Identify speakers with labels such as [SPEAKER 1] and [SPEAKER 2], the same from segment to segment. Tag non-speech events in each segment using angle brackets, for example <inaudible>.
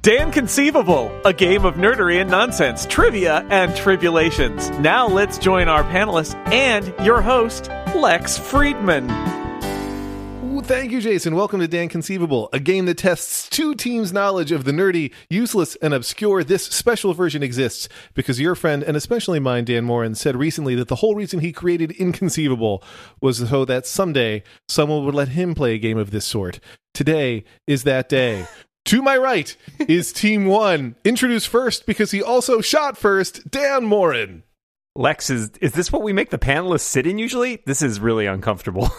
[SPEAKER 1] Dan Conceivable, a game of nerdery and nonsense, trivia, and tribulations. Now let's join our panelists and your host, Lex Friedman.
[SPEAKER 2] Ooh, thank you, Jason. Welcome to Dan Conceivable, a game that tests two teams' knowledge of the nerdy, useless, and obscure. This special version exists because your friend, and especially mine, Dan Morin, said recently that the whole reason he created Inconceivable was so that someday someone would let him play a game of this sort. Today is that day. To my right is Team One, introduced first because he also shot first, Dan Morin.
[SPEAKER 3] Lex, is is this what we make the panelists sit in usually? This is really uncomfortable.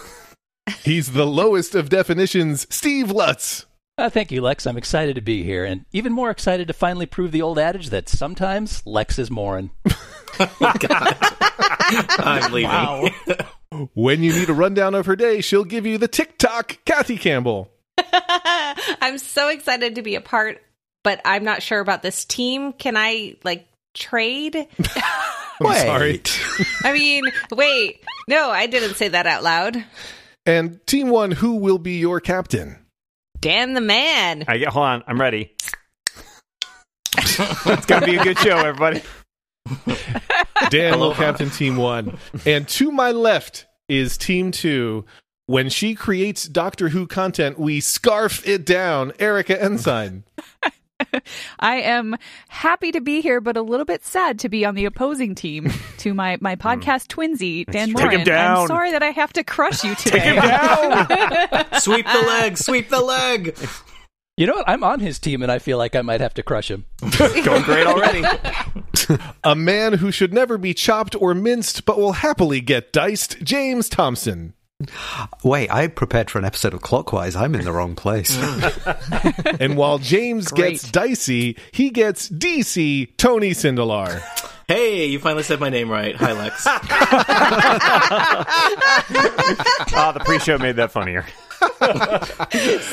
[SPEAKER 2] He's the lowest of definitions, Steve Lutz.
[SPEAKER 4] Uh, thank you, Lex. I'm excited to be here, and even more excited to finally prove the old adage that sometimes Lex is Morin.
[SPEAKER 5] <laughs> I'm leaving.
[SPEAKER 2] When you need a rundown of her day, she'll give you the TikTok Kathy Campbell.
[SPEAKER 6] <laughs> I'm so excited to be a part, but I'm not sure about this team. Can I like trade?
[SPEAKER 2] I'm sorry.
[SPEAKER 6] I mean, <laughs> wait. No, I didn't say that out loud.
[SPEAKER 2] And Team One, who will be your captain?
[SPEAKER 6] Dan the man.
[SPEAKER 3] I hold on, I'm ready. it's gonna be a good show, everybody.
[SPEAKER 2] Dan will captain Team One. And to my left is Team Two. When she creates Doctor Who content, we scarf it down. Erica Ensign.
[SPEAKER 7] I am happy to be here, but a little bit sad to be on the opposing team to my, my podcast twinsy, Dan
[SPEAKER 3] true. Take
[SPEAKER 7] Morin.
[SPEAKER 3] him down.
[SPEAKER 7] I'm sorry that I have to crush you today.
[SPEAKER 5] sweep the leg, sweep the leg.
[SPEAKER 4] <laughs> You know what? I'm on his team, and I feel like I might have to crush him.
[SPEAKER 3] Going great
[SPEAKER 5] <laughs>
[SPEAKER 3] already.
[SPEAKER 2] a man who should never be chopped or minced, but will happily get diced. James Thompson.
[SPEAKER 8] Wait, I prepared for an episode of Clockwise. I'm in the wrong place.
[SPEAKER 2] And while James gets dicey, he gets DC Tony Sindelar.
[SPEAKER 5] Hey, you finally said my name right. Hi, Lex.
[SPEAKER 3] Ah, the pre-show made that funnier.
[SPEAKER 6] <laughs>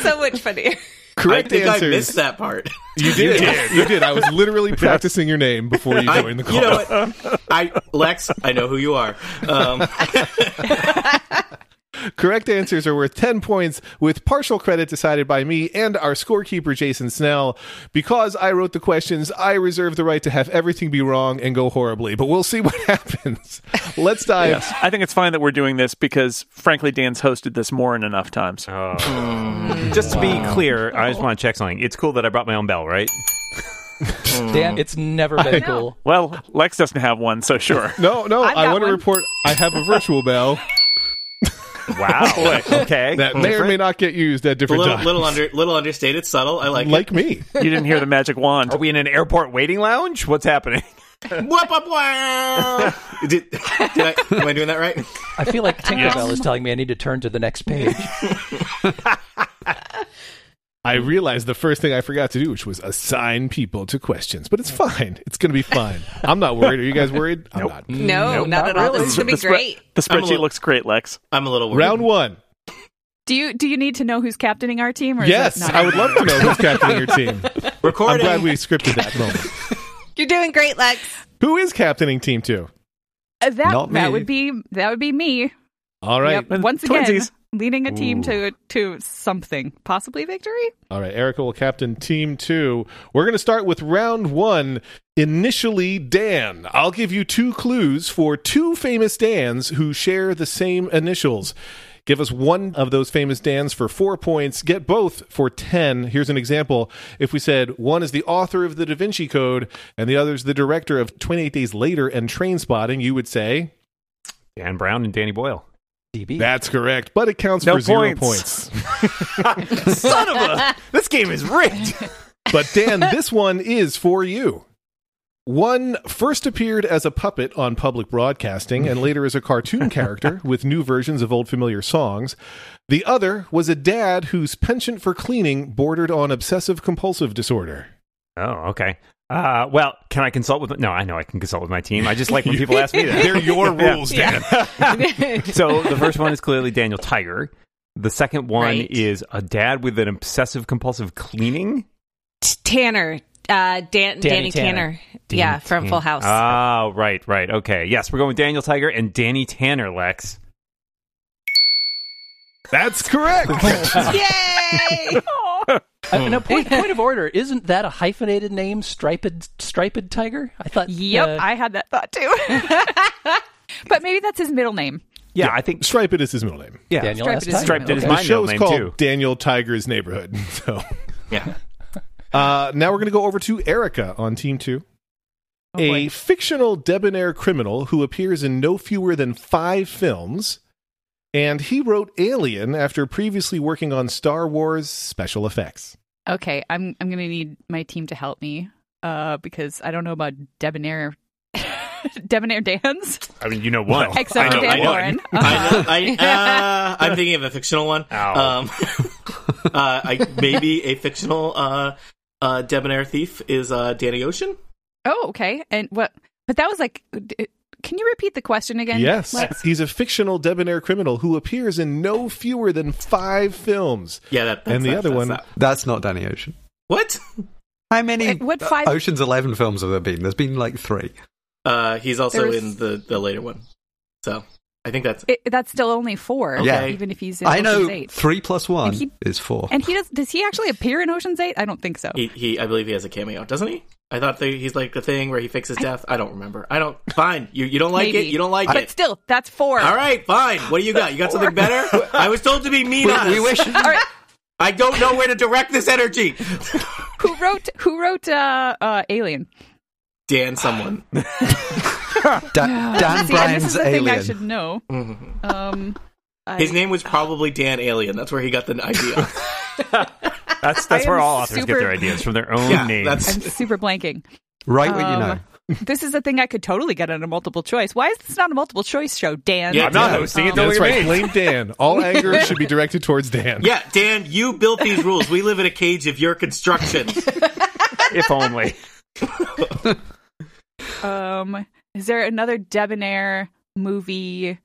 [SPEAKER 6] So much funnier.
[SPEAKER 2] Correct
[SPEAKER 5] I think
[SPEAKER 2] answers.
[SPEAKER 5] I missed that part.
[SPEAKER 2] <laughs> You did. You did. I was literally practicing your name before you
[SPEAKER 5] I,
[SPEAKER 2] joined the call.
[SPEAKER 5] you know
[SPEAKER 2] <laughs>
[SPEAKER 5] what? I Lex, I know who you are. Um,
[SPEAKER 2] Correct answers are worth 10 points with partial credit decided by me and our scorekeeper, Jason Snell. Because I wrote the questions, I reserve the right to have everything be wrong and go horribly, but we'll see what <laughs> happens. Let's dive.
[SPEAKER 1] I think it's fine that we're doing this because, frankly, Dan's hosted this more than enough times.
[SPEAKER 2] Oh.
[SPEAKER 3] Hmm. Just to be clear, I just want to check something. It's cool that I brought my own bell, right?
[SPEAKER 4] Dan, it's never been cool.
[SPEAKER 1] Well, Lex doesn't have one, so sure.
[SPEAKER 2] No, no,
[SPEAKER 7] I've
[SPEAKER 2] I
[SPEAKER 7] got
[SPEAKER 2] want to
[SPEAKER 7] one.
[SPEAKER 2] report I have a virtual
[SPEAKER 5] <laughs>
[SPEAKER 2] bell
[SPEAKER 3] <laughs>
[SPEAKER 1] <laughs>
[SPEAKER 3] Wow. okay.
[SPEAKER 2] that may or may not get used at different
[SPEAKER 5] little,
[SPEAKER 2] times.
[SPEAKER 5] little under, little understated, subtle. I like,
[SPEAKER 2] like me.
[SPEAKER 1] You didn't hear the magic wand.
[SPEAKER 3] Are we in an airport waiting lounge? What's happening?
[SPEAKER 5] it. Whoop, whoop,
[SPEAKER 2] <laughs>
[SPEAKER 5] wow. Did, did I, am I doing that right?
[SPEAKER 4] I feel
[SPEAKER 5] <laughs>
[SPEAKER 4] like Tinkerbell is telling me I need to turn to the next page.
[SPEAKER 2] I realized the first thing I forgot to do, which was assign people to questions, but it's fine. It's going to be fine. I'm not worried. Are you guys worried? I'm not.
[SPEAKER 6] No, not, at all. This is gonna be
[SPEAKER 1] The spre-
[SPEAKER 6] great.
[SPEAKER 1] The
[SPEAKER 5] I'm a
[SPEAKER 1] spreadsheet
[SPEAKER 5] little-
[SPEAKER 1] looks great, Lex.
[SPEAKER 5] I'm a little worried.
[SPEAKER 2] Round one.
[SPEAKER 7] Do you do you need to know who's captaining our team? Or
[SPEAKER 2] Yes,
[SPEAKER 7] is that not
[SPEAKER 2] I would love to know who's captaining your
[SPEAKER 7] <laughs>
[SPEAKER 2] team. I'm
[SPEAKER 5] Recording.
[SPEAKER 2] glad we scripted that moment.
[SPEAKER 6] You're doing great, Lex.
[SPEAKER 2] Who is captaining Team Two?
[SPEAKER 7] Uh, that
[SPEAKER 8] Not me.
[SPEAKER 7] that would be that would be me.
[SPEAKER 2] All right,
[SPEAKER 7] Yep. Once again,
[SPEAKER 1] Twinsies.
[SPEAKER 7] leading a team to to something, possibly victory.
[SPEAKER 2] all right. Erica will captain Team Two. We're going to start with round one. Initially, Dan. I'll give you two clues for two famous Dans who share the same initials. Give us one of those famous Dans for four points. Get both for 10. Here's an example. If we said one is the author of The Da Vinci Code and the other is the director of 28 Days Later and Train Spotting, you would say,
[SPEAKER 3] Dan Brown and Danny Boyle.
[SPEAKER 4] DB.
[SPEAKER 2] That's correct, but it counts
[SPEAKER 1] No
[SPEAKER 2] for zero
[SPEAKER 1] points.
[SPEAKER 2] points.
[SPEAKER 3] Son of a! This game is rigged.
[SPEAKER 2] But Dan, this one is for you. One first appeared as a puppet on public broadcasting and later as a cartoon character with new versions of old familiar songs. The other was a dad whose penchant for cleaning bordered on obsessive compulsive disorder.
[SPEAKER 3] Oh, okay. Uh, well, can I consult with? No, I know I can consult with my team. I just like when people ask me that.
[SPEAKER 2] <laughs> They're your
[SPEAKER 3] Yeah.
[SPEAKER 2] rules, Dan.
[SPEAKER 7] <laughs>
[SPEAKER 3] so the first one is clearly Daniel Tiger. The second one
[SPEAKER 6] Right.
[SPEAKER 3] is a dad with an obsessive compulsive cleaning.
[SPEAKER 6] T- Tanner. Uh, Dan- Danny,
[SPEAKER 4] Tanner.
[SPEAKER 6] Tanner.
[SPEAKER 2] Mm,
[SPEAKER 6] yeah, from Full House.
[SPEAKER 3] Oh, right, right. Okay. Yes, we're going with Daniel Tiger and Danny Tanner, Lex.
[SPEAKER 2] That's correct.
[SPEAKER 6] Yay!
[SPEAKER 7] Aw.
[SPEAKER 4] Uh, no, point, point of order. Isn't that a hyphenated name, striped striped tiger? I thought.
[SPEAKER 7] Yep,
[SPEAKER 4] uh,
[SPEAKER 7] I had that thought too. <laughs> but maybe that's his middle name.
[SPEAKER 3] <laughs> Yeah, I think
[SPEAKER 2] Stripe it is his middle name.
[SPEAKER 3] yeah.
[SPEAKER 4] Daniel
[SPEAKER 7] Striped
[SPEAKER 4] S.
[SPEAKER 7] is
[SPEAKER 4] Tiger.
[SPEAKER 3] Striped it is
[SPEAKER 2] The
[SPEAKER 4] Okay.
[SPEAKER 3] my middle
[SPEAKER 2] show's
[SPEAKER 3] name
[SPEAKER 2] called
[SPEAKER 3] too.
[SPEAKER 2] Daniel Tiger's Neighborhood. <laughs> So
[SPEAKER 5] Yeah.
[SPEAKER 2] uh, now we're going to go over to Erica on Team Two.
[SPEAKER 7] Oh, boy.
[SPEAKER 2] a fictional debonair criminal who appears in no fewer than five films. And he wrote Alien after previously working on Star Wars special effects.
[SPEAKER 7] Okay, I'm I'm gonna need my team to help me uh, because I don't know about debonair <laughs> debonair Dan's
[SPEAKER 3] I mean, you know one.
[SPEAKER 7] except
[SPEAKER 5] I
[SPEAKER 7] for
[SPEAKER 5] know, I
[SPEAKER 7] Dan
[SPEAKER 3] <laughs>
[SPEAKER 5] know.
[SPEAKER 7] Warren.
[SPEAKER 5] I know, I, uh, I'm thinking of a fictional one.
[SPEAKER 3] Ow.
[SPEAKER 5] Um, <laughs> uh, I, maybe a fictional uh, uh, debonair thief is uh, Danny Ocean.
[SPEAKER 7] Oh, okay. And what? But that was like. d- Can you repeat the question again?
[SPEAKER 2] yes,
[SPEAKER 7] Lex?
[SPEAKER 2] he's a fictional debonair criminal who appears in no fewer than five films.
[SPEAKER 5] Yeah, that, that's
[SPEAKER 2] And the
[SPEAKER 5] that-
[SPEAKER 2] other
[SPEAKER 5] that's
[SPEAKER 2] one-
[SPEAKER 5] that.
[SPEAKER 8] That's not Danny Ocean.
[SPEAKER 5] What?
[SPEAKER 8] How many
[SPEAKER 7] Wait, what five-
[SPEAKER 8] Ocean's Eleven films have there been? There's been like three.
[SPEAKER 5] Uh, he's also
[SPEAKER 7] There was-
[SPEAKER 5] in the, the later one. So I think that's
[SPEAKER 7] It, that's still only four.
[SPEAKER 8] Yeah.
[SPEAKER 7] Even if he's in
[SPEAKER 8] I know
[SPEAKER 7] Ocean's Eight.
[SPEAKER 8] three plus one
[SPEAKER 7] And he-
[SPEAKER 8] is four.
[SPEAKER 7] And he does. Does he actually appear in Ocean's Eight? I don't think so.
[SPEAKER 5] he, he. I believe he has a cameo, doesn't he? I thought they, he's like the thing where he fixes death. I don't remember. I don't. Fine. You you don't like
[SPEAKER 7] Maybe.
[SPEAKER 5] it. You don't like
[SPEAKER 7] but
[SPEAKER 5] it.
[SPEAKER 7] still, that's four.
[SPEAKER 5] All right. Fine. What do you got? You got something better? I was told to be mean on
[SPEAKER 8] we, we
[SPEAKER 5] this.
[SPEAKER 8] wish
[SPEAKER 7] All right.
[SPEAKER 5] I don't know where to direct this energy.
[SPEAKER 7] Who wrote? Who wrote uh, uh, Alien?
[SPEAKER 5] Dan, someone.
[SPEAKER 8] Da- Dan
[SPEAKER 7] See, and this is
[SPEAKER 8] Bryan's
[SPEAKER 7] the thing I
[SPEAKER 8] Alien.
[SPEAKER 7] should know.
[SPEAKER 5] Mm-hmm.
[SPEAKER 7] Um, I-
[SPEAKER 5] His name was probably Dan Alien. That's where he got the idea.
[SPEAKER 3] That's that's
[SPEAKER 7] I
[SPEAKER 3] where
[SPEAKER 7] am
[SPEAKER 3] all authors get
[SPEAKER 7] super-
[SPEAKER 3] their ideas from their own
[SPEAKER 5] Yeah,
[SPEAKER 3] names.
[SPEAKER 5] that's-
[SPEAKER 7] I'm super blanking.
[SPEAKER 8] Right what you know.
[SPEAKER 7] Um, This is a thing I could totally get on a multiple choice. Why is this not a multiple choice show, Dan?
[SPEAKER 5] Yeah,
[SPEAKER 3] I'm not
[SPEAKER 5] yeah.
[SPEAKER 3] hosting it. Don't
[SPEAKER 2] That's
[SPEAKER 3] worry
[SPEAKER 2] right.
[SPEAKER 3] about it.
[SPEAKER 2] Blame Dan.
[SPEAKER 5] <laughs>
[SPEAKER 2] All anger should be directed towards Dan.
[SPEAKER 5] yeah, Dan, you built these rules. We live in a cage of your construction.
[SPEAKER 3] If only.
[SPEAKER 7] Um, is there another debonair movie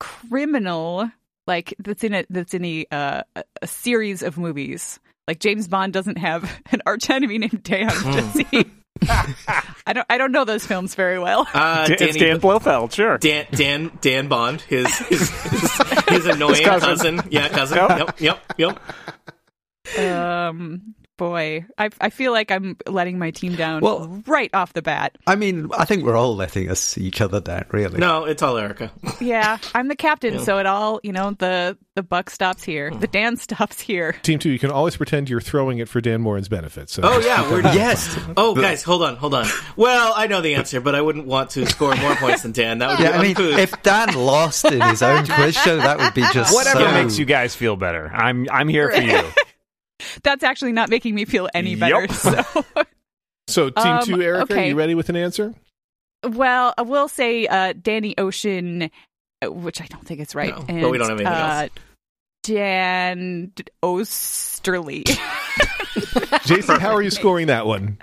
[SPEAKER 7] criminal like that's in a that's in a uh, a- a series of movies? Like James Bond doesn't have <laughs> an arch enemy named Dan, does he? <laughs> I don't I don't know those films very well.
[SPEAKER 5] Uh,
[SPEAKER 3] Dan, it's Dan Blofeld, sure.
[SPEAKER 5] Dan, Dan, Dan Bond, his his his, his annoying
[SPEAKER 3] cousin.
[SPEAKER 5] cousin. Yeah, cousin. Yep, yep, yep.
[SPEAKER 7] Um, boy, I I feel like I'm letting my team down
[SPEAKER 8] Well-
[SPEAKER 7] right off the bat.
[SPEAKER 8] I mean, I think we're all letting us see each other down, really.
[SPEAKER 5] No, it's all Erica.
[SPEAKER 7] Yeah, I'm the captain, so it all you know the the buck stops here, the Dan <laughs> stops here.
[SPEAKER 2] Team two, you can always pretend you're throwing it for Dan Morin's benefit. So
[SPEAKER 5] Oh yeah, we're
[SPEAKER 8] Yes.
[SPEAKER 5] Oh guys, hold on, hold on. Well, I know the answer, but I wouldn't want to score more points than Dan. That would
[SPEAKER 8] Yeah, I
[SPEAKER 5] be
[SPEAKER 8] mean,
[SPEAKER 5] uncouth.
[SPEAKER 8] if Dan lost in his own quiz show, that would be just
[SPEAKER 3] Whatever
[SPEAKER 8] so-
[SPEAKER 3] makes you guys feel better. I'm I'm here for you.
[SPEAKER 7] That's actually not making me feel any better.
[SPEAKER 3] Yup.
[SPEAKER 7] So.
[SPEAKER 2] So team
[SPEAKER 7] Um,
[SPEAKER 2] two, Erica,
[SPEAKER 7] okay.
[SPEAKER 2] you ready with an answer?
[SPEAKER 7] Well, I will say uh, Danny Ocean, uh, which I don't think is right.
[SPEAKER 5] No, but we don't have anything
[SPEAKER 7] uh,
[SPEAKER 5] else.
[SPEAKER 7] Dan Osterly.
[SPEAKER 2] Jason, how are you scoring that one?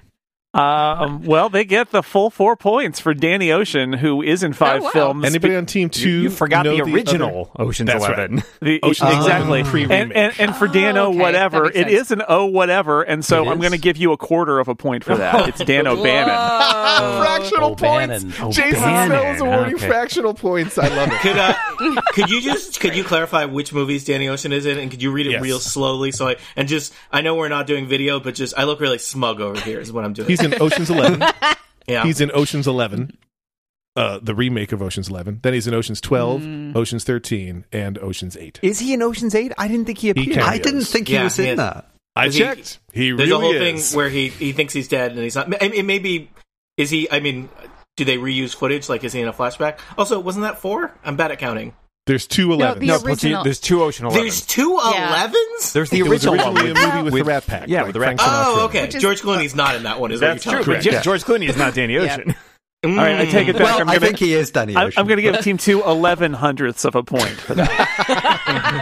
[SPEAKER 1] Um, well, they get the full four points for Danny Ocean, who is in five
[SPEAKER 7] Oh, wow.
[SPEAKER 1] films.
[SPEAKER 2] Anybody on team two?
[SPEAKER 3] You, you forgot
[SPEAKER 2] know
[SPEAKER 3] the
[SPEAKER 2] other-
[SPEAKER 3] original Ocean's
[SPEAKER 2] That's right.
[SPEAKER 3] Eleven.
[SPEAKER 1] The-
[SPEAKER 2] Ocean's
[SPEAKER 1] exactly.
[SPEAKER 2] Eleven pre-remake.
[SPEAKER 1] and, and, and for Dan
[SPEAKER 7] Oh,
[SPEAKER 1] O
[SPEAKER 7] okay.
[SPEAKER 1] whatever,
[SPEAKER 7] That makes
[SPEAKER 1] it
[SPEAKER 7] sense.
[SPEAKER 1] is an O whatever, and so
[SPEAKER 8] It
[SPEAKER 1] I'm
[SPEAKER 8] is.
[SPEAKER 1] going to give you a quarter of a point for that. It's
[SPEAKER 7] <laughs>
[SPEAKER 1] Dan O'Bannon.
[SPEAKER 7] Whoa.
[SPEAKER 2] Ah, fractional
[SPEAKER 4] O'Bannon.
[SPEAKER 2] points.
[SPEAKER 4] O'Bannon.
[SPEAKER 2] Jason Snell is awarding
[SPEAKER 3] Okay.
[SPEAKER 2] fractional points. I love
[SPEAKER 5] <laughs>
[SPEAKER 2] it.
[SPEAKER 5] could uh, could you just could you clarify which movies Danny Ocean is in, and could you read it
[SPEAKER 2] Yes.
[SPEAKER 5] real slowly so I and just I know we're not doing video, but just I look really smug over here is what I'm doing.
[SPEAKER 2] He's in Ocean's Eleven.
[SPEAKER 5] yeah.
[SPEAKER 2] He's in Ocean's Eleven, uh, the remake of Ocean's Eleven. Then he's in Ocean's Twelve, Ocean's Thirteen, and Ocean's Eight.
[SPEAKER 3] Is he in Ocean's Eight? I didn't think he appeared.
[SPEAKER 2] can-
[SPEAKER 8] I didn't think he
[SPEAKER 5] Yeah,
[SPEAKER 8] was in
[SPEAKER 5] he is.
[SPEAKER 8] that.
[SPEAKER 2] I
[SPEAKER 5] Is he-
[SPEAKER 2] checked. He,
[SPEAKER 5] There's
[SPEAKER 2] really
[SPEAKER 5] a whole
[SPEAKER 2] is.
[SPEAKER 5] thing where he he thinks he's dead and he's not. I mean, It may be is he? I mean, do they reuse footage? Like is he in a flashback? Also, wasn't that four? I'm bad at counting.
[SPEAKER 2] There's two Elevens.
[SPEAKER 7] the
[SPEAKER 3] no,
[SPEAKER 7] No,
[SPEAKER 2] There
[SPEAKER 7] Platoon- original-
[SPEAKER 3] there's
[SPEAKER 7] there's
[SPEAKER 3] two Ocean Eleven.
[SPEAKER 5] There's two
[SPEAKER 7] Yeah.
[SPEAKER 5] Elevens.
[SPEAKER 3] There's the
[SPEAKER 2] was
[SPEAKER 3] original
[SPEAKER 2] originally
[SPEAKER 3] one
[SPEAKER 2] a movie with, the Rat Pack.
[SPEAKER 3] yeah,
[SPEAKER 2] like
[SPEAKER 3] with the Rat
[SPEAKER 2] Frank
[SPEAKER 3] Pack.
[SPEAKER 5] Oh,
[SPEAKER 2] Sinatra.
[SPEAKER 5] okay. George Clooney's not in that one. Is
[SPEAKER 3] That's
[SPEAKER 5] what you're
[SPEAKER 3] true.
[SPEAKER 5] telling
[SPEAKER 3] But
[SPEAKER 5] me. Mm.
[SPEAKER 3] Ge- George Clooney is not Danny Ocean.
[SPEAKER 1] All right, I take it back.
[SPEAKER 8] Well,
[SPEAKER 1] I'm
[SPEAKER 8] I
[SPEAKER 1] gonna,
[SPEAKER 8] think he is Danny
[SPEAKER 1] I'm,
[SPEAKER 8] Ocean.
[SPEAKER 1] I'm going to give Team Two 11 hundredths of a point for that.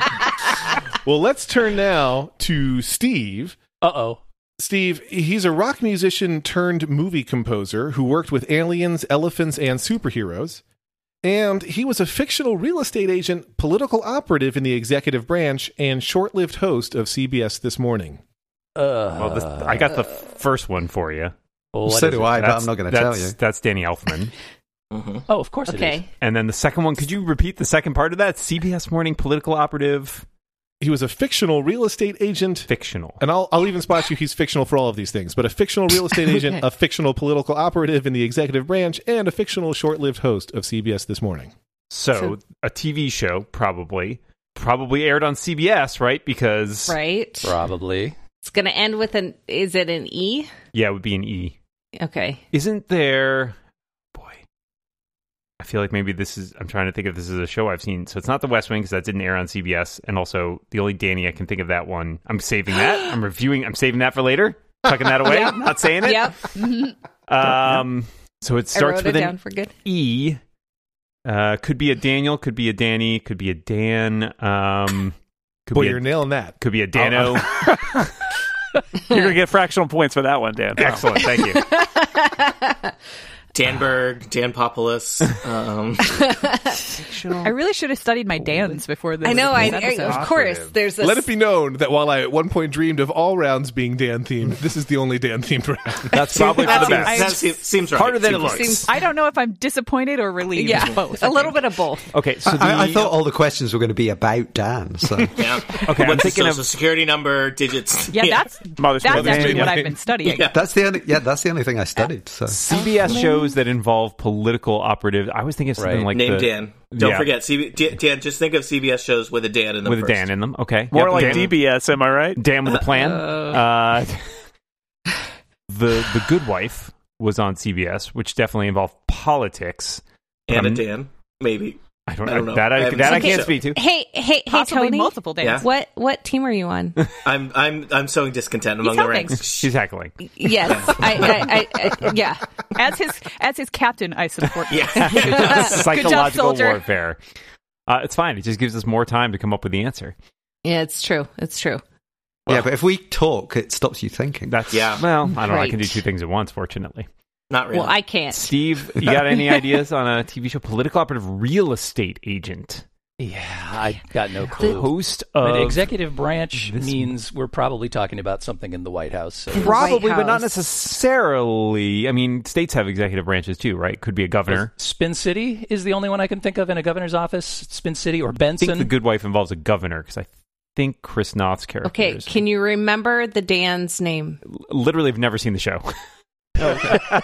[SPEAKER 2] Well, let's turn now to Steve.
[SPEAKER 4] Uh oh.
[SPEAKER 2] Steve, he's a rock musician turned movie composer who worked with aliens, elephants, and superheroes. And he was a fictional real estate agent, political operative in the executive branch, and short lived host of CBS This Morning.
[SPEAKER 4] Uh,
[SPEAKER 3] Well, this, I got the first one for you.
[SPEAKER 4] well, what
[SPEAKER 8] so
[SPEAKER 4] is
[SPEAKER 8] do
[SPEAKER 4] it?
[SPEAKER 8] I, but
[SPEAKER 3] That's-
[SPEAKER 8] I'm not going to tell
[SPEAKER 3] that's-
[SPEAKER 8] you.
[SPEAKER 3] That's Danny Elfman.
[SPEAKER 5] Mm-hmm.
[SPEAKER 4] Oh, of course it is.
[SPEAKER 6] Okay.
[SPEAKER 3] And then the second one, could you repeat the second part of that? CBS Morning political operative.
[SPEAKER 2] he was a fictional real estate agent.
[SPEAKER 3] Fictional.
[SPEAKER 2] And I'll, I'll even spot you. He's fictional for all of these things, but a fictional real estate agent, a fictional political operative in the executive branch, and a fictional short lived host of CBS This Morning.
[SPEAKER 3] So,
[SPEAKER 6] So-
[SPEAKER 3] a TV show probably probably aired on CBS, right? Because
[SPEAKER 6] right?
[SPEAKER 4] Probably.
[SPEAKER 6] It's going to end with an. Is it an E?
[SPEAKER 3] yeah, it would be an E.
[SPEAKER 6] Okay.
[SPEAKER 3] Isn't there boy. I feel like maybe this is I'm trying to think if this is a show I've seen. So it's not The West Wing because that didn't air on CBS and also the only Danny I can think of that one. I'm saving that.
[SPEAKER 6] <gasps>
[SPEAKER 3] I'm reviewing. I'm saving that for later. Tucking that away. Not saying it.
[SPEAKER 6] <laughs> Yep.
[SPEAKER 3] Um so it
[SPEAKER 6] I
[SPEAKER 3] starts
[SPEAKER 6] wrote it
[SPEAKER 3] with an
[SPEAKER 6] down for good.
[SPEAKER 3] E. Uh, could be a Daniel, could be a Danny, could be a Dan. Um, could,
[SPEAKER 2] Boy,
[SPEAKER 3] be
[SPEAKER 2] you're
[SPEAKER 3] a,
[SPEAKER 2] nailing that.
[SPEAKER 3] could be a
[SPEAKER 8] Oh,
[SPEAKER 3] Dano.
[SPEAKER 1] You're going to get fractional points for that one, Dan.
[SPEAKER 3] Excellent, thank
[SPEAKER 6] <laughs>
[SPEAKER 3] you.
[SPEAKER 5] Danberg, Dan Popoulos. Um,
[SPEAKER 7] I really should have studied my dance before this.
[SPEAKER 6] I know. I,
[SPEAKER 7] this
[SPEAKER 6] I-
[SPEAKER 7] episode.
[SPEAKER 6] of course. There's a
[SPEAKER 2] Let it be known that while I at one point dreamed of all rounds being Dan themed, this is the only Dan themed <laughs> round.
[SPEAKER 3] <laughs> That's probably for
[SPEAKER 5] that
[SPEAKER 3] the
[SPEAKER 5] seems,
[SPEAKER 3] best.
[SPEAKER 5] that seems, seems right.
[SPEAKER 3] Harder than it
[SPEAKER 5] Seems
[SPEAKER 3] looks.
[SPEAKER 5] right.
[SPEAKER 6] seems-
[SPEAKER 7] I don't know if I'm disappointed or relieved.
[SPEAKER 6] yeah,
[SPEAKER 7] <laughs> both.
[SPEAKER 6] a little bit of both.
[SPEAKER 3] <laughs> Okay, so the,
[SPEAKER 8] I, I thought all the questions were going to be about Dan. So
[SPEAKER 5] Yeah.
[SPEAKER 3] <laughs> Okay, I'm
[SPEAKER 5] What's the
[SPEAKER 3] thinking of-
[SPEAKER 5] social security number, digits?
[SPEAKER 7] Yeah, that's
[SPEAKER 1] Mother's
[SPEAKER 7] that's
[SPEAKER 1] Day.
[SPEAKER 7] actually what
[SPEAKER 2] Yeah.
[SPEAKER 7] I've been studying.
[SPEAKER 5] Yeah.
[SPEAKER 8] that's the only, yeah, that's the only thing I studied. So
[SPEAKER 3] CBS shows that involve political operatives. I was thinking of something
[SPEAKER 4] Right.
[SPEAKER 3] like
[SPEAKER 5] Name
[SPEAKER 3] the,
[SPEAKER 5] Dan. Don't
[SPEAKER 3] Yeah.
[SPEAKER 5] forget, CB, D- Dan. Just think of CBS shows with a Dan in them.
[SPEAKER 3] with a
[SPEAKER 5] first.
[SPEAKER 3] Dan in them. Okay,
[SPEAKER 1] More
[SPEAKER 3] Yep,
[SPEAKER 1] like
[SPEAKER 3] Dan,
[SPEAKER 1] DBS, am I right?
[SPEAKER 3] Dan with a plan. Uh, <laughs> the the Good Wife was on CBS, which definitely involved politics.
[SPEAKER 5] and a
[SPEAKER 3] Um,
[SPEAKER 5] Dan, maybe.
[SPEAKER 3] I don't,
[SPEAKER 5] I don't know.
[SPEAKER 3] that
[SPEAKER 5] I
[SPEAKER 3] I,
[SPEAKER 5] haven't
[SPEAKER 3] that I
[SPEAKER 5] seen
[SPEAKER 3] can't
[SPEAKER 5] it.
[SPEAKER 3] speak to.
[SPEAKER 6] Hey, hey, hey,
[SPEAKER 7] Possibly
[SPEAKER 6] Tony.
[SPEAKER 7] multiple
[SPEAKER 5] Yeah.
[SPEAKER 7] dances.
[SPEAKER 6] What what team are you on?
[SPEAKER 5] I'm I'm I'm sowing discontent among the
[SPEAKER 7] helping.
[SPEAKER 5] ranks.
[SPEAKER 3] She's heckling.
[SPEAKER 6] yes, I, I, I, I, yeah.
[SPEAKER 7] As his as his captain, I support. you.
[SPEAKER 5] <laughs>
[SPEAKER 3] <laughs>
[SPEAKER 5] Yeah.
[SPEAKER 3] psychological
[SPEAKER 7] soldier.
[SPEAKER 3] warfare. Uh, it's fine. It just gives us more time to come up with the answer.
[SPEAKER 6] Yeah, it's true. It's true.
[SPEAKER 8] yeah, but if we talk, it stops you thinking.
[SPEAKER 3] That's
[SPEAKER 5] Yeah.
[SPEAKER 3] Well, I don't. know. I can do
[SPEAKER 6] Right.
[SPEAKER 3] two things at once. Fortunately,
[SPEAKER 5] Not really.
[SPEAKER 6] Well, I can't.
[SPEAKER 3] Steve, you got
[SPEAKER 4] <laughs>
[SPEAKER 3] any ideas on a TV show? Political operative, real estate agent,
[SPEAKER 4] Yeah, I got no clue.
[SPEAKER 3] host
[SPEAKER 4] But
[SPEAKER 3] of
[SPEAKER 4] executive branch
[SPEAKER 3] this-
[SPEAKER 4] means we're probably talking about something in the White House. So
[SPEAKER 3] probably,
[SPEAKER 6] White
[SPEAKER 3] but not
[SPEAKER 6] House.
[SPEAKER 3] necessarily. I mean, states have executive branches too, right? Could be a governor.
[SPEAKER 4] Spin City is the only one I can think of in a governor's office. Spin City or
[SPEAKER 3] I think the
[SPEAKER 4] Benson.
[SPEAKER 3] Good Wife involves a governor because I think Chris Noth's character.
[SPEAKER 6] Okay,
[SPEAKER 3] is-
[SPEAKER 6] can you remember the Dan's name?
[SPEAKER 3] literally have never seen the
[SPEAKER 4] <laughs>
[SPEAKER 3] show.
[SPEAKER 4] Oh,
[SPEAKER 3] <laughs>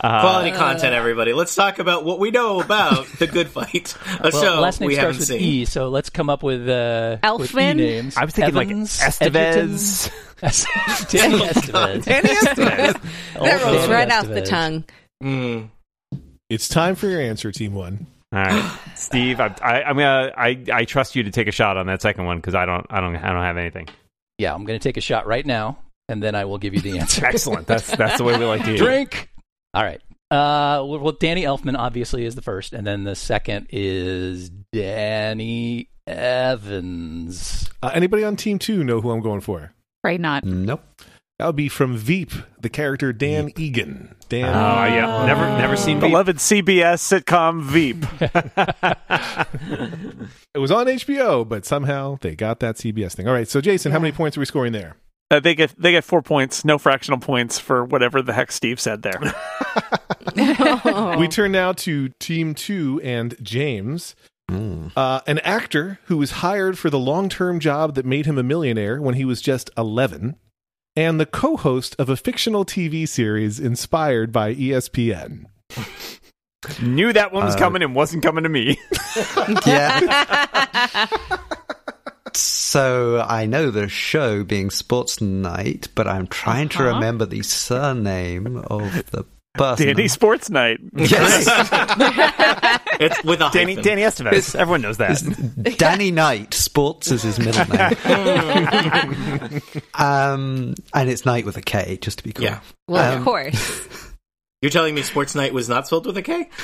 [SPEAKER 3] Uh,
[SPEAKER 5] Quality content, everybody. Let's talk about what we know about the Good Fight, a
[SPEAKER 4] well,
[SPEAKER 5] show
[SPEAKER 4] last name
[SPEAKER 5] we
[SPEAKER 4] starts
[SPEAKER 5] haven't
[SPEAKER 4] with
[SPEAKER 5] seen.
[SPEAKER 4] E, so let's come up with uh, with E
[SPEAKER 6] Elfin?
[SPEAKER 4] names.
[SPEAKER 3] I was thinking
[SPEAKER 4] Evans,
[SPEAKER 3] like Estevez.
[SPEAKER 4] Edgerton, <laughs> Danny
[SPEAKER 3] <laughs>
[SPEAKER 4] Estevez.
[SPEAKER 3] Danny
[SPEAKER 4] <laughs>
[SPEAKER 3] Estevez.
[SPEAKER 6] That rolls
[SPEAKER 4] Danny
[SPEAKER 6] right off the
[SPEAKER 4] Estevez.
[SPEAKER 6] tongue.
[SPEAKER 5] Mm.
[SPEAKER 2] It's time for your answer, Team One.
[SPEAKER 3] All
[SPEAKER 4] <gasps>
[SPEAKER 3] right, Steve. I, I, I'm gonna. I, I trust you to take a shot on that second one because I don't. I don't. I don't have anything.
[SPEAKER 4] Yeah, I'm going to take a shot right now, and then I will give you the <laughs> answer.
[SPEAKER 3] Excellent. That's that's the way we like to do. it.
[SPEAKER 4] Drink. All right. Uh, well, well, Danny Elfman obviously is the first, and then the second is Danny
[SPEAKER 3] <laughs>
[SPEAKER 4] Evans.
[SPEAKER 2] Uh, anybody on Team Two know who I'm going for?
[SPEAKER 7] Pray not.
[SPEAKER 8] Nope.
[SPEAKER 2] That would be from Veep, the character Dan Egan.
[SPEAKER 3] Oh
[SPEAKER 2] Dan.
[SPEAKER 3] yeah. Never never seen. Veep.
[SPEAKER 1] Beloved CBS sitcom Veep.
[SPEAKER 2] It was on HBO, but somehow they got that CBS thing. All right, so Jason, how many points are we scoring there?
[SPEAKER 1] Uh, they get they get four points, no fractional points for whatever the heck Steve said there.
[SPEAKER 2] We turn now to Team Two and James, uh, an actor who was hired for the long-term job that made him a millionaire when he was just 11, and the co-host of a fictional TV series inspired by E ESPN.
[SPEAKER 3] <laughs> Knew that one was
[SPEAKER 8] Uh,
[SPEAKER 3] coming and wasn't coming to me.
[SPEAKER 8] <laughs> Yeah. so I know the show being Sports Night, but I'm trying to remember the surname of the person. <laughs>
[SPEAKER 1] Danny Sports Night.
[SPEAKER 8] Yes,
[SPEAKER 5] It's with a
[SPEAKER 3] Danny
[SPEAKER 5] hyphen.
[SPEAKER 3] Danny Estevez. Everyone knows that.
[SPEAKER 8] Danny Knight. Sports is his middle name. um, and it's Knight with a K, just to be clear.
[SPEAKER 5] Yeah.
[SPEAKER 6] <laughs> well,
[SPEAKER 8] Um,
[SPEAKER 6] of course.
[SPEAKER 5] You're telling me Sports Night was not spelled with a K? <laughs>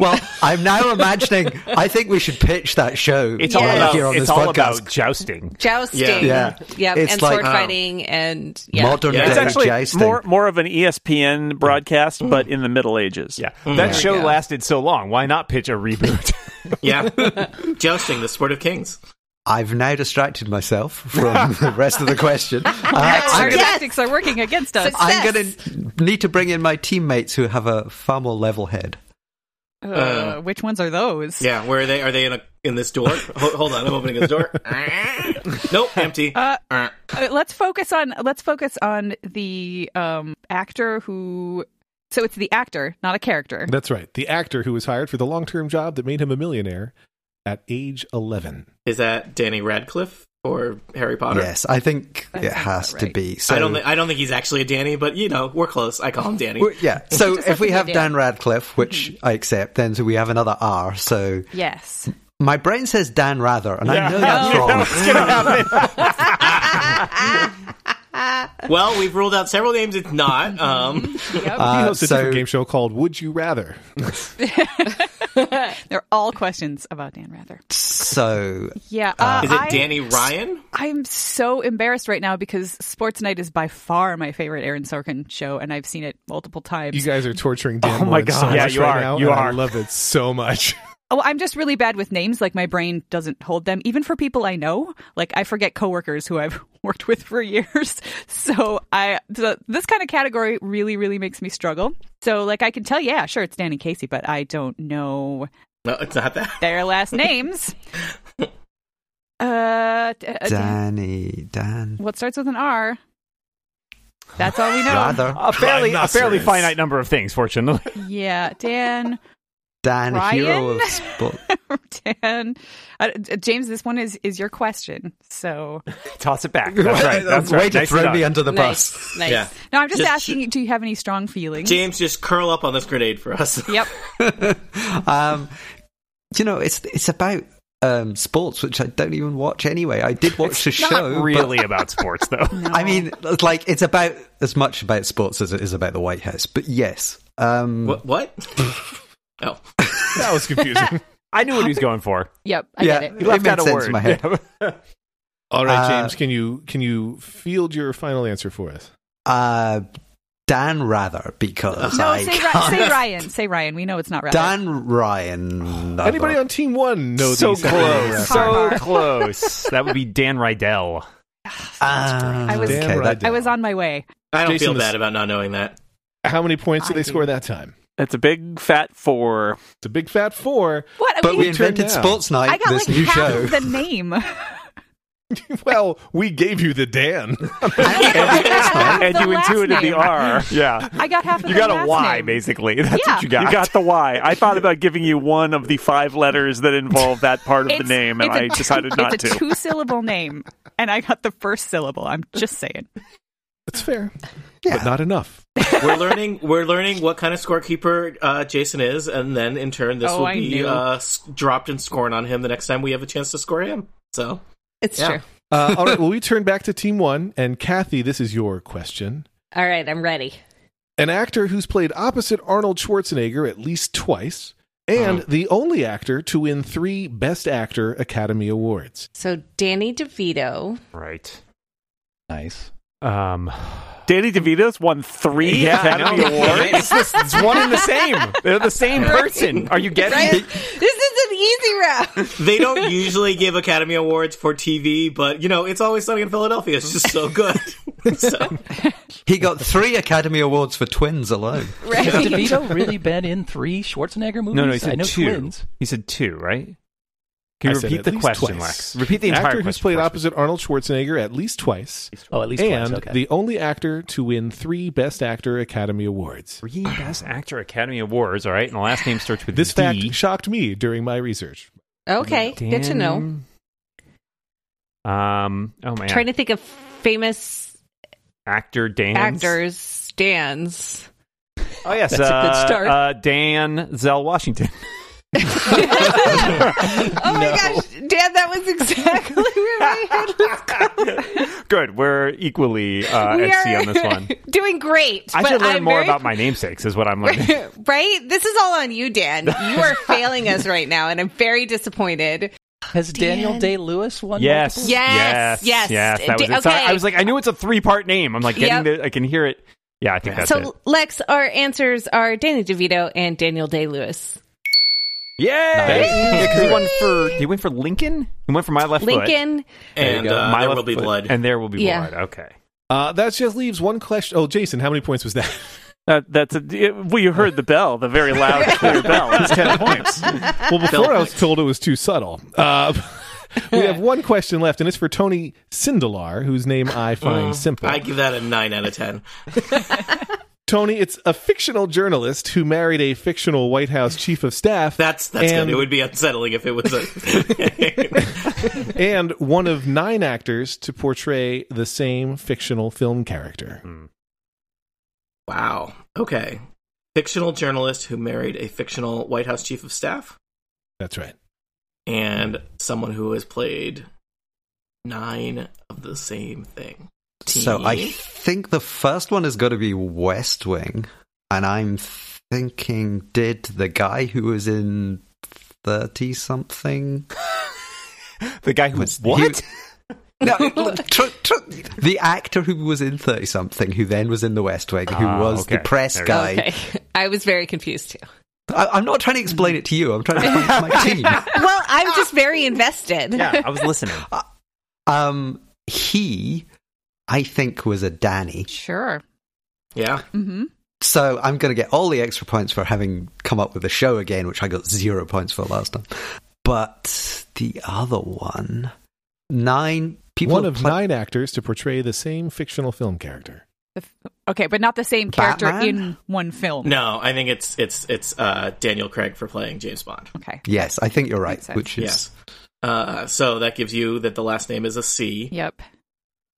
[SPEAKER 8] Well, I'm now imagining. I think we should pitch that show
[SPEAKER 3] It's
[SPEAKER 8] uh,
[SPEAKER 3] all about.
[SPEAKER 8] here on
[SPEAKER 3] it's
[SPEAKER 8] this
[SPEAKER 3] all
[SPEAKER 8] podcast.
[SPEAKER 3] about jousting.
[SPEAKER 6] Jousting.
[SPEAKER 5] Yeah.
[SPEAKER 8] Yeah.
[SPEAKER 6] Yep,
[SPEAKER 8] It's
[SPEAKER 6] and
[SPEAKER 8] like-
[SPEAKER 6] sword
[SPEAKER 8] Oh.
[SPEAKER 6] fighting and yeah.
[SPEAKER 8] Modern
[SPEAKER 5] Yeah.
[SPEAKER 8] day
[SPEAKER 1] It's actually
[SPEAKER 8] jousting.
[SPEAKER 1] more more of an E ESPN broadcast, but in the Middle Ages.
[SPEAKER 3] Yeah, that show
[SPEAKER 6] Yeah.
[SPEAKER 3] lasted so long. Why not pitch a <laughs> reboot?
[SPEAKER 5] Yeah. Jousting, the sport of kings.
[SPEAKER 8] I've now distracted
[SPEAKER 3] <laughs>
[SPEAKER 8] myself from the rest of the question. Uh, I'm
[SPEAKER 7] Our
[SPEAKER 8] gonna-
[SPEAKER 7] tactics are working against us.
[SPEAKER 6] Success.
[SPEAKER 8] I'm going to need to bring in my teammates who have a far more level head.
[SPEAKER 7] Uh, which ones are those?
[SPEAKER 5] Yeah, where are they? Are they in a in this door. Ho- hold on, I'm opening this door. nope, empty.
[SPEAKER 7] Uh,
[SPEAKER 5] Uh,
[SPEAKER 7] Uh, let's focus on let's focus on the um actor who so it's the actor not a character
[SPEAKER 2] That's right. The actor who was hired for the long term job that made him a millionaire at age 11.
[SPEAKER 5] Is that Danny Radcliffe or Harry Potter?
[SPEAKER 8] Yes, I think
[SPEAKER 7] That
[SPEAKER 8] it
[SPEAKER 7] sounds
[SPEAKER 8] has
[SPEAKER 7] about
[SPEAKER 8] to
[SPEAKER 7] right.
[SPEAKER 8] be. So,
[SPEAKER 5] I don't. Th- I don't think he's actually a Danny, but you know, we're close. I call him Danny.
[SPEAKER 8] we're- yeah. So
[SPEAKER 6] just
[SPEAKER 8] if
[SPEAKER 6] have
[SPEAKER 8] we
[SPEAKER 6] to go
[SPEAKER 8] have Dan
[SPEAKER 6] down.
[SPEAKER 8] Radcliffe, which
[SPEAKER 7] Mm-hmm.
[SPEAKER 8] I accept, then so we have another R. So
[SPEAKER 7] yes
[SPEAKER 8] my brain says Dan Rather, and I know that's
[SPEAKER 3] <laughs> No.
[SPEAKER 8] wrong.
[SPEAKER 5] well, we've ruled out several names. It's not. Um,
[SPEAKER 8] Uh,
[SPEAKER 2] Oh, he hosts a
[SPEAKER 8] so-
[SPEAKER 2] different game show called Would You Rather?
[SPEAKER 7] they're all questions about dan rather
[SPEAKER 8] So
[SPEAKER 7] yeah uh,
[SPEAKER 5] is it
[SPEAKER 7] I,
[SPEAKER 5] Danny Ryan?
[SPEAKER 7] i'm so embarrassed right now because sports night is by far my favorite aaron sorkin show and i've seen it multiple times
[SPEAKER 2] You guys are <laughs> torturing Dan
[SPEAKER 3] Oh my
[SPEAKER 2] Morin so
[SPEAKER 3] God. Yeah,
[SPEAKER 2] much
[SPEAKER 3] you
[SPEAKER 2] right
[SPEAKER 3] are.
[SPEAKER 2] now,
[SPEAKER 3] You
[SPEAKER 2] and I
[SPEAKER 3] are.
[SPEAKER 2] love it so much. <laughs>
[SPEAKER 7] Oh, I'm just really bad with names. Like my brain doesn't hold them, even for people I know. Like I forget coworkers who I've <laughs> worked with for years. <laughs> So I so this kind of category really, really makes me struggle. So like I can tell, yeah, sure, it's Danny Casey, but I don't know
[SPEAKER 5] No, it's not that.
[SPEAKER 7] their last names. Uh, d- uh,
[SPEAKER 8] Danny, Dan
[SPEAKER 7] what starts with an R? That's all we know.
[SPEAKER 8] Rather,
[SPEAKER 3] A fairly, a fairly
[SPEAKER 2] Rhinoceros.
[SPEAKER 3] finite number of things, fortunately. <laughs>
[SPEAKER 7] Yeah, Dan, <laughs>
[SPEAKER 8] Dan Hero
[SPEAKER 7] Ryan?
[SPEAKER 8] of Sport.
[SPEAKER 7] Dan, uh, James. This one is is your question. So.
[SPEAKER 3] Toss it back. That's
[SPEAKER 8] <laughs>
[SPEAKER 3] right. That's
[SPEAKER 8] Way
[SPEAKER 3] right.
[SPEAKER 8] to
[SPEAKER 3] Nicely
[SPEAKER 8] throw
[SPEAKER 3] done.
[SPEAKER 8] me under the bus.
[SPEAKER 6] nice, nice.
[SPEAKER 5] Yeah.
[SPEAKER 7] No, I'm just,
[SPEAKER 5] Just-
[SPEAKER 7] asking. do you have any strong feelings?
[SPEAKER 5] James, just curl up on this grenade for us. <laughs>
[SPEAKER 7] Yep.
[SPEAKER 8] <laughs> um, you know, it's it's about um, sports, which I don't even watch anyway. I did watch the
[SPEAKER 3] Not
[SPEAKER 8] show. but-
[SPEAKER 3] really about sports, though.
[SPEAKER 8] I mean, like it's about as much about sports as it is about the White House. But yes, um,
[SPEAKER 5] What? What? oh,
[SPEAKER 2] <laughs> that was <laughs> confusing.
[SPEAKER 3] I knew what he was going for.
[SPEAKER 7] Yep. I
[SPEAKER 8] yeah,
[SPEAKER 7] get
[SPEAKER 3] He
[SPEAKER 7] it.
[SPEAKER 3] left
[SPEAKER 8] made
[SPEAKER 3] out a
[SPEAKER 8] sense
[SPEAKER 3] word.
[SPEAKER 8] in my head.
[SPEAKER 3] Yeah. <laughs>
[SPEAKER 2] All right,
[SPEAKER 8] Uh,
[SPEAKER 2] James, can you can you field your final answer for us?
[SPEAKER 8] Uh, Dan Rather, because
[SPEAKER 7] No,
[SPEAKER 8] I
[SPEAKER 7] say, Ri-
[SPEAKER 8] <laughs>
[SPEAKER 7] say Ryan. Say Ryan. We know it's not Ryan.
[SPEAKER 8] Dan Ryan.
[SPEAKER 2] Anybody on Team One know
[SPEAKER 3] so
[SPEAKER 2] these second
[SPEAKER 3] close.
[SPEAKER 2] round
[SPEAKER 7] Har,
[SPEAKER 3] So <laughs>
[SPEAKER 7] har.
[SPEAKER 3] close. That would be Dan Rydell.
[SPEAKER 8] Ah,
[SPEAKER 7] I was-
[SPEAKER 8] okay,
[SPEAKER 2] Dan
[SPEAKER 8] that-
[SPEAKER 7] I was on my way.
[SPEAKER 5] I don't
[SPEAKER 2] Jason
[SPEAKER 5] feel
[SPEAKER 2] is-
[SPEAKER 5] bad about not knowing that.
[SPEAKER 2] round? How many points did
[SPEAKER 7] I
[SPEAKER 2] they
[SPEAKER 7] do.
[SPEAKER 2] score that time?
[SPEAKER 1] That's a big fat four.
[SPEAKER 2] It's a big fat four. <laughs>
[SPEAKER 7] What? I
[SPEAKER 8] but
[SPEAKER 7] mean,
[SPEAKER 8] we
[SPEAKER 2] turned
[SPEAKER 8] invented
[SPEAKER 2] down.
[SPEAKER 8] Sports Night,
[SPEAKER 7] I got
[SPEAKER 8] this
[SPEAKER 7] like
[SPEAKER 8] new
[SPEAKER 7] half
[SPEAKER 8] show. <laughs>
[SPEAKER 7] the name.
[SPEAKER 2] well, we gave you the Dan.
[SPEAKER 7] That's
[SPEAKER 1] <laughs> and
[SPEAKER 7] the
[SPEAKER 1] you
[SPEAKER 7] last
[SPEAKER 1] intuited the
[SPEAKER 7] name.
[SPEAKER 1] R. Yeah.
[SPEAKER 7] I got half. Of
[SPEAKER 3] You
[SPEAKER 7] the
[SPEAKER 3] got a
[SPEAKER 7] last
[SPEAKER 3] Y,
[SPEAKER 7] name.
[SPEAKER 3] basically. <laughs> That's
[SPEAKER 7] Yeah.
[SPEAKER 3] what you got.
[SPEAKER 1] You got the Y. I thought about giving you one of the five letters that involve that part of the
[SPEAKER 7] It's-
[SPEAKER 1] name, and
[SPEAKER 7] it's a
[SPEAKER 1] I
[SPEAKER 7] two-
[SPEAKER 1] decided not
[SPEAKER 7] It's a
[SPEAKER 1] to.
[SPEAKER 7] two-syllable name, and I got the first syllable. I'm just saying.
[SPEAKER 2] That's fair,
[SPEAKER 8] Yeah.
[SPEAKER 2] but not enough.
[SPEAKER 5] We're learning. We're learning what kind of scorekeeper uh, Jason is, and then in turn, this
[SPEAKER 7] Oh,
[SPEAKER 5] will
[SPEAKER 7] I
[SPEAKER 5] be
[SPEAKER 7] knew.
[SPEAKER 5] uh, s- dropped and scorn on him the next time we have a chance to score him. So
[SPEAKER 6] It's
[SPEAKER 5] Yeah.
[SPEAKER 6] true.
[SPEAKER 2] Uh, all right, well, we turn back to Team One, and Kathy, this is your question.
[SPEAKER 6] All right, I'm ready.
[SPEAKER 2] an actor who's played opposite Arnold Schwarzenegger at least twice, and the only actor to win three Best Actor Academy Awards.
[SPEAKER 6] So Danny DeVito.
[SPEAKER 3] Right.
[SPEAKER 4] Nice.
[SPEAKER 3] Um,
[SPEAKER 1] Danny DeVito's won three Academy Awards.
[SPEAKER 3] It's, the- it's one and the same. They're the same person. Are you getting
[SPEAKER 6] Right?
[SPEAKER 3] it?
[SPEAKER 6] this is an easy round.
[SPEAKER 5] they
[SPEAKER 7] <laughs>
[SPEAKER 5] don't usually give Academy Awards for TV, but you know, it's always sunny in Philadelphia. It's just so
[SPEAKER 7] <laughs>
[SPEAKER 5] good. so,
[SPEAKER 8] He got three Academy Awards for twins alone.
[SPEAKER 4] Has
[SPEAKER 6] Right.
[SPEAKER 4] DeVito really been in three Schwarzenegger movies?
[SPEAKER 3] No, no, he
[SPEAKER 4] I
[SPEAKER 3] said
[SPEAKER 4] know
[SPEAKER 3] two.
[SPEAKER 4] twins.
[SPEAKER 3] He said two, right? Can
[SPEAKER 2] I
[SPEAKER 3] you
[SPEAKER 2] said
[SPEAKER 3] repeat
[SPEAKER 2] at
[SPEAKER 3] the
[SPEAKER 2] least
[SPEAKER 3] question,
[SPEAKER 2] twice.
[SPEAKER 3] Lex? Repeat the
[SPEAKER 2] An
[SPEAKER 3] entire
[SPEAKER 2] actor
[SPEAKER 3] question.
[SPEAKER 2] who's played
[SPEAKER 3] for us.
[SPEAKER 2] opposite Arnold Schwarzenegger at least twice,
[SPEAKER 4] Oh, at least
[SPEAKER 2] and
[SPEAKER 4] twice. Okay.
[SPEAKER 2] the only actor to win three Best Actor Academy Awards.
[SPEAKER 3] Three Best Actor Academy Awards, all right? And the last name starts with
[SPEAKER 2] This
[SPEAKER 3] D.
[SPEAKER 2] fact shocked me during my research.
[SPEAKER 6] Okay, good to know.
[SPEAKER 3] Dan- Um, oh man,
[SPEAKER 6] Trying to think of famous
[SPEAKER 3] actor Dan.
[SPEAKER 6] actors, Dan's.
[SPEAKER 3] Oh yes,
[SPEAKER 4] That's a good
[SPEAKER 3] uh,
[SPEAKER 4] start.
[SPEAKER 3] Uh, Dan Zell Washington. <laughs>
[SPEAKER 6] Oh my gosh, Dan, that was exactly where my head was going.
[SPEAKER 3] good, we're equally uh,
[SPEAKER 6] <laughs> We
[SPEAKER 3] at sea
[SPEAKER 6] are
[SPEAKER 3] on this
[SPEAKER 6] <laughs>
[SPEAKER 3] one.
[SPEAKER 6] Doing great.
[SPEAKER 3] I
[SPEAKER 6] but
[SPEAKER 3] should learn
[SPEAKER 6] I'm
[SPEAKER 3] more
[SPEAKER 6] very-
[SPEAKER 3] about my namesakes, is what I'm learning.
[SPEAKER 6] <laughs> right? This is all on you, Dan. You are failing us right now, and I'm very disappointed.
[SPEAKER 4] Has Daniel Day Lewis won?
[SPEAKER 3] yes,
[SPEAKER 4] multiple?
[SPEAKER 6] Yes,
[SPEAKER 3] yes,
[SPEAKER 6] yes.
[SPEAKER 3] yes, That
[SPEAKER 6] D-
[SPEAKER 3] was it. So I-
[SPEAKER 6] okay.
[SPEAKER 3] I was like, I knew it's a three-part name. I'm like getting
[SPEAKER 6] Yep.
[SPEAKER 3] the, I can hear it. Yeah, I think that's
[SPEAKER 6] so,
[SPEAKER 3] it.
[SPEAKER 6] Lex, our answers are Danny DeVito and Daniel Day Lewis.
[SPEAKER 3] Yay! Yeah, 'cause he went for he went for Lincoln. He went for my left foot.
[SPEAKER 6] Lincoln.
[SPEAKER 3] There you
[SPEAKER 5] and
[SPEAKER 3] go.
[SPEAKER 5] uh,
[SPEAKER 3] My
[SPEAKER 5] there
[SPEAKER 3] left
[SPEAKER 5] will be
[SPEAKER 3] foot.
[SPEAKER 5] blood.
[SPEAKER 3] and there will be
[SPEAKER 6] Yeah.
[SPEAKER 3] blood. Okay.
[SPEAKER 2] Uh, that just leaves one question. Oh, Jason, how many points was that?
[SPEAKER 1] That, that's a, it- well, you heard the bell, the very loud, clear bell. It's 10 points.
[SPEAKER 2] Well, before I was told it was too subtle. Uh, <laughs> we have one question left, and it's for Tony Sindelar, whose name I find simple.
[SPEAKER 5] I give that a nine out of ten.
[SPEAKER 2] Tony, it's a fictional journalist who married a fictional White House chief of staff.
[SPEAKER 5] That's that's
[SPEAKER 2] and,
[SPEAKER 5] good. It would be unsettling if it was a. <laughs>
[SPEAKER 2] and one of nine actors to portray the same fictional film character.
[SPEAKER 5] wow. Okay. Fictional journalist who married a fictional White House chief of staff
[SPEAKER 2] That's right.
[SPEAKER 5] and someone who has played nine of the same thing. E?
[SPEAKER 8] So I
[SPEAKER 5] Team.
[SPEAKER 8] think the first one is going to be West Wing, and I'm thinking, did the guy who was in thirty something?
[SPEAKER 3] <laughs> The guy who
[SPEAKER 8] Was,
[SPEAKER 3] what?
[SPEAKER 8] <laughs> he- no, tr- tr- the actor who was in thirty something, who then was in The West Wing, who
[SPEAKER 3] Ah,
[SPEAKER 8] was the
[SPEAKER 3] okay.
[SPEAKER 8] press
[SPEAKER 3] There we go.
[SPEAKER 8] guy.
[SPEAKER 6] Okay. <laughs> I was very confused too.
[SPEAKER 8] I, I'm not trying to explain it to you. I'm trying to explain it to my team. <laughs>
[SPEAKER 6] Well, I'm just very <laughs> invested.
[SPEAKER 3] yeah, I was
[SPEAKER 1] <laughs>
[SPEAKER 3] listening.
[SPEAKER 8] Um, he, I think, was a Danny.
[SPEAKER 7] Sure.
[SPEAKER 5] yeah.
[SPEAKER 7] Mm-hmm.
[SPEAKER 8] So I'm going to get all the extra points for having come up with the show again, which I got zero points for last time. But the other one, nine people.
[SPEAKER 2] one of
[SPEAKER 8] pla-
[SPEAKER 2] nine actors to portray the same fictional film character.
[SPEAKER 7] Okay, but not the same character
[SPEAKER 8] Batman?
[SPEAKER 7] in one film.
[SPEAKER 5] No, I think it's it's it's uh, Daniel Craig for playing James Bond.
[SPEAKER 7] Okay.
[SPEAKER 8] Yes, I think you're right.
[SPEAKER 7] Makes sense.
[SPEAKER 8] Which is
[SPEAKER 5] Yes. Uh, so that gives you that the last name is a C.
[SPEAKER 7] Yep.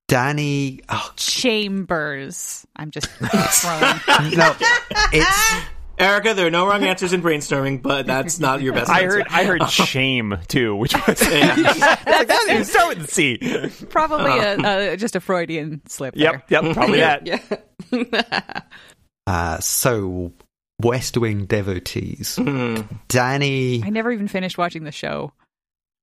[SPEAKER 8] Danny. Oh,
[SPEAKER 7] Chambers. I'm just <laughs> thrown. <laughs>
[SPEAKER 8] no, it's
[SPEAKER 5] <laughs> Erica, there are no wrong answers in brainstorming, but that's not your best.
[SPEAKER 3] I
[SPEAKER 5] answer.
[SPEAKER 3] heard I heard
[SPEAKER 6] <laughs>
[SPEAKER 3] shame too, which was like, that didn't start with C.
[SPEAKER 7] probably a, a, just a Freudian slip.
[SPEAKER 3] Yep, yep, probably that.
[SPEAKER 6] Yeah.
[SPEAKER 8] uh, so West Wing devotees.
[SPEAKER 5] Hmm.
[SPEAKER 8] Danny.
[SPEAKER 7] there. I never even finished watching the show.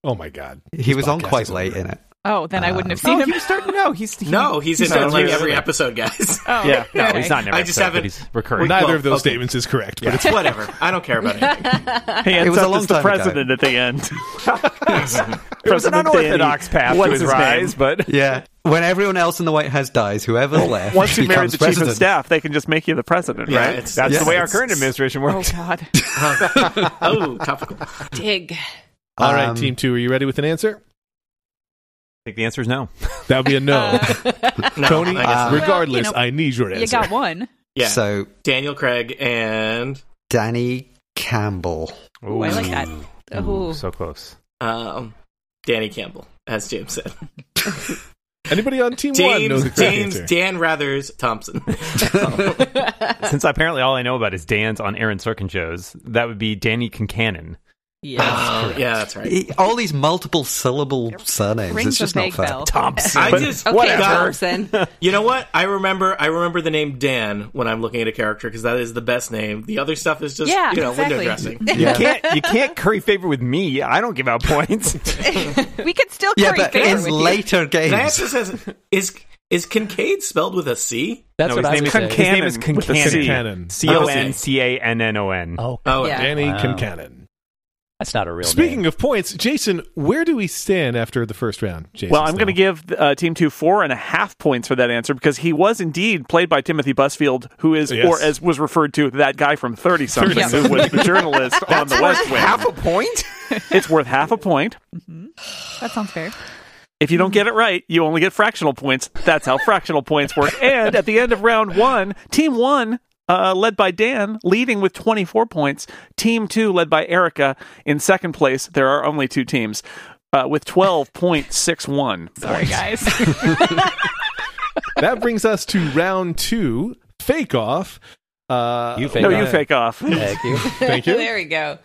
[SPEAKER 2] Oh my God!
[SPEAKER 8] He was on
[SPEAKER 2] podcast
[SPEAKER 8] quite
[SPEAKER 2] is
[SPEAKER 8] late
[SPEAKER 2] over.
[SPEAKER 8] in it.
[SPEAKER 7] Oh, then I wouldn't have seen
[SPEAKER 3] Oh,
[SPEAKER 7] him.
[SPEAKER 3] he was starting. No, he's he,
[SPEAKER 5] No, he's in
[SPEAKER 3] not
[SPEAKER 5] like
[SPEAKER 3] really
[SPEAKER 5] every
[SPEAKER 3] there.
[SPEAKER 5] episode, guys.
[SPEAKER 7] Oh,
[SPEAKER 3] Yeah, no,
[SPEAKER 7] okay.
[SPEAKER 3] he's not. In every
[SPEAKER 5] I just
[SPEAKER 3] episode,
[SPEAKER 5] haven't-
[SPEAKER 3] but he's recurring.
[SPEAKER 2] Neither
[SPEAKER 5] Well,
[SPEAKER 2] of those
[SPEAKER 5] okay.
[SPEAKER 2] statements is correct, but
[SPEAKER 5] It's whatever. I don't care about anything.
[SPEAKER 1] He ends
[SPEAKER 8] It was a
[SPEAKER 1] up
[SPEAKER 8] long
[SPEAKER 1] as the
[SPEAKER 8] time ago.
[SPEAKER 1] president at the end.
[SPEAKER 3] It was an
[SPEAKER 1] President
[SPEAKER 3] unorthodox
[SPEAKER 1] Danny.
[SPEAKER 3] path
[SPEAKER 1] What's
[SPEAKER 3] to his,
[SPEAKER 1] his name?
[SPEAKER 3] rise, but
[SPEAKER 8] Yeah, when everyone else in the White House dies, whoever's left
[SPEAKER 1] Once you marry
[SPEAKER 8] becomes
[SPEAKER 1] the chief
[SPEAKER 8] president.
[SPEAKER 1] of staff, they can just make you the president,
[SPEAKER 5] Yeah,
[SPEAKER 1] right?
[SPEAKER 5] it's-
[SPEAKER 3] that's
[SPEAKER 8] Yeah.
[SPEAKER 3] the way our
[SPEAKER 5] it's-
[SPEAKER 3] current administration
[SPEAKER 7] Oh
[SPEAKER 3] works.
[SPEAKER 7] God.
[SPEAKER 8] <laughs>
[SPEAKER 5] oh, topical.
[SPEAKER 6] Dig.
[SPEAKER 2] All right,
[SPEAKER 8] Um,
[SPEAKER 2] team two, are you ready with an answer?
[SPEAKER 3] I think the answer is
[SPEAKER 2] <laughs>
[SPEAKER 3] no.
[SPEAKER 2] That would be a no.
[SPEAKER 6] <laughs>
[SPEAKER 5] No,
[SPEAKER 2] Tony,
[SPEAKER 5] I guess
[SPEAKER 8] uh,
[SPEAKER 7] not.
[SPEAKER 2] regardless,
[SPEAKER 7] Uh, Well, you know,
[SPEAKER 2] I need your answer.
[SPEAKER 7] You got one.
[SPEAKER 5] yeah.
[SPEAKER 8] So
[SPEAKER 5] Daniel Craig and
[SPEAKER 8] Danny Campbell.
[SPEAKER 7] <laughs> Ooh, I like that.
[SPEAKER 6] Ooh.
[SPEAKER 3] so close.
[SPEAKER 5] um, Danny Campbell, as James said.
[SPEAKER 2] Anybody on team one knows the correct
[SPEAKER 5] James, James,
[SPEAKER 2] answer.
[SPEAKER 5] Dan Rathers Thompson.
[SPEAKER 7] Uh,
[SPEAKER 3] Since apparently all I know about is Dan's on Aaron Sorkin shows, that would be Danny Concannon.
[SPEAKER 7] Yeah.
[SPEAKER 5] Oh, <laughs> yeah, that's right.
[SPEAKER 8] He- all these multiple syllable surnames.
[SPEAKER 7] Rings
[SPEAKER 8] it's just
[SPEAKER 7] a
[SPEAKER 8] not
[SPEAKER 7] vague
[SPEAKER 8] fair.
[SPEAKER 7] bell.
[SPEAKER 3] Thompson.
[SPEAKER 5] I just
[SPEAKER 6] Okay,
[SPEAKER 5] whatever.
[SPEAKER 6] Thompson.
[SPEAKER 5] <laughs> You know what? I remember. I remember the name Dan when I'm looking at a character because that is the best name. The other stuff is just
[SPEAKER 7] Yeah,
[SPEAKER 5] you know
[SPEAKER 7] exactly.
[SPEAKER 5] window dressing.
[SPEAKER 3] You can't you can't curry favor with me. I don't give out points.
[SPEAKER 7] We could still
[SPEAKER 8] Yeah,
[SPEAKER 7] carry
[SPEAKER 8] but
[SPEAKER 7] favor
[SPEAKER 8] in
[SPEAKER 7] with you.
[SPEAKER 8] later
[SPEAKER 5] Can
[SPEAKER 8] <laughs>
[SPEAKER 5] I
[SPEAKER 8] games,
[SPEAKER 5] ask this? Is is Kincaid spelled with a C?
[SPEAKER 4] That's
[SPEAKER 3] no,
[SPEAKER 4] what I
[SPEAKER 3] his name
[SPEAKER 4] would
[SPEAKER 3] is
[SPEAKER 4] say.
[SPEAKER 3] His name is
[SPEAKER 1] Concannon with a C.
[SPEAKER 3] Concannon.
[SPEAKER 2] Concannon.
[SPEAKER 3] C O N C A N N O N.
[SPEAKER 4] Oh,
[SPEAKER 5] Oh,
[SPEAKER 6] Yeah.
[SPEAKER 2] Danny
[SPEAKER 4] Wow.
[SPEAKER 2] Concannon.
[SPEAKER 4] that's not a real
[SPEAKER 2] Speaking
[SPEAKER 4] name.
[SPEAKER 2] of points, Jason, where do we stand after the first round? Jason,
[SPEAKER 1] Well, I'm going to
[SPEAKER 2] Snell?
[SPEAKER 1] give uh, Team Two four and a half points for that answer because he was indeed played by Timothy Busfield, who is,
[SPEAKER 2] Yes.
[SPEAKER 1] or as was referred to, that guy from Thirty Something,
[SPEAKER 7] Yeah.
[SPEAKER 1] who was the journalist on the West Wing.
[SPEAKER 3] Half a point?
[SPEAKER 1] it's worth half a point.
[SPEAKER 7] <laughs> That sounds fair.
[SPEAKER 1] If you don't get it right, you only get fractional points. That's how fractional points work. And at the end of round one, Team One, uh, led by Dan, leading with 24 points. Team Two, led by Erica, in second place. There are only two teams. Uh,
[SPEAKER 3] <laughs>
[SPEAKER 1] with 12.61.
[SPEAKER 7] Sorry, guys.
[SPEAKER 2] that brings us to round two, fake off. Uh,
[SPEAKER 4] You fake
[SPEAKER 1] No,
[SPEAKER 4] off.
[SPEAKER 1] you
[SPEAKER 3] <laughs>
[SPEAKER 1] fake off.
[SPEAKER 4] Thank you.
[SPEAKER 2] Thank you.
[SPEAKER 6] <laughs> there we go.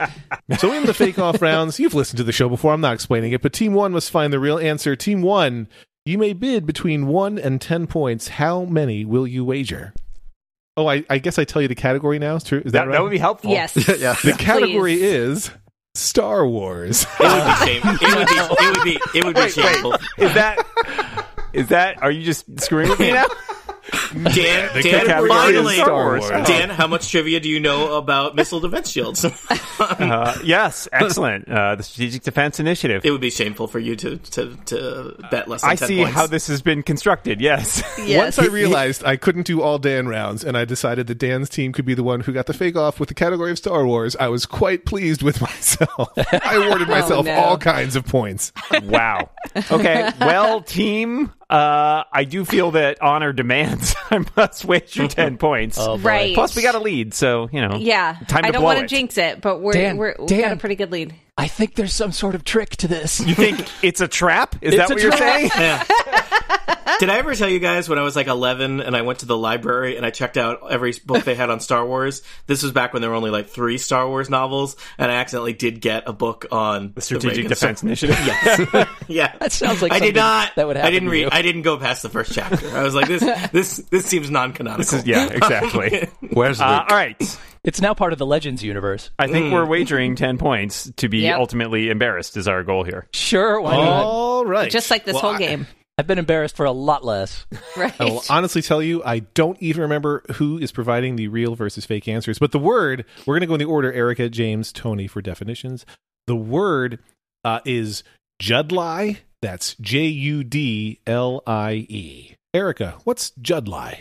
[SPEAKER 2] So in the fake off rounds, you've listened to the show before. I'm not explaining it, but team one must find the real answer. Team one, you may bid between one and ten points. How many will you wager? Oh, I, I guess I tell you the category now. Is, true? is that,
[SPEAKER 3] That,
[SPEAKER 2] right?
[SPEAKER 3] that would be helpful. <laughs>
[SPEAKER 6] Yes.
[SPEAKER 8] Yeah.
[SPEAKER 2] the category is Star Wars.
[SPEAKER 5] It would be shame. It would be. It would be. It would be shameful.
[SPEAKER 1] <laughs>
[SPEAKER 3] Is that is that are you just screwing with me now?
[SPEAKER 5] Dan,
[SPEAKER 2] The
[SPEAKER 5] Dan,
[SPEAKER 2] category
[SPEAKER 5] finally,
[SPEAKER 2] is Star Wars.
[SPEAKER 5] Dan, how much trivia do you know about missile defense shields?
[SPEAKER 3] Uh, yes, excellent. Uh, the Strategic Defense Initiative.
[SPEAKER 5] it would be shameful for you to to, to bet less. Than
[SPEAKER 3] I
[SPEAKER 5] 10
[SPEAKER 3] see
[SPEAKER 5] points.
[SPEAKER 3] how this has been constructed. Yes.
[SPEAKER 6] Yes.
[SPEAKER 2] Once I realized I couldn't do all Dan rounds and I decided that Dan's team could be the one who got the fake off with the category of Star Wars, I was quite pleased with <laughs> myself. I
[SPEAKER 6] <laughs>
[SPEAKER 2] awarded myself
[SPEAKER 6] Oh, no.
[SPEAKER 2] all kinds of points.
[SPEAKER 3] wow.
[SPEAKER 6] <laughs>
[SPEAKER 3] Okay. Well, team, uh, I do feel that honor demands <laughs> I must wager
[SPEAKER 4] <laughs>
[SPEAKER 3] ten points.
[SPEAKER 4] Oh, boy.
[SPEAKER 6] right.
[SPEAKER 3] Plus, we got a lead, so you know.
[SPEAKER 6] yeah.
[SPEAKER 3] Time to
[SPEAKER 6] I don't
[SPEAKER 3] blow
[SPEAKER 6] wanna
[SPEAKER 3] it.
[SPEAKER 6] jinx it, but we're,
[SPEAKER 4] Dan,
[SPEAKER 6] we're we got
[SPEAKER 4] Dan.
[SPEAKER 6] a pretty good lead.
[SPEAKER 4] I think there's some sort of trick to this.
[SPEAKER 3] You think it's a trap? Is
[SPEAKER 4] It's
[SPEAKER 3] that
[SPEAKER 4] a
[SPEAKER 3] what you're saying?
[SPEAKER 4] trap. <laughs>
[SPEAKER 5] <laughs> Yeah. Did I ever tell you guys when I was like 11 and I went to the library and I checked out every book they had on Star Wars? This was back when there were only like three Star Wars novels, and I accidentally did get a book on
[SPEAKER 3] The Strategic
[SPEAKER 5] Reagan
[SPEAKER 3] Defense
[SPEAKER 5] Circle.
[SPEAKER 3] Initiative. <laughs> Uh,
[SPEAKER 5] Yes. <laughs> yeah.
[SPEAKER 4] That sounds like
[SPEAKER 5] I did
[SPEAKER 4] something
[SPEAKER 5] not.
[SPEAKER 4] that would
[SPEAKER 5] I
[SPEAKER 4] happen
[SPEAKER 5] didn't
[SPEAKER 4] to
[SPEAKER 5] read.
[SPEAKER 4] you.
[SPEAKER 5] I didn't go past the first chapter. I was like, this, this, this seems non-canonical.
[SPEAKER 3] This is- yeah,
[SPEAKER 5] <laughs>
[SPEAKER 3] exactly.
[SPEAKER 8] Where's Luke?
[SPEAKER 3] Uh, all right.
[SPEAKER 4] It's now part of the Legends universe.
[SPEAKER 3] I think we're wagering 10 points to be
[SPEAKER 6] Yep.
[SPEAKER 3] ultimately embarrassed, is our goal here.
[SPEAKER 4] Sure, why
[SPEAKER 3] Oh.
[SPEAKER 4] not?
[SPEAKER 2] All right.
[SPEAKER 6] Just like this
[SPEAKER 2] Well,
[SPEAKER 6] whole
[SPEAKER 2] I-
[SPEAKER 6] game.
[SPEAKER 4] I've been embarrassed for a lot less.
[SPEAKER 6] Right.
[SPEAKER 2] I will honestly tell you, I don't even remember who is providing the real versus fake answers. But the word, we're going to go in the order Erica, James, Tony for definitions. The word uh, is Judlie. That's J U D L I E. Erica, what's Judlie?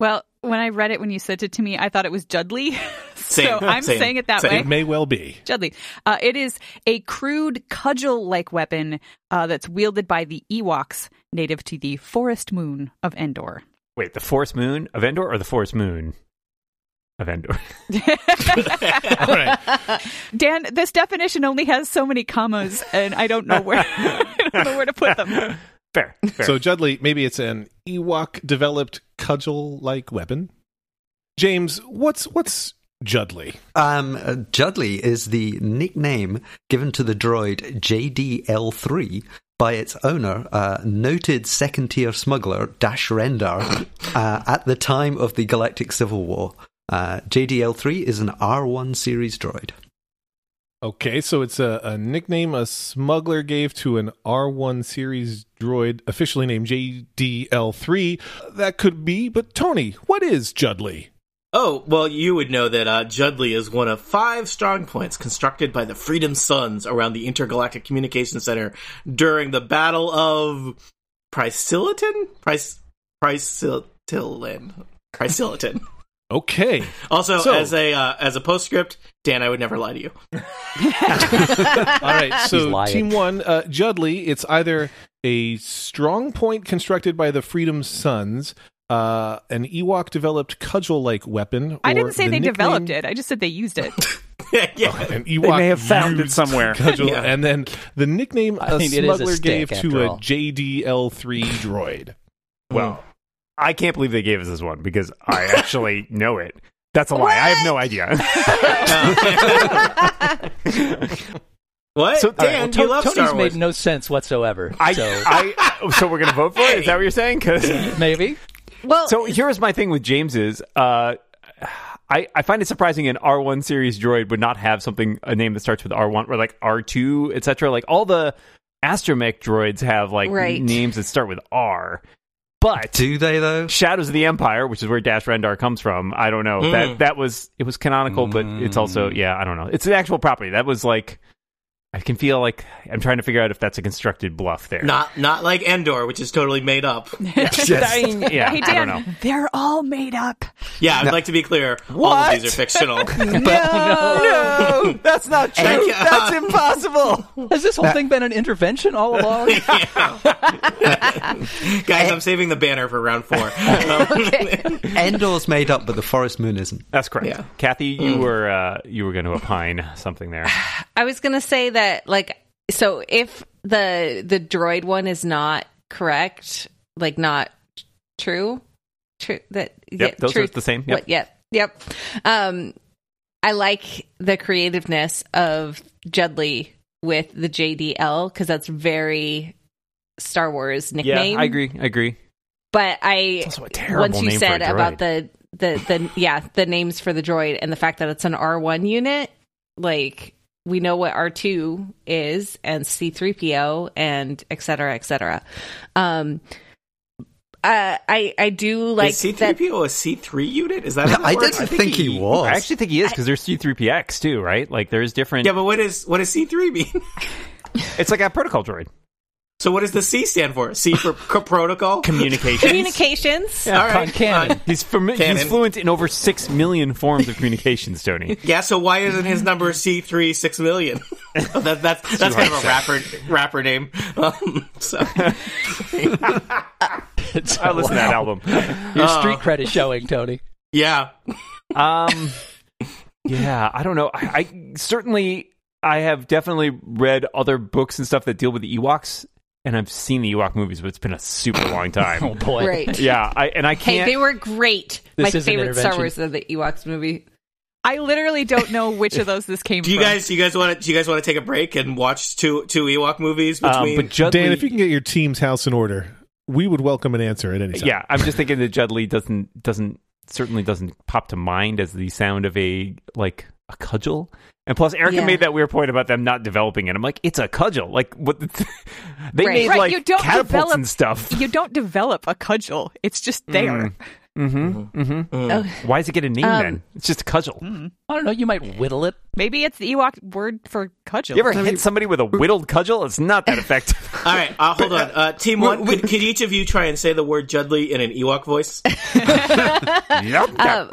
[SPEAKER 7] Well, when I read it when you sent it to me, I thought it was Judley. <laughs>
[SPEAKER 5] Same,
[SPEAKER 7] so I'm
[SPEAKER 5] same,
[SPEAKER 7] saying it that
[SPEAKER 5] same.
[SPEAKER 7] way.
[SPEAKER 2] It may well be.
[SPEAKER 7] Judley. Uh, it is a crude cudgel like weapon uh, that's wielded by the Ewoks, native to the forest moon of Endor.
[SPEAKER 3] Wait, the Force Moon of Endor or the Force Moon of Endor? <laughs>
[SPEAKER 2] All right.
[SPEAKER 7] Dan, this definition only has so many commas, and I don't know where, <laughs> I don't know where to put them.
[SPEAKER 3] Fair. fair.
[SPEAKER 2] So Judley, maybe it's an Ewok developed cudgel like weapon. James, what's what's Judley?
[SPEAKER 8] Um, uh, Judley is the nickname given to the droid JDL3 by its owner, uh, noted second tier smuggler Dash <laughs> Rendar, uh, at the time of the Galactic Civil War. Uh, JDL3 is an R1 series droid.
[SPEAKER 2] Okay, so it's a, a nickname a smuggler gave to an R1 series droid officially named JDL3. That could be, but Tony, what is Judley?
[SPEAKER 5] Oh, well, you would know that uh, Judley is one of five strong points constructed by the Freedom Sons around the Intergalactic Communication Center during the Battle of Priscillitan? Pris- Priscillitan. Priscillitan.
[SPEAKER 7] <laughs>
[SPEAKER 2] Okay.
[SPEAKER 5] <laughs> Also,
[SPEAKER 2] So-
[SPEAKER 5] as a uh, as a postscript, Dan, I would never lie to you. <laughs>
[SPEAKER 2] All right,
[SPEAKER 4] He's
[SPEAKER 2] so
[SPEAKER 4] lying.
[SPEAKER 2] team one, uh, Judley. It's either a strong point constructed by the Freedom Sons, uh, an Ewok-developed cudgel-like weapon.
[SPEAKER 7] I
[SPEAKER 2] or
[SPEAKER 7] didn't say
[SPEAKER 2] the
[SPEAKER 7] they
[SPEAKER 2] nickname-
[SPEAKER 7] developed it. I just said they used it.
[SPEAKER 5] yeah, yeah.
[SPEAKER 2] An
[SPEAKER 1] They
[SPEAKER 2] Ewok
[SPEAKER 1] may have found it
[SPEAKER 2] used <laughs>
[SPEAKER 1] somewhere.
[SPEAKER 2] cudgel,
[SPEAKER 5] Yeah.
[SPEAKER 2] and then the nickname
[SPEAKER 4] I
[SPEAKER 2] a
[SPEAKER 4] mean, it is a
[SPEAKER 2] smuggler
[SPEAKER 4] stick,
[SPEAKER 2] gave to
[SPEAKER 4] after
[SPEAKER 2] a
[SPEAKER 4] all.
[SPEAKER 2] JDL3 droid.
[SPEAKER 4] mm.
[SPEAKER 3] well, I can't believe they gave us this one because
[SPEAKER 4] <laughs>
[SPEAKER 3] I actually know it. That's a lie. I have no idea.
[SPEAKER 6] <laughs>
[SPEAKER 5] What?
[SPEAKER 3] So- all right,
[SPEAKER 5] Dan,
[SPEAKER 3] well,
[SPEAKER 5] you
[SPEAKER 4] To-
[SPEAKER 5] love
[SPEAKER 4] Tony's
[SPEAKER 5] Star Wars.
[SPEAKER 4] made no sense whatsoever.
[SPEAKER 3] I,
[SPEAKER 4] so
[SPEAKER 3] I, so we're going to vote for it? Is that what you're saying? 'Cause-
[SPEAKER 4] maybe.
[SPEAKER 3] <laughs>
[SPEAKER 6] Well,
[SPEAKER 3] So here's my thing with James is uh, I I find it surprising an R1 series droid would not have something a name that starts with R1 or like R2 etc. Like all the astromech droids have like
[SPEAKER 6] Right.
[SPEAKER 3] names that start with R, but
[SPEAKER 8] Do they, though?
[SPEAKER 3] Shadows of the Empire, which is where Dash Rendar comes from, I don't know
[SPEAKER 5] Mm.
[SPEAKER 3] that that was it was canonical, but it's also yeah I don't know it's an actual property that was like. I can feel like I'm trying to figure out if that's a constructed bluff there.
[SPEAKER 5] not not like Endor, which is totally
[SPEAKER 3] <laughs>
[SPEAKER 5] made up.
[SPEAKER 7] <laughs>
[SPEAKER 3] I mean, yeah,
[SPEAKER 7] hey,
[SPEAKER 3] I don't know.
[SPEAKER 7] Dan, they're all made up.
[SPEAKER 5] Yeah, I'd like to be clear. All
[SPEAKER 3] What?
[SPEAKER 5] of these are fictional.
[SPEAKER 3] <laughs> No, no, that's not true.
[SPEAKER 5] Thank you.
[SPEAKER 3] That's impossible.
[SPEAKER 4] Has this whole thing been an intervention all
[SPEAKER 5] <laughs>
[SPEAKER 4] along?
[SPEAKER 5] Guys, I'm saving the banner for round four. Um,
[SPEAKER 8] <laughs> Endor's made up, but the forest moon isn't.
[SPEAKER 3] That's correct.
[SPEAKER 5] Yeah.
[SPEAKER 3] Kathy, you
[SPEAKER 6] Mm.
[SPEAKER 3] were uh, you were going to opine something there.
[SPEAKER 6] I was gonna say that like so if the the droid one is not correct, like not true, true that yeah,
[SPEAKER 3] those are
[SPEAKER 6] truth-
[SPEAKER 3] the same, yep.
[SPEAKER 6] What, yep, yep. Um, I like the creativeness of Judley with the JDL because that's very Star Wars <laughs> nickname.
[SPEAKER 3] I agree. I agree.
[SPEAKER 6] But I
[SPEAKER 3] also a terrible
[SPEAKER 6] once you
[SPEAKER 3] name for
[SPEAKER 6] said
[SPEAKER 3] a droid.
[SPEAKER 6] about the the the <laughs> yeah the names for the droid and the fact that it's an R one unit, like we know what R two is and C three PO and et cetera et cetera. Um, uh, I I do like
[SPEAKER 5] is C3PO
[SPEAKER 6] that.
[SPEAKER 5] a C3 unit? Is that how
[SPEAKER 8] <laughs> I
[SPEAKER 5] that works?
[SPEAKER 8] didn't think he, was.
[SPEAKER 3] I actually think he is because there's C3PX too, right? Like there's different.
[SPEAKER 5] Yeah, but what is what does C3 mean? <laughs>
[SPEAKER 3] it's like a protocol droid
[SPEAKER 5] so what does the C stand for? C for c- protocol?
[SPEAKER 3] communication.
[SPEAKER 6] Communications.
[SPEAKER 5] All Uh,
[SPEAKER 4] Con Cannon.
[SPEAKER 5] fine.
[SPEAKER 3] He's fami-
[SPEAKER 5] Canon.
[SPEAKER 3] he's fluent in over six million forms of communications,
[SPEAKER 6] <laughs>
[SPEAKER 3] Tony.
[SPEAKER 5] Yeah, so why isn't his number C three six million? <laughs> oh, that,
[SPEAKER 8] <laughs>
[SPEAKER 5] that's that's kind of a rapper rapper name. <laughs> Um, so
[SPEAKER 4] It's-
[SPEAKER 5] Uh,
[SPEAKER 3] I listen to that album.
[SPEAKER 4] Your street credit showing, Tony.
[SPEAKER 5] yeah,
[SPEAKER 3] Um, yeah, I don't know. I, I certainly, I have definitely read other books and stuff that deal with the Ewoks, and I've seen the Ewok movies, but it's been a super
[SPEAKER 2] <laughs>
[SPEAKER 3] long
[SPEAKER 4] <laughs> Oh
[SPEAKER 3] time.
[SPEAKER 4] boy.
[SPEAKER 6] Right.
[SPEAKER 3] yeah, I and I
[SPEAKER 6] Hey,
[SPEAKER 3] can't.
[SPEAKER 6] they were great.
[SPEAKER 4] This
[SPEAKER 6] My
[SPEAKER 4] is an
[SPEAKER 6] favorite Star
[SPEAKER 4] intervention.
[SPEAKER 6] Wars of the Ewoks movie.
[SPEAKER 7] I literally don't know which of those this came
[SPEAKER 5] do you
[SPEAKER 7] from.
[SPEAKER 5] guys do you guys want to do you guys want to take a break and watch two two Ewok movies
[SPEAKER 3] um,
[SPEAKER 5] between?
[SPEAKER 3] but Judd
[SPEAKER 2] Dan,
[SPEAKER 3] Lee-
[SPEAKER 2] if you can get your team's house in order, we would welcome an answer at any time.
[SPEAKER 3] yeah, I'm just thinking that Judd Lee doesn't doesn't certainly doesn't pop to mind as the sound of a like a cudgel. And plus, Erica
[SPEAKER 6] Yeah.
[SPEAKER 3] made that weird point about them not developing it. I'm like, it's a cudgel. Like what? <laughs> they
[SPEAKER 6] Right.
[SPEAKER 3] made
[SPEAKER 7] Right,
[SPEAKER 3] like
[SPEAKER 7] you don't
[SPEAKER 3] catapults
[SPEAKER 7] develop-
[SPEAKER 3] and stuff.
[SPEAKER 7] You don't develop a cudgel; it's just there.
[SPEAKER 3] Mm-hmm. Mm-hmm.
[SPEAKER 5] Mm.
[SPEAKER 3] Why does it get a name
[SPEAKER 6] Um,
[SPEAKER 3] then? It's just a cudgel.
[SPEAKER 4] I don't know. You might whittle it.
[SPEAKER 7] Maybe it's the Ewok word for cudgel.
[SPEAKER 3] You ever hit somebody with a whittled cudgel? It's not that
[SPEAKER 5] <laughs>
[SPEAKER 3] effective.
[SPEAKER 5] All right, uh, hold on. Uh, team one, could, could each of you try and say the word Judley in an Ewok voice?
[SPEAKER 6] Um,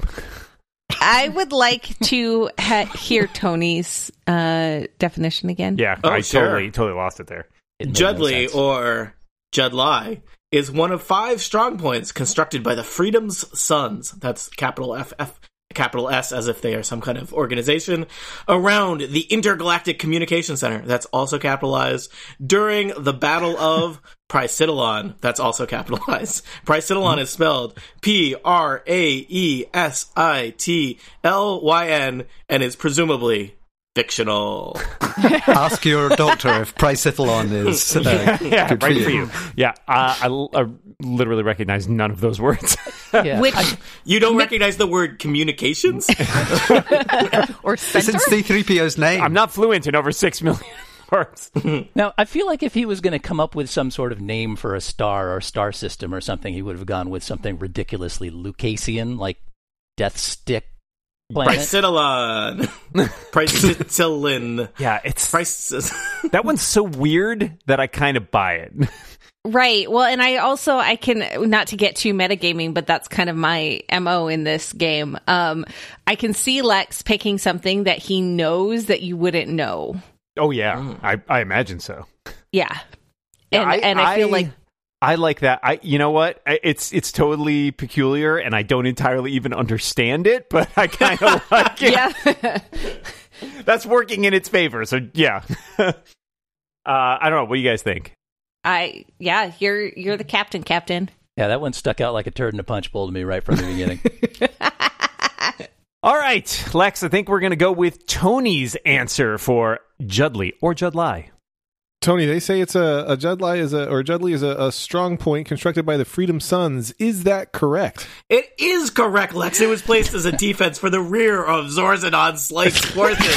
[SPEAKER 6] I would like to ha- hear Tony's uh, definition again.
[SPEAKER 3] yeah,
[SPEAKER 5] Oh,
[SPEAKER 3] I
[SPEAKER 5] sure.
[SPEAKER 3] totally totally lost it there. <laughs>
[SPEAKER 4] It made no
[SPEAKER 5] Judley
[SPEAKER 4] sense.
[SPEAKER 5] or Judly is one of five strong points constructed by the Freedom's Sons. That's capital F F capital S as if they are some kind of organization around the Intergalactic Communication Center. That's also capitalized during the Battle of <laughs> Praesidilon. That's also capitalized. <laughs> Praesidilon is spelled P R A E S I T L Y N and is presumably fictional.
[SPEAKER 8] Ask your doctor if Pricethalon is uh,
[SPEAKER 3] Yeah,
[SPEAKER 8] good
[SPEAKER 3] right for you. Yeah, uh, I, l- I literally recognize none of those words. <laughs>
[SPEAKER 4] Yeah.
[SPEAKER 6] Which
[SPEAKER 4] <laughs>
[SPEAKER 5] You don't recognize the word communications?
[SPEAKER 7] or
[SPEAKER 8] It's in
[SPEAKER 7] center?
[SPEAKER 8] C3PO's name.
[SPEAKER 3] I'm not fluent in over six million <laughs> words.
[SPEAKER 4] Now, I feel like if he was going to come up with some sort of name for a star or star system or something, he would have gone with something ridiculously Lucasian, like Death Stick
[SPEAKER 3] <laughs>
[SPEAKER 4] Planet.
[SPEAKER 5] Pricetilon. Pricetilin.
[SPEAKER 3] Yeah, it's
[SPEAKER 5] Price.
[SPEAKER 3] that one's so weird that I kind of buy it. <laughs>
[SPEAKER 6] Right. Well, and I also I can not to get too metagaming, but that's kind of my MO in this game. Um I can see Lex picking something that he knows that you wouldn't know.
[SPEAKER 3] Oh yeah, I, I imagine so.
[SPEAKER 6] Yeah. And and I feel like
[SPEAKER 3] I like that. I you know what? I, it's it's totally peculiar, and I don't entirely even understand it, but I kind of like it.
[SPEAKER 6] yeah.
[SPEAKER 3] <laughs>
[SPEAKER 6] <laughs>
[SPEAKER 3] That's working in its favor. So yeah. uh, I don't know. What do you guys think?
[SPEAKER 6] I yeah, you're you're the captain, captain.
[SPEAKER 4] Yeah, that one stuck out like a turd in a punch bowl to me right from the beginning.
[SPEAKER 3] All right, Lex. I think we're gonna go with Tony's answer for Judley or Judly.
[SPEAKER 2] Tony, they say it's a, a Judly is a or Judly is a, a strong point constructed by the Freedom Sons. Is that correct?
[SPEAKER 5] It is correct, Lex. It was placed as a defense for the rear of Zorzanon's sliced forces,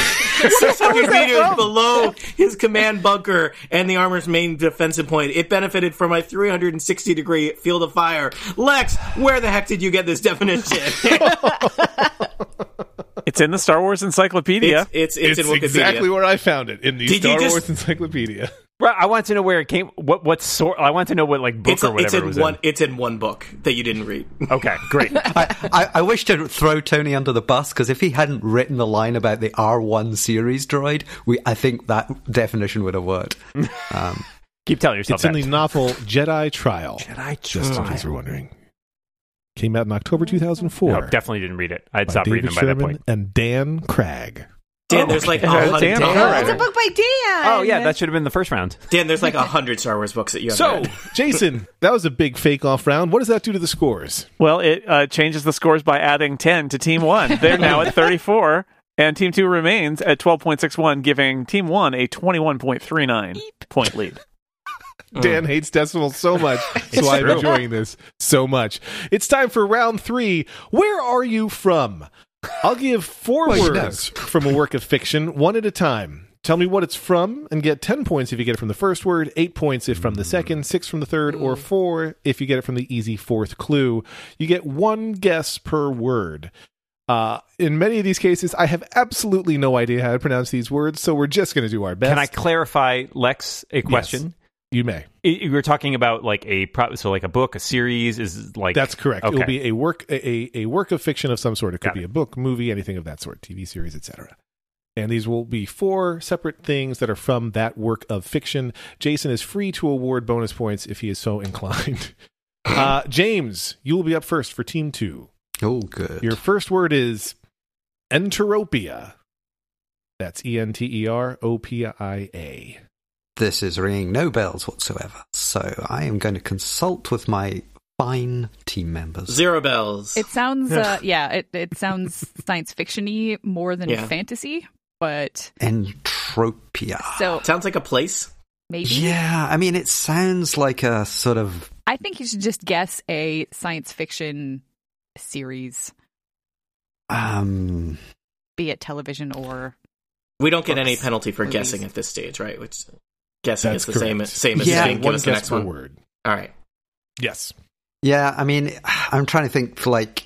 [SPEAKER 5] 600 meters below his command bunker and the armor's main defensive point. It benefited from a 360 degree field of fire. Lex, where the heck did you get this definition?
[SPEAKER 1] It's in the Star Wars Encyclopedia.
[SPEAKER 5] it's, it's, it's, in Wikipedia.
[SPEAKER 2] exactly where I found it in the
[SPEAKER 5] Did you
[SPEAKER 2] Star
[SPEAKER 5] just-
[SPEAKER 2] Wars Encyclopedia.
[SPEAKER 3] Right. I want to know where it came. What what sort? I want to know what like book
[SPEAKER 5] It's,
[SPEAKER 3] or
[SPEAKER 5] it's
[SPEAKER 3] whatever it
[SPEAKER 5] in
[SPEAKER 3] was
[SPEAKER 5] one. It's in one book that you didn't read.
[SPEAKER 3] in. Okay,
[SPEAKER 2] <laughs>
[SPEAKER 3] great.
[SPEAKER 8] I, I, I wish to throw Tony under the bus because if he hadn't written the line about the R1 series droid, we I think that definition would have worked. Um,
[SPEAKER 3] Keep telling yourself
[SPEAKER 2] It's in
[SPEAKER 3] that. Hmm.
[SPEAKER 2] the novel Jedi Trial.
[SPEAKER 3] I
[SPEAKER 2] Just in case you're wondering, came out in October 2004.
[SPEAKER 3] No, definitely didn't read it. I'd
[SPEAKER 2] by
[SPEAKER 3] stopped
[SPEAKER 2] David
[SPEAKER 3] reading them by
[SPEAKER 2] Sherman
[SPEAKER 3] that point.
[SPEAKER 2] and Dan Cragg.
[SPEAKER 5] <laughs> Dan,
[SPEAKER 4] <laughs>
[SPEAKER 5] there's
[SPEAKER 4] Oh,
[SPEAKER 5] like a
[SPEAKER 3] okay.
[SPEAKER 5] hundred.
[SPEAKER 3] Dan,
[SPEAKER 5] Dan,
[SPEAKER 3] all right.
[SPEAKER 6] It's a book by Dan.
[SPEAKER 3] Oh yeah, that should have been the first round.
[SPEAKER 5] Dan, there's like a hundred Star Wars books that you have.
[SPEAKER 2] So, Jason, that was a big fake off round. What does that do to the scores?
[SPEAKER 1] Well, it uh, changes the scores by adding 10 to Team 1. They're
[SPEAKER 5] <laughs>
[SPEAKER 1] now at 34, and Team 2 remains at 12.61, giving Team 1 a 21.39 point lead.
[SPEAKER 2] Dan hates decimals so much, so I'm enjoying this so much. It's time for round three. Where are you from? I'll give four
[SPEAKER 8] Wait, no.
[SPEAKER 2] words from a work of fiction, one at a time. Tell me what it's from and get 10 points if you get it from the first word, 8 points if from the second, 6 from the third, or 4 if you get it from the easy fourth clue. You get one guess per word. Uh, in many of these cases, I have absolutely no idea how to pronounce these words, so we're just going to do our best.
[SPEAKER 3] Can I clarify, Lex, a question?
[SPEAKER 2] you may.
[SPEAKER 3] I- You were talking about like a pro- so like a book, a series is like
[SPEAKER 2] That's correct.
[SPEAKER 3] Okay.
[SPEAKER 2] It'll be a work a, a- a work of fiction of some sort. It could
[SPEAKER 3] Got
[SPEAKER 2] be a book, movie, anything of that sort, TV series, etc. And these will be four separate things that are from that work of fiction. Jason is free to award bonus points if he is so <laughs> inclined. Uh, James, you will be up first for team two.
[SPEAKER 8] Oh, good.
[SPEAKER 2] Your first word is enteropia. That's E N T E R O P I A.
[SPEAKER 8] this is ringing no bells whatsoever. So I am going to consult with my fine team members.
[SPEAKER 5] Zero bells.
[SPEAKER 7] It sounds, uh, yeah, it, it sounds science fiction-y more than
[SPEAKER 5] Yeah.
[SPEAKER 7] fantasy, but
[SPEAKER 8] Entropia.
[SPEAKER 7] so
[SPEAKER 5] Sounds like a place.
[SPEAKER 7] maybe.
[SPEAKER 8] Yeah, I mean, it sounds like a sort of.
[SPEAKER 7] I think you should just guess a science fiction series,
[SPEAKER 8] Um,
[SPEAKER 7] be it
[SPEAKER 5] <laughs>
[SPEAKER 7] television or
[SPEAKER 5] We don't get
[SPEAKER 7] Books,
[SPEAKER 5] any penalty for
[SPEAKER 7] movies.
[SPEAKER 5] guessing at this stage, right? Which guessing
[SPEAKER 2] That's
[SPEAKER 5] is the same
[SPEAKER 2] correct.
[SPEAKER 5] same as
[SPEAKER 8] Yeah.
[SPEAKER 5] being give
[SPEAKER 2] one
[SPEAKER 5] us the
[SPEAKER 2] guess
[SPEAKER 5] next
[SPEAKER 2] per
[SPEAKER 5] one.
[SPEAKER 2] word.
[SPEAKER 5] All right.
[SPEAKER 2] Yes.
[SPEAKER 8] yeah, I mean, I'm trying to think for like.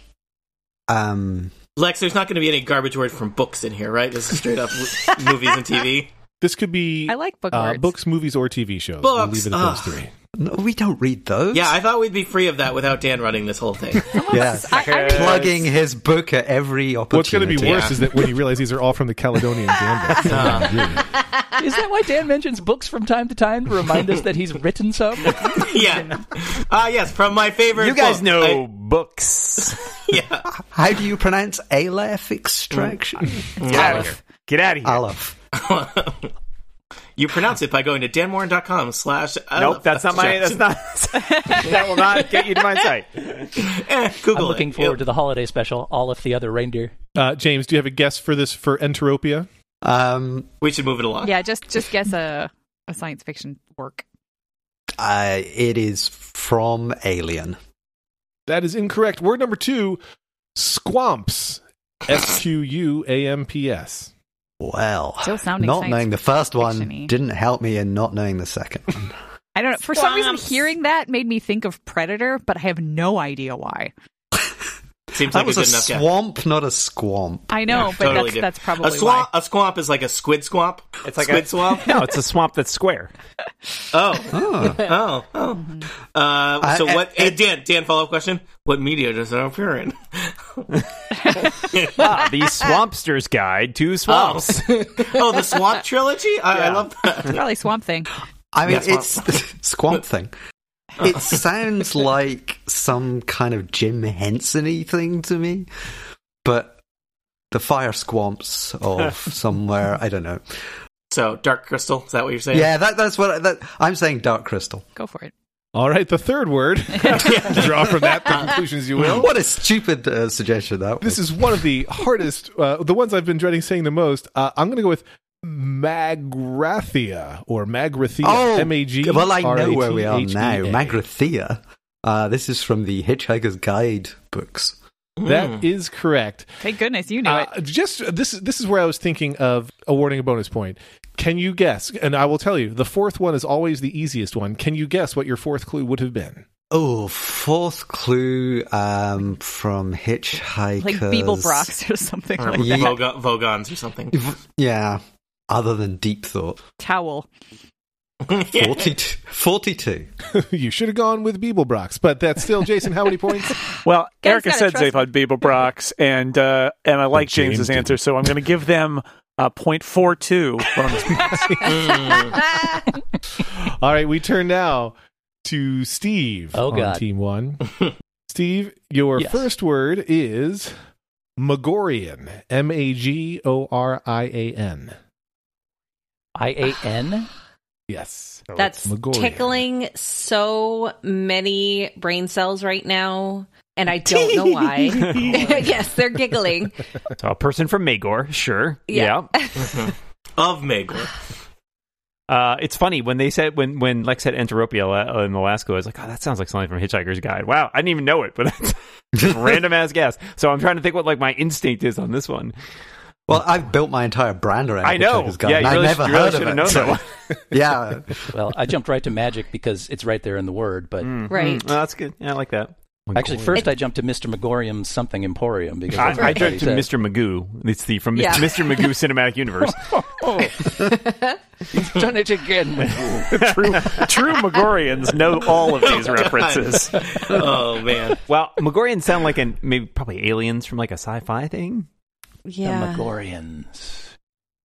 [SPEAKER 8] Um,
[SPEAKER 5] Lex, there's not going to be any garbage word from books in here, right? This is straight up w- movies and TV.
[SPEAKER 2] This could be
[SPEAKER 7] I like book
[SPEAKER 2] uh,
[SPEAKER 7] words.
[SPEAKER 2] books, movies, or TV shows. We'll
[SPEAKER 5] Books.
[SPEAKER 2] leave it at
[SPEAKER 5] Ugh.
[SPEAKER 2] those three.
[SPEAKER 8] no, we don't read those.
[SPEAKER 5] Yeah, I thought we'd be free of that without Dan running this whole thing.
[SPEAKER 8] yeah.
[SPEAKER 7] I, I really-
[SPEAKER 8] Plugging his book at every opportunity.
[SPEAKER 2] What's going to be worse
[SPEAKER 5] Yeah.
[SPEAKER 2] is that when you realize these are all from the
[SPEAKER 5] <laughs>
[SPEAKER 2] Caledonian Gambit.
[SPEAKER 5] Ah.
[SPEAKER 4] Is that why Dan mentions books from time to time to remind us that he's written
[SPEAKER 3] <laughs>
[SPEAKER 4] some?
[SPEAKER 5] yeah. Ah, yes, from my favorite.
[SPEAKER 3] You guys
[SPEAKER 5] book.
[SPEAKER 3] know
[SPEAKER 5] I- <laughs>
[SPEAKER 3] books.
[SPEAKER 5] yeah.
[SPEAKER 8] How do you pronounce Aleph extraction?
[SPEAKER 2] Mm.
[SPEAKER 3] Get out
[SPEAKER 7] <laughs>
[SPEAKER 3] of here. Get out of here.
[SPEAKER 8] <laughs> Aleph.
[SPEAKER 5] <laughs> You pronounce it by going to danmorin.com slash. uh,
[SPEAKER 3] Nope, that's not
[SPEAKER 5] <laughs>
[SPEAKER 3] my. That's not. that will not <laughs> get you to my
[SPEAKER 2] <laughs>
[SPEAKER 3] site.
[SPEAKER 5] Eh, Google
[SPEAKER 4] I'm looking
[SPEAKER 5] it.
[SPEAKER 4] forward to the holiday special, Olaf the Other Reindeer.
[SPEAKER 2] Uh, James, do you have a guess for this for Enteropia?
[SPEAKER 8] Um,
[SPEAKER 5] We should move it along.
[SPEAKER 7] yeah, just just guess a a science fiction work.
[SPEAKER 8] uh, it is from Alien.
[SPEAKER 2] That is incorrect. Word number two, squamps. S Q U A M P S.
[SPEAKER 8] Well,
[SPEAKER 7] Still sounding
[SPEAKER 8] not
[SPEAKER 7] science
[SPEAKER 8] knowing the first one
[SPEAKER 7] fiction-y.
[SPEAKER 8] didn't help me in not knowing the second.
[SPEAKER 7] I don't know. For some reason,
[SPEAKER 5] Swamps.
[SPEAKER 7] hearing that made me think of Predator, but I have no idea why.
[SPEAKER 5] Seems
[SPEAKER 8] that
[SPEAKER 5] like a
[SPEAKER 8] was a
[SPEAKER 5] good enough guess.
[SPEAKER 8] swamp, not a squamp.
[SPEAKER 7] I know,
[SPEAKER 5] Yeah,
[SPEAKER 7] but
[SPEAKER 5] totally
[SPEAKER 7] that's
[SPEAKER 5] did.
[SPEAKER 7] that's probably
[SPEAKER 5] a swamp. A swamp is like a squid swamp.
[SPEAKER 3] It's like
[SPEAKER 5] squid
[SPEAKER 3] a- <laughs>
[SPEAKER 5] swamp.
[SPEAKER 3] No, it's a swamp that's square.
[SPEAKER 5] Oh,
[SPEAKER 8] Oh,
[SPEAKER 5] oh, oh. Uh, so
[SPEAKER 8] I-
[SPEAKER 5] what?
[SPEAKER 8] I-
[SPEAKER 5] eh, Dan, Dan, follow up question. What media does it appear in? <laughs>
[SPEAKER 3] Ah, the Swampster's Guide to
[SPEAKER 8] <laughs>
[SPEAKER 3] Swamps.
[SPEAKER 5] oh, the Swamp Trilogy. I, I
[SPEAKER 3] Yeah.
[SPEAKER 5] love that.
[SPEAKER 7] why. Probably Swamp Thing.
[SPEAKER 8] I mean,
[SPEAKER 5] Yeah,
[SPEAKER 2] <laughs>
[SPEAKER 5] swamp.
[SPEAKER 8] it's swamp thing. <laughs> It sounds like some kind of Jim Henson-y thing to me, but the fire squamps
[SPEAKER 2] <laughs>
[SPEAKER 8] of somewhere. I don't know.
[SPEAKER 5] So Dark Crystal. Is that what you're saying?
[SPEAKER 8] Yeah, that, that's what I, that, I'm saying. Dark crystal.
[SPEAKER 7] Go for it.
[SPEAKER 2] All right, the third
[SPEAKER 5] <laughs>
[SPEAKER 2] word. Draw from that the conclusions you will.
[SPEAKER 8] What a stupid uh, suggestion that was.
[SPEAKER 2] This is one of the hardest, uh, the ones I've been dreading saying the most. Uh, I'm going to go with Magrathia or Magrathia.
[SPEAKER 8] Oh,
[SPEAKER 2] uh, M A G.
[SPEAKER 8] Well, I know where we
[SPEAKER 2] R
[SPEAKER 8] are now.
[SPEAKER 2] A T H E A.
[SPEAKER 8] Magrathea. Uh, this is from the Hitchhiker's Guide books.
[SPEAKER 2] That is correct.
[SPEAKER 7] Thank goodness you knew it.
[SPEAKER 2] Uh, just this this is where I was thinking of awarding a bonus point. Can you guess? And I will tell you, the fourth one is always the easiest one. Can you guess what your fourth clue would have been? <laughs>
[SPEAKER 8] Oh, fourth clue um, from Hitchhiker's.
[SPEAKER 7] Like Beeblebrox or <laughs> something
[SPEAKER 5] Or
[SPEAKER 7] like
[SPEAKER 8] yeah.
[SPEAKER 7] that.
[SPEAKER 5] Voga- Vogons or something.
[SPEAKER 8] Yeah. Other than Deep Thought.
[SPEAKER 7] Towel.
[SPEAKER 5] Yeah.
[SPEAKER 8] 42. 42.
[SPEAKER 2] you should have gone with Beeblebrox, but that's still Jason. How many points?
[SPEAKER 1] Well,
[SPEAKER 7] Guys
[SPEAKER 1] Erica
[SPEAKER 7] gotta
[SPEAKER 1] said
[SPEAKER 7] trust
[SPEAKER 1] they thought Beeble Brox, and uh, and I like
[SPEAKER 2] James
[SPEAKER 1] James's
[SPEAKER 2] didn't.
[SPEAKER 1] answer, so I'm going to give them uh, 0.42 <laughs> bonus points.
[SPEAKER 5] Mm.
[SPEAKER 2] All right, we turn now to Steve
[SPEAKER 4] Oh,
[SPEAKER 2] on
[SPEAKER 4] God.
[SPEAKER 3] <laughs>
[SPEAKER 2] Team One. Steve, your
[SPEAKER 4] Yes.
[SPEAKER 2] first word is Magorian. M A G O R I A N.
[SPEAKER 4] I A N.
[SPEAKER 2] Yes.
[SPEAKER 6] That's
[SPEAKER 2] Magorian.
[SPEAKER 6] tickling so many brain cells right now, and I don't know why. <laughs> yes, they're giggling.
[SPEAKER 3] So a person from Magor, sure.
[SPEAKER 6] Yeah.
[SPEAKER 5] of
[SPEAKER 8] <laughs>
[SPEAKER 5] Megor.
[SPEAKER 3] Uh, it's funny when they said when when Lex said Enteropia la- in Alaska, I was like, oh, that sounds like something from Hitchhiker's Guide. Wow, I didn't even
[SPEAKER 8] <laughs>
[SPEAKER 3] know it, but that's just random ass guess. So I'm trying to think what like my instinct is on this one.
[SPEAKER 8] Well, I've built my entire brand around.
[SPEAKER 1] I know.
[SPEAKER 8] Hitchhiker's Guide,
[SPEAKER 1] Yeah,
[SPEAKER 8] and
[SPEAKER 1] you
[SPEAKER 8] I
[SPEAKER 1] really,
[SPEAKER 8] never
[SPEAKER 1] you really
[SPEAKER 8] heard
[SPEAKER 1] should have
[SPEAKER 8] of
[SPEAKER 1] known
[SPEAKER 8] it.
[SPEAKER 1] that
[SPEAKER 8] <laughs>
[SPEAKER 1] one.
[SPEAKER 8] yeah,
[SPEAKER 4] Well, I jumped right to magic because it's right there in the word. But
[SPEAKER 6] Right.
[SPEAKER 3] Mm, well, that's good. Yeah, I like that.
[SPEAKER 4] actually, first I jumped to Mr. Megorium's something emporium because
[SPEAKER 3] I,
[SPEAKER 4] that's what
[SPEAKER 3] I
[SPEAKER 4] everybody
[SPEAKER 3] jumped to
[SPEAKER 4] said.
[SPEAKER 3] Mr. Magoo. It's the from
[SPEAKER 6] Yeah.
[SPEAKER 3] Mr.
[SPEAKER 8] <laughs>
[SPEAKER 3] Magoo Cinematic Universe.
[SPEAKER 4] Done it again. Magoo.
[SPEAKER 1] true, true <laughs> Megorians know all of these references.
[SPEAKER 5] oh man.
[SPEAKER 3] well, Magorians sound like an maybe probably aliens from like a sci-fi thing.
[SPEAKER 6] Yeah. <laughs>
[SPEAKER 4] The Megorians.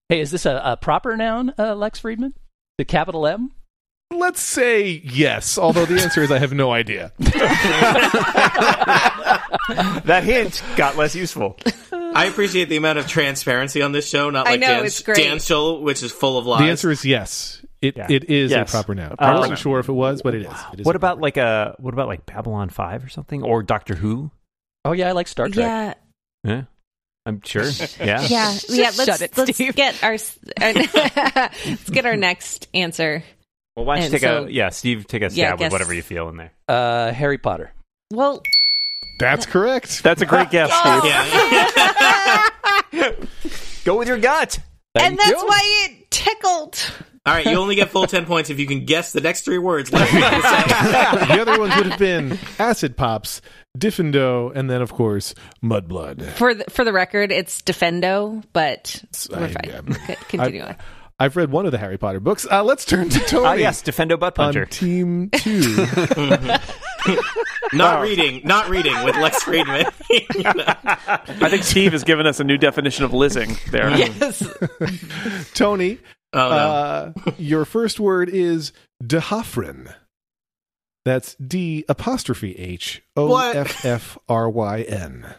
[SPEAKER 4] Hey, is this a, a proper noun, uh, Lex Friedman? The capital M?
[SPEAKER 2] Let's say yes, although the answer is I have
[SPEAKER 3] <laughs>
[SPEAKER 2] no idea.
[SPEAKER 3] That hint got less useful.
[SPEAKER 5] I appreciate the amount of transparency on this show, not
[SPEAKER 6] I
[SPEAKER 5] like
[SPEAKER 6] know,
[SPEAKER 5] Dan,
[SPEAKER 6] it's great.
[SPEAKER 5] Dan Show, which is full of lies.
[SPEAKER 2] The answer is yes. It
[SPEAKER 3] Yeah. Um,
[SPEAKER 2] it is
[SPEAKER 1] Yes.
[SPEAKER 2] a proper noun.
[SPEAKER 1] A
[SPEAKER 2] I
[SPEAKER 1] proper
[SPEAKER 2] wasn't
[SPEAKER 1] noun.
[SPEAKER 2] sure if it was, but it is. It is
[SPEAKER 3] What
[SPEAKER 2] a
[SPEAKER 3] about
[SPEAKER 2] proper
[SPEAKER 3] like a what about like Babylon Five or something or Doctor Who?
[SPEAKER 4] Oh, yeah, I like Star Trek.
[SPEAKER 6] Yeah.
[SPEAKER 3] Yeah, I'm
[SPEAKER 6] <laughs>
[SPEAKER 3] sure. Yeah,
[SPEAKER 6] Yeah.
[SPEAKER 7] Just
[SPEAKER 6] yeah. Let's,
[SPEAKER 7] shut it,
[SPEAKER 6] let's
[SPEAKER 7] Steve.
[SPEAKER 6] get our, let's get our next answer.
[SPEAKER 3] Well, why don't you
[SPEAKER 6] And
[SPEAKER 3] take
[SPEAKER 6] so-
[SPEAKER 3] a yeah, Steve, take a
[SPEAKER 6] Yeah, I
[SPEAKER 3] stab with
[SPEAKER 6] guess-
[SPEAKER 3] whatever you feel in there.
[SPEAKER 4] Uh, Harry Potter.
[SPEAKER 6] Well,
[SPEAKER 2] noun. That's
[SPEAKER 3] <laughs>
[SPEAKER 2] correct.
[SPEAKER 1] That's a great guess, Steve.
[SPEAKER 5] Yeah. <laughs>
[SPEAKER 3] Go with your gut.
[SPEAKER 6] and that's
[SPEAKER 4] you.
[SPEAKER 6] why it tickled.
[SPEAKER 5] All right, you only get full ten points if you can guess the next
[SPEAKER 8] <laughs>
[SPEAKER 5] three words. Left.
[SPEAKER 2] the other ones would have been acid pops, Diffindo, and then of course Mudblood.
[SPEAKER 6] For the, for the record, it's Defendo, but we're
[SPEAKER 2] I-
[SPEAKER 6] fine.
[SPEAKER 2] yeah.
[SPEAKER 6] Okay, Continue on.
[SPEAKER 2] I've read one of the Harry Potter books. Uh, let's turn
[SPEAKER 3] <laughs>
[SPEAKER 2] to Tony.
[SPEAKER 3] Ah, yes, Defendo Butt
[SPEAKER 2] on
[SPEAKER 3] Puncher.
[SPEAKER 2] team
[SPEAKER 3] <laughs>
[SPEAKER 2] two.
[SPEAKER 5] not reading, not reading with
[SPEAKER 1] <laughs>
[SPEAKER 5] Lex Friedman.
[SPEAKER 1] Oh, I think Steve has given us a new definition of lizing there.
[SPEAKER 6] Yes.
[SPEAKER 2] Tony,
[SPEAKER 5] oh no.
[SPEAKER 2] uh, your first word is Dehafrin. That's D apostrophe H O F F R Y N.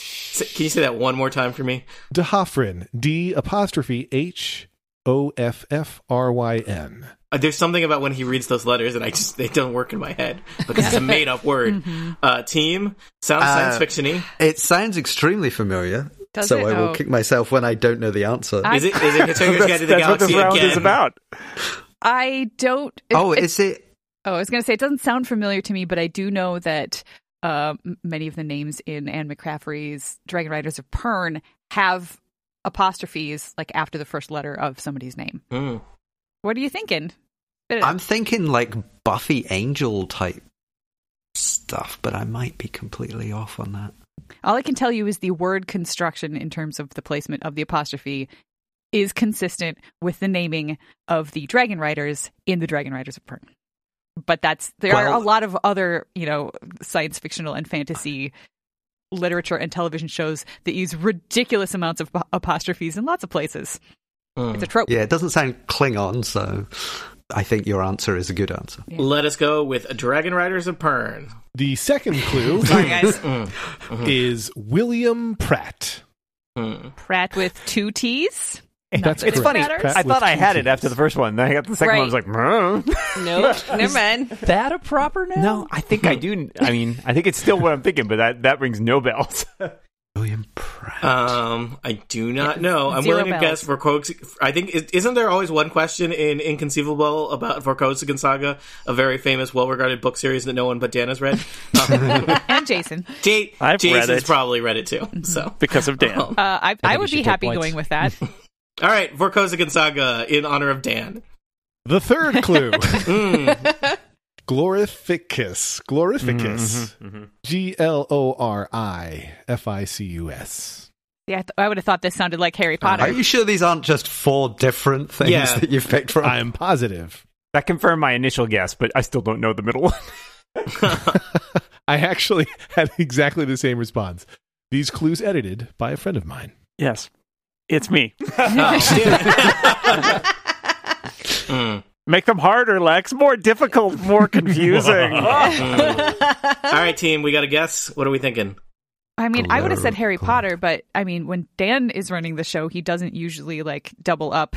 [SPEAKER 5] S- Can you say that one more time for me?
[SPEAKER 2] Dehafrin. D apostrophe H O F F R Y N.
[SPEAKER 5] Uh, There's something about when he reads those letters, and I just they don't work in my head because it's a made up
[SPEAKER 1] <laughs>
[SPEAKER 5] word.
[SPEAKER 1] Mm-hmm.
[SPEAKER 5] Uh, team sounds
[SPEAKER 8] Uh,
[SPEAKER 5] science fictiony.
[SPEAKER 8] it sounds extremely familiar.
[SPEAKER 7] Does
[SPEAKER 8] so
[SPEAKER 7] it?
[SPEAKER 8] I will
[SPEAKER 7] Oh. Uh,
[SPEAKER 8] kick myself when I don't know the answer.
[SPEAKER 7] I-
[SPEAKER 5] Is it
[SPEAKER 1] <laughs>
[SPEAKER 5] is it Hitchhiker's Guide to the
[SPEAKER 1] That's what
[SPEAKER 5] Galaxy
[SPEAKER 1] this round
[SPEAKER 5] again?
[SPEAKER 1] is about.
[SPEAKER 7] <laughs> I don't. it-
[SPEAKER 8] oh,
[SPEAKER 7] it-
[SPEAKER 8] is it?
[SPEAKER 7] Oh, I was going to say it doesn't sound familiar to me, but I do know that uh, m- many of the names in Anne McCaffrey's Dragon Riders of Pern have apostrophes like after the first letter of somebody's name.
[SPEAKER 5] Mm.
[SPEAKER 7] What are you thinking?
[SPEAKER 8] I'm thinking like Buffy Angel type stuff, but I might be completely off on that.
[SPEAKER 7] All I can tell you is the word construction in terms of the placement of the apostrophe is consistent with the naming of the Dragon Riders in the Dragon Riders of Pern. But that's there are
[SPEAKER 8] Well-
[SPEAKER 7] a lot of other, you know, science fictional and fantasy literature and television shows that use ridiculous amounts of apostrophes in lots of places.
[SPEAKER 5] Mm.
[SPEAKER 7] It's a trope.
[SPEAKER 8] Yeah, it doesn't sound Klingon, so I think your answer is a good answer.
[SPEAKER 5] Let us go with Dragon Riders of Pern.
[SPEAKER 2] The second
[SPEAKER 3] <laughs>
[SPEAKER 2] clue
[SPEAKER 5] Mm.
[SPEAKER 2] <laughs> is William Pratt.
[SPEAKER 5] Mm.
[SPEAKER 7] Pratt with two T's.
[SPEAKER 2] That's
[SPEAKER 7] that it
[SPEAKER 2] correct.
[SPEAKER 3] It's funny.
[SPEAKER 7] matters.
[SPEAKER 3] I thought I had it
[SPEAKER 2] Pat
[SPEAKER 3] after the first one. Then I got the second one. I was like, "Mmm."
[SPEAKER 6] nope. <laughs> Never mind.
[SPEAKER 4] That a proper noun?
[SPEAKER 3] no, I think I do. I mean, I think it's still what I'm thinking, but that, that rings no <laughs> bells.
[SPEAKER 2] Mm-hmm,
[SPEAKER 8] William Pratt.
[SPEAKER 5] Um, I do not know. I'm
[SPEAKER 7] Zero
[SPEAKER 5] willing to
[SPEAKER 7] bells.
[SPEAKER 5] guess for quotes. I think is- isn't there always one question in Inconceivable about for Vorkosigan Saga, a very famous, well-regarded book series that no one but Dan has read.
[SPEAKER 1] <laughs>
[SPEAKER 5] Um,
[SPEAKER 7] <laughs> And Jason.
[SPEAKER 5] J-
[SPEAKER 1] I've read
[SPEAKER 5] Jason's
[SPEAKER 1] it. Mhm.
[SPEAKER 5] probably read it too. So,
[SPEAKER 1] Because of Dan.
[SPEAKER 5] Um,
[SPEAKER 7] Uh, I, I,
[SPEAKER 4] you
[SPEAKER 7] would
[SPEAKER 4] should
[SPEAKER 7] be
[SPEAKER 4] take
[SPEAKER 7] happy
[SPEAKER 4] points.
[SPEAKER 7] going with that.
[SPEAKER 5] all right, Vorkosigan Saga in honor of Dan.
[SPEAKER 2] The
[SPEAKER 3] <laughs>
[SPEAKER 2] third clue
[SPEAKER 5] <laughs>
[SPEAKER 1] <laughs>
[SPEAKER 5] Mm.
[SPEAKER 2] Glorificus. Glorificus.
[SPEAKER 3] Mhm,
[SPEAKER 2] G L O R I F I C U S.
[SPEAKER 7] Yeah, I, th- I would have thought this sounded like Harry Potter.
[SPEAKER 8] Are you sure these aren't just four different things
[SPEAKER 5] Yeah.
[SPEAKER 8] that you've picked from?
[SPEAKER 2] I am positive.
[SPEAKER 3] That confirmed my initial guess, but I still don't know the middle one.
[SPEAKER 2] I actually <laughs> had exactly the same response. These clues edited by a friend of mine.
[SPEAKER 1] Yes. It's me.
[SPEAKER 5] Oh,
[SPEAKER 7] <laughs>
[SPEAKER 5] <laughs> damn it. Mm.
[SPEAKER 1] Make them harder, Lex. More difficult,
[SPEAKER 3] <laughs>
[SPEAKER 1] more confusing.
[SPEAKER 5] All right, team, we got a guess. What are we thinking?
[SPEAKER 7] I mean, I would have said Harry
[SPEAKER 8] Glorical.
[SPEAKER 7] Potter, but I mean, when Dan is running the show, he doesn't usually like double up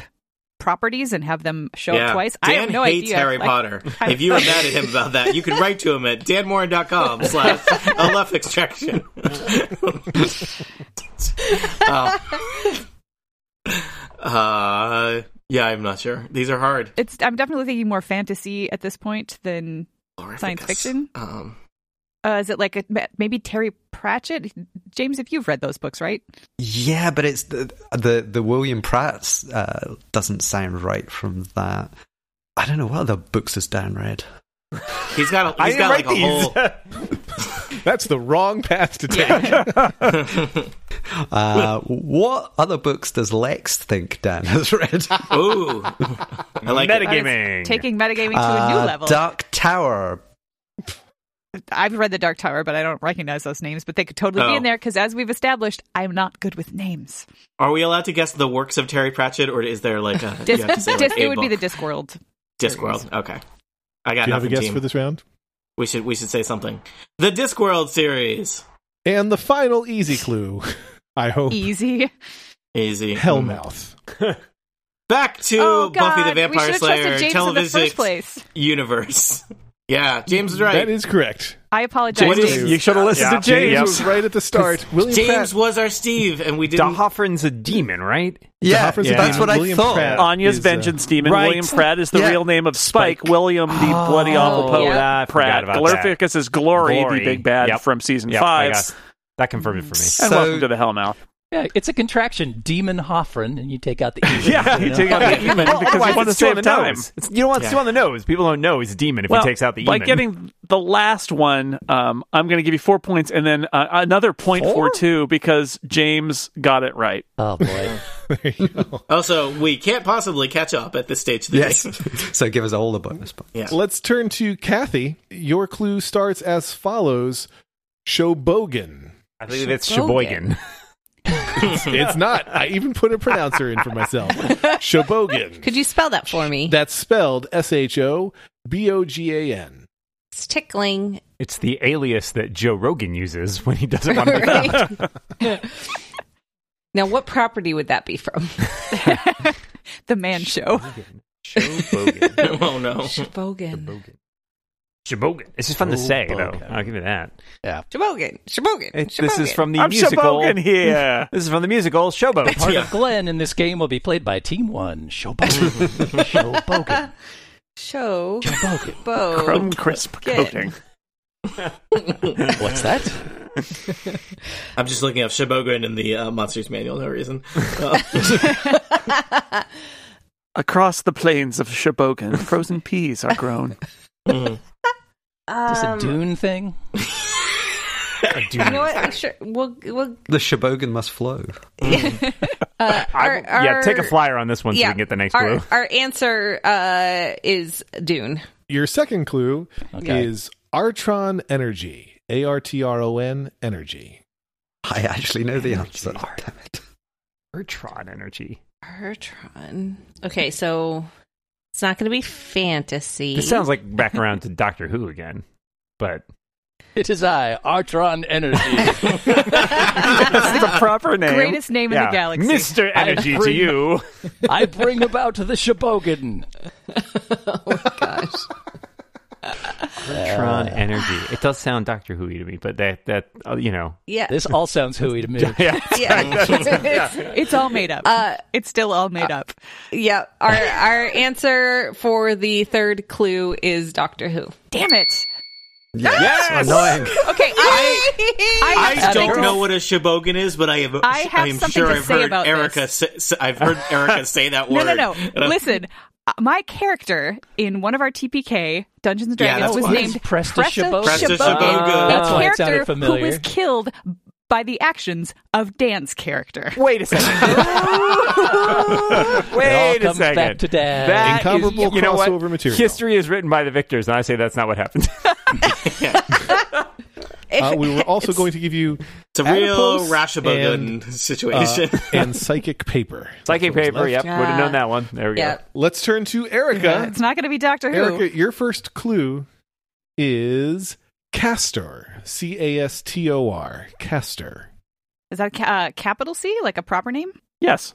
[SPEAKER 7] properties and have them show up twice.
[SPEAKER 5] Dan
[SPEAKER 7] I have no
[SPEAKER 5] hates
[SPEAKER 7] idea.
[SPEAKER 5] Harry
[SPEAKER 7] Like, <laughs>
[SPEAKER 5] Potter. if you are mad at him about that, you can write to him at
[SPEAKER 7] <laughs>
[SPEAKER 5] danmorin.com slash LF extraction. <laughs> Oh. uh, yeah, I'm not sure. These are hard.
[SPEAKER 7] It's I'm definitely thinking more fantasy at this point than
[SPEAKER 5] Glorificus.
[SPEAKER 7] Science fiction?
[SPEAKER 5] Um,
[SPEAKER 7] Uh, is it like a, maybe Terry Pratchett? James, if you've read those books, right?
[SPEAKER 8] Yeah, but it's the the, the William Pratt's uh, doesn't sound right from that. I don't know what other books has Dan read.
[SPEAKER 5] He's got a, he's got like a whole.
[SPEAKER 2] That's the wrong path to take. <laughs>
[SPEAKER 8] Uh, what other books does Lex think Dan has
[SPEAKER 7] <laughs>
[SPEAKER 8] read?
[SPEAKER 5] Ooh, I like it.
[SPEAKER 3] Metagaming.
[SPEAKER 7] Uh, Taking metagaming to a
[SPEAKER 8] Uh,
[SPEAKER 7] new level.
[SPEAKER 8] Dark Tower.
[SPEAKER 7] I've read The Dark Tower, but I don't recognize those names, but they could totally be
[SPEAKER 5] Oh.
[SPEAKER 7] in there because, as we've established, I'm not good with names.
[SPEAKER 5] Are we allowed to guess the works of Terry Pratchett, or is there like a? you
[SPEAKER 7] Dis- <laughs>
[SPEAKER 5] have to say, like,
[SPEAKER 7] Dis-
[SPEAKER 5] a
[SPEAKER 7] it would be the
[SPEAKER 5] book?
[SPEAKER 7] Discworld.
[SPEAKER 5] Discworld. Okay, I got
[SPEAKER 2] Do you have a
[SPEAKER 5] nothing,
[SPEAKER 2] guess
[SPEAKER 5] team.
[SPEAKER 2] for this round?
[SPEAKER 5] We should we should say something. The Discworld series.
[SPEAKER 2] And the final easy clue, I hope,
[SPEAKER 7] Easy. <laughs>
[SPEAKER 5] Easy. Mm.
[SPEAKER 2] <laughs> Hellmouth.
[SPEAKER 5] Back to
[SPEAKER 7] oh, God.
[SPEAKER 5] Buffy the
[SPEAKER 7] we
[SPEAKER 5] Vampire
[SPEAKER 7] should have
[SPEAKER 5] Slayer
[SPEAKER 7] trusted James in the
[SPEAKER 5] television
[SPEAKER 7] first place.
[SPEAKER 5] universe. <laughs> Yeah, James is right.
[SPEAKER 2] That is correct.
[SPEAKER 7] I apologize,
[SPEAKER 5] What is-
[SPEAKER 7] James.
[SPEAKER 1] You should have listened
[SPEAKER 3] Yeah.
[SPEAKER 1] to James.
[SPEAKER 2] James was right at the start. <laughs> William
[SPEAKER 5] James
[SPEAKER 2] Pratt-
[SPEAKER 5] was our Steve, and we didn't.
[SPEAKER 3] Dahofrin's a demon, right?
[SPEAKER 8] Yeah,
[SPEAKER 2] Hoffer's
[SPEAKER 3] a
[SPEAKER 8] that's
[SPEAKER 3] demon.
[SPEAKER 8] what I
[SPEAKER 2] William
[SPEAKER 8] thought.
[SPEAKER 2] Pratt.
[SPEAKER 1] Anya's
[SPEAKER 2] is, uh,
[SPEAKER 1] vengeance demon.
[SPEAKER 3] right.
[SPEAKER 1] William Pratt is the
[SPEAKER 8] Yeah.
[SPEAKER 1] real name of Spike.
[SPEAKER 3] Spike. Oh.
[SPEAKER 1] William, the bloody awful poet.
[SPEAKER 6] yeah.
[SPEAKER 3] I forgot
[SPEAKER 1] Pratt.
[SPEAKER 3] about
[SPEAKER 1] Gallerficus is Glory,
[SPEAKER 3] Glory.
[SPEAKER 1] the big bad
[SPEAKER 3] Yep.
[SPEAKER 1] from season
[SPEAKER 3] Yep, I
[SPEAKER 1] five.
[SPEAKER 3] got- that confirmed it for
[SPEAKER 1] <laughs>
[SPEAKER 3] me.
[SPEAKER 1] And
[SPEAKER 8] So-
[SPEAKER 1] welcome to the Hellmouth.
[SPEAKER 4] Yeah, it's a contraction. Demon Hoffren, and you take out the E.
[SPEAKER 1] Yeah, you
[SPEAKER 3] <laughs>
[SPEAKER 1] take out the demon because
[SPEAKER 3] Otherwise,
[SPEAKER 1] you want to
[SPEAKER 3] it's too on
[SPEAKER 1] save
[SPEAKER 3] the
[SPEAKER 1] time.
[SPEAKER 3] nose. It's, you don't want it's
[SPEAKER 5] Yeah.
[SPEAKER 3] too on the nose. People don't know he's a demon if
[SPEAKER 1] Well,
[SPEAKER 3] he takes out the
[SPEAKER 1] by
[SPEAKER 3] demon.
[SPEAKER 1] getting the last one, um, I'm going to give you four points and then uh, another point for two because James got it right.
[SPEAKER 4] <laughs> Oh boy.
[SPEAKER 2] There you <laughs> go.
[SPEAKER 5] Also, we can't possibly catch up at this stage. Of
[SPEAKER 8] <laughs>
[SPEAKER 5] the
[SPEAKER 8] Yes.
[SPEAKER 5] game. <laughs>
[SPEAKER 8] so give us all the bonus points.
[SPEAKER 5] Yeah.
[SPEAKER 2] Let's turn to Kathy. Your clue starts as follows: Showbogan.
[SPEAKER 3] I believe it's
[SPEAKER 6] Sheboygan.
[SPEAKER 3] Sheboygan. <laughs>
[SPEAKER 2] It's not. I even put a pronouncer in for myself. Showbogan.
[SPEAKER 6] Could you spell that for me?
[SPEAKER 2] That's spelled S H O B O G A N.
[SPEAKER 6] It's tickling.
[SPEAKER 3] It's the alias that Joe Rogan uses when he doesn't
[SPEAKER 1] <laughs>
[SPEAKER 3] want to.
[SPEAKER 6] Right? now, what property would that be from?
[SPEAKER 7] the man show.
[SPEAKER 3] Sheboygan.
[SPEAKER 5] <laughs> oh no.
[SPEAKER 6] Shebogan.
[SPEAKER 3] <laughs> Sheboygan. It's just fun to say, though.
[SPEAKER 4] Sheboygan.
[SPEAKER 3] I'll give you that.
[SPEAKER 6] Shebogan. Shebogan.
[SPEAKER 3] It- this is
[SPEAKER 6] Shebogan.
[SPEAKER 3] from the
[SPEAKER 1] I'm
[SPEAKER 3] musical.
[SPEAKER 1] <laughs> Sheboygan here.
[SPEAKER 3] <laughs> This is from the musical Showboat.
[SPEAKER 4] Part
[SPEAKER 5] Yeah.
[SPEAKER 4] of Glenn in this game will be played by Team One. Showbogan. Showbogan.
[SPEAKER 6] show.
[SPEAKER 4] Showbogan.
[SPEAKER 6] Bo.
[SPEAKER 1] Chrome crisp
[SPEAKER 6] Good.
[SPEAKER 1] coating.
[SPEAKER 4] What's that?
[SPEAKER 5] I'm just looking up Shebogan in the uh, Monsters Manual. No reason. Uh,
[SPEAKER 1] Across the plains of Shebogan, frozen peas are grown.
[SPEAKER 5] mm.
[SPEAKER 4] Is this a
[SPEAKER 6] Um,
[SPEAKER 4] Dune thing?
[SPEAKER 6] You know what? I'm sure we'll we'll.
[SPEAKER 8] The Shebogan must flow.
[SPEAKER 6] Uh,
[SPEAKER 3] I-
[SPEAKER 6] our, our,
[SPEAKER 3] yeah, take a flyer on this one so
[SPEAKER 6] yeah,
[SPEAKER 3] we can get the next
[SPEAKER 6] our,
[SPEAKER 3] clue.
[SPEAKER 6] our answer uh, is Dune.
[SPEAKER 2] Your second clue
[SPEAKER 4] Okay.
[SPEAKER 2] is Artron Energy. A R T R O N Energy.
[SPEAKER 8] I actually know the answer.
[SPEAKER 3] Energy.
[SPEAKER 8] Damn it.
[SPEAKER 3] Bertron energy.
[SPEAKER 6] Hertron. Okay, so it's not going to be fantasy.
[SPEAKER 3] This sounds like back around to Doctor Who again, but
[SPEAKER 4] It is I, Artron
[SPEAKER 7] <laughs>
[SPEAKER 4] Energy.
[SPEAKER 1] That's the proper name.
[SPEAKER 7] Greatest name in
[SPEAKER 3] yeah.
[SPEAKER 7] the galaxy.
[SPEAKER 3] Mister
[SPEAKER 4] I
[SPEAKER 3] Energy to
[SPEAKER 4] bring-
[SPEAKER 3] you.
[SPEAKER 4] I bring about the Shebogan.
[SPEAKER 3] Bertron energy. It does sound Doctor Who to me, but that that uh, you know.
[SPEAKER 6] yeah.
[SPEAKER 4] This all sounds hooey to me.
[SPEAKER 3] Yeah.
[SPEAKER 6] yeah.
[SPEAKER 7] It's all made up.
[SPEAKER 6] <laughs> Uh,
[SPEAKER 7] it's still all made up.
[SPEAKER 6] yeah. Our our answer for the third clue is Doctor Who.
[SPEAKER 7] Damn it.
[SPEAKER 3] Yes.
[SPEAKER 8] Annoying.
[SPEAKER 6] Okay, I,
[SPEAKER 7] I
[SPEAKER 5] I
[SPEAKER 7] have something
[SPEAKER 5] don't
[SPEAKER 7] to
[SPEAKER 5] know what a Shebogan is, but I have.
[SPEAKER 7] I have
[SPEAKER 5] I am
[SPEAKER 7] something
[SPEAKER 5] sure
[SPEAKER 7] to
[SPEAKER 5] I've
[SPEAKER 7] say
[SPEAKER 5] heard
[SPEAKER 7] about
[SPEAKER 5] Erica.
[SPEAKER 7] this.
[SPEAKER 5] Say, say- I've heard Erica say that
[SPEAKER 7] No,
[SPEAKER 5] word.
[SPEAKER 7] no, no.
[SPEAKER 5] And I'm-
[SPEAKER 7] Listen, uh, my character in one of our TPK Dungeons and
[SPEAKER 5] Yeah, that's
[SPEAKER 7] Dragons was
[SPEAKER 5] why.
[SPEAKER 7] named
[SPEAKER 4] Oh, Presta Shebogan.
[SPEAKER 5] Presta Shebogan.
[SPEAKER 7] That's
[SPEAKER 4] Oh, it
[SPEAKER 7] character
[SPEAKER 4] sounded
[SPEAKER 7] who was
[SPEAKER 4] familiar.
[SPEAKER 7] killed by the actions of Dan's character.
[SPEAKER 3] Wait a <laughs> second.
[SPEAKER 4] It all
[SPEAKER 3] Wait a
[SPEAKER 4] comes
[SPEAKER 3] second.
[SPEAKER 4] back to dad.
[SPEAKER 3] That is-
[SPEAKER 2] Incomparable
[SPEAKER 3] you know what?
[SPEAKER 2] crossover material.
[SPEAKER 3] History is written by the victors, and I say that's not what happened.
[SPEAKER 2] Uh, we were also going to give you
[SPEAKER 5] It's a real
[SPEAKER 2] Adipose
[SPEAKER 5] <laughs> Rashibogan
[SPEAKER 2] uh,
[SPEAKER 5] situation.
[SPEAKER 2] <laughs> and psychic paper.
[SPEAKER 3] Psychic paper. Yep,
[SPEAKER 6] Yeah.
[SPEAKER 3] would have known that one. There we go.
[SPEAKER 6] yeah.
[SPEAKER 2] Let's turn to Erica.
[SPEAKER 7] It's not going to be Doctor Who.
[SPEAKER 2] Erica, your first clue is Castor. C A S T O R. Castor.
[SPEAKER 7] Is that a ca- uh, capital C, like a proper name?
[SPEAKER 1] Yes.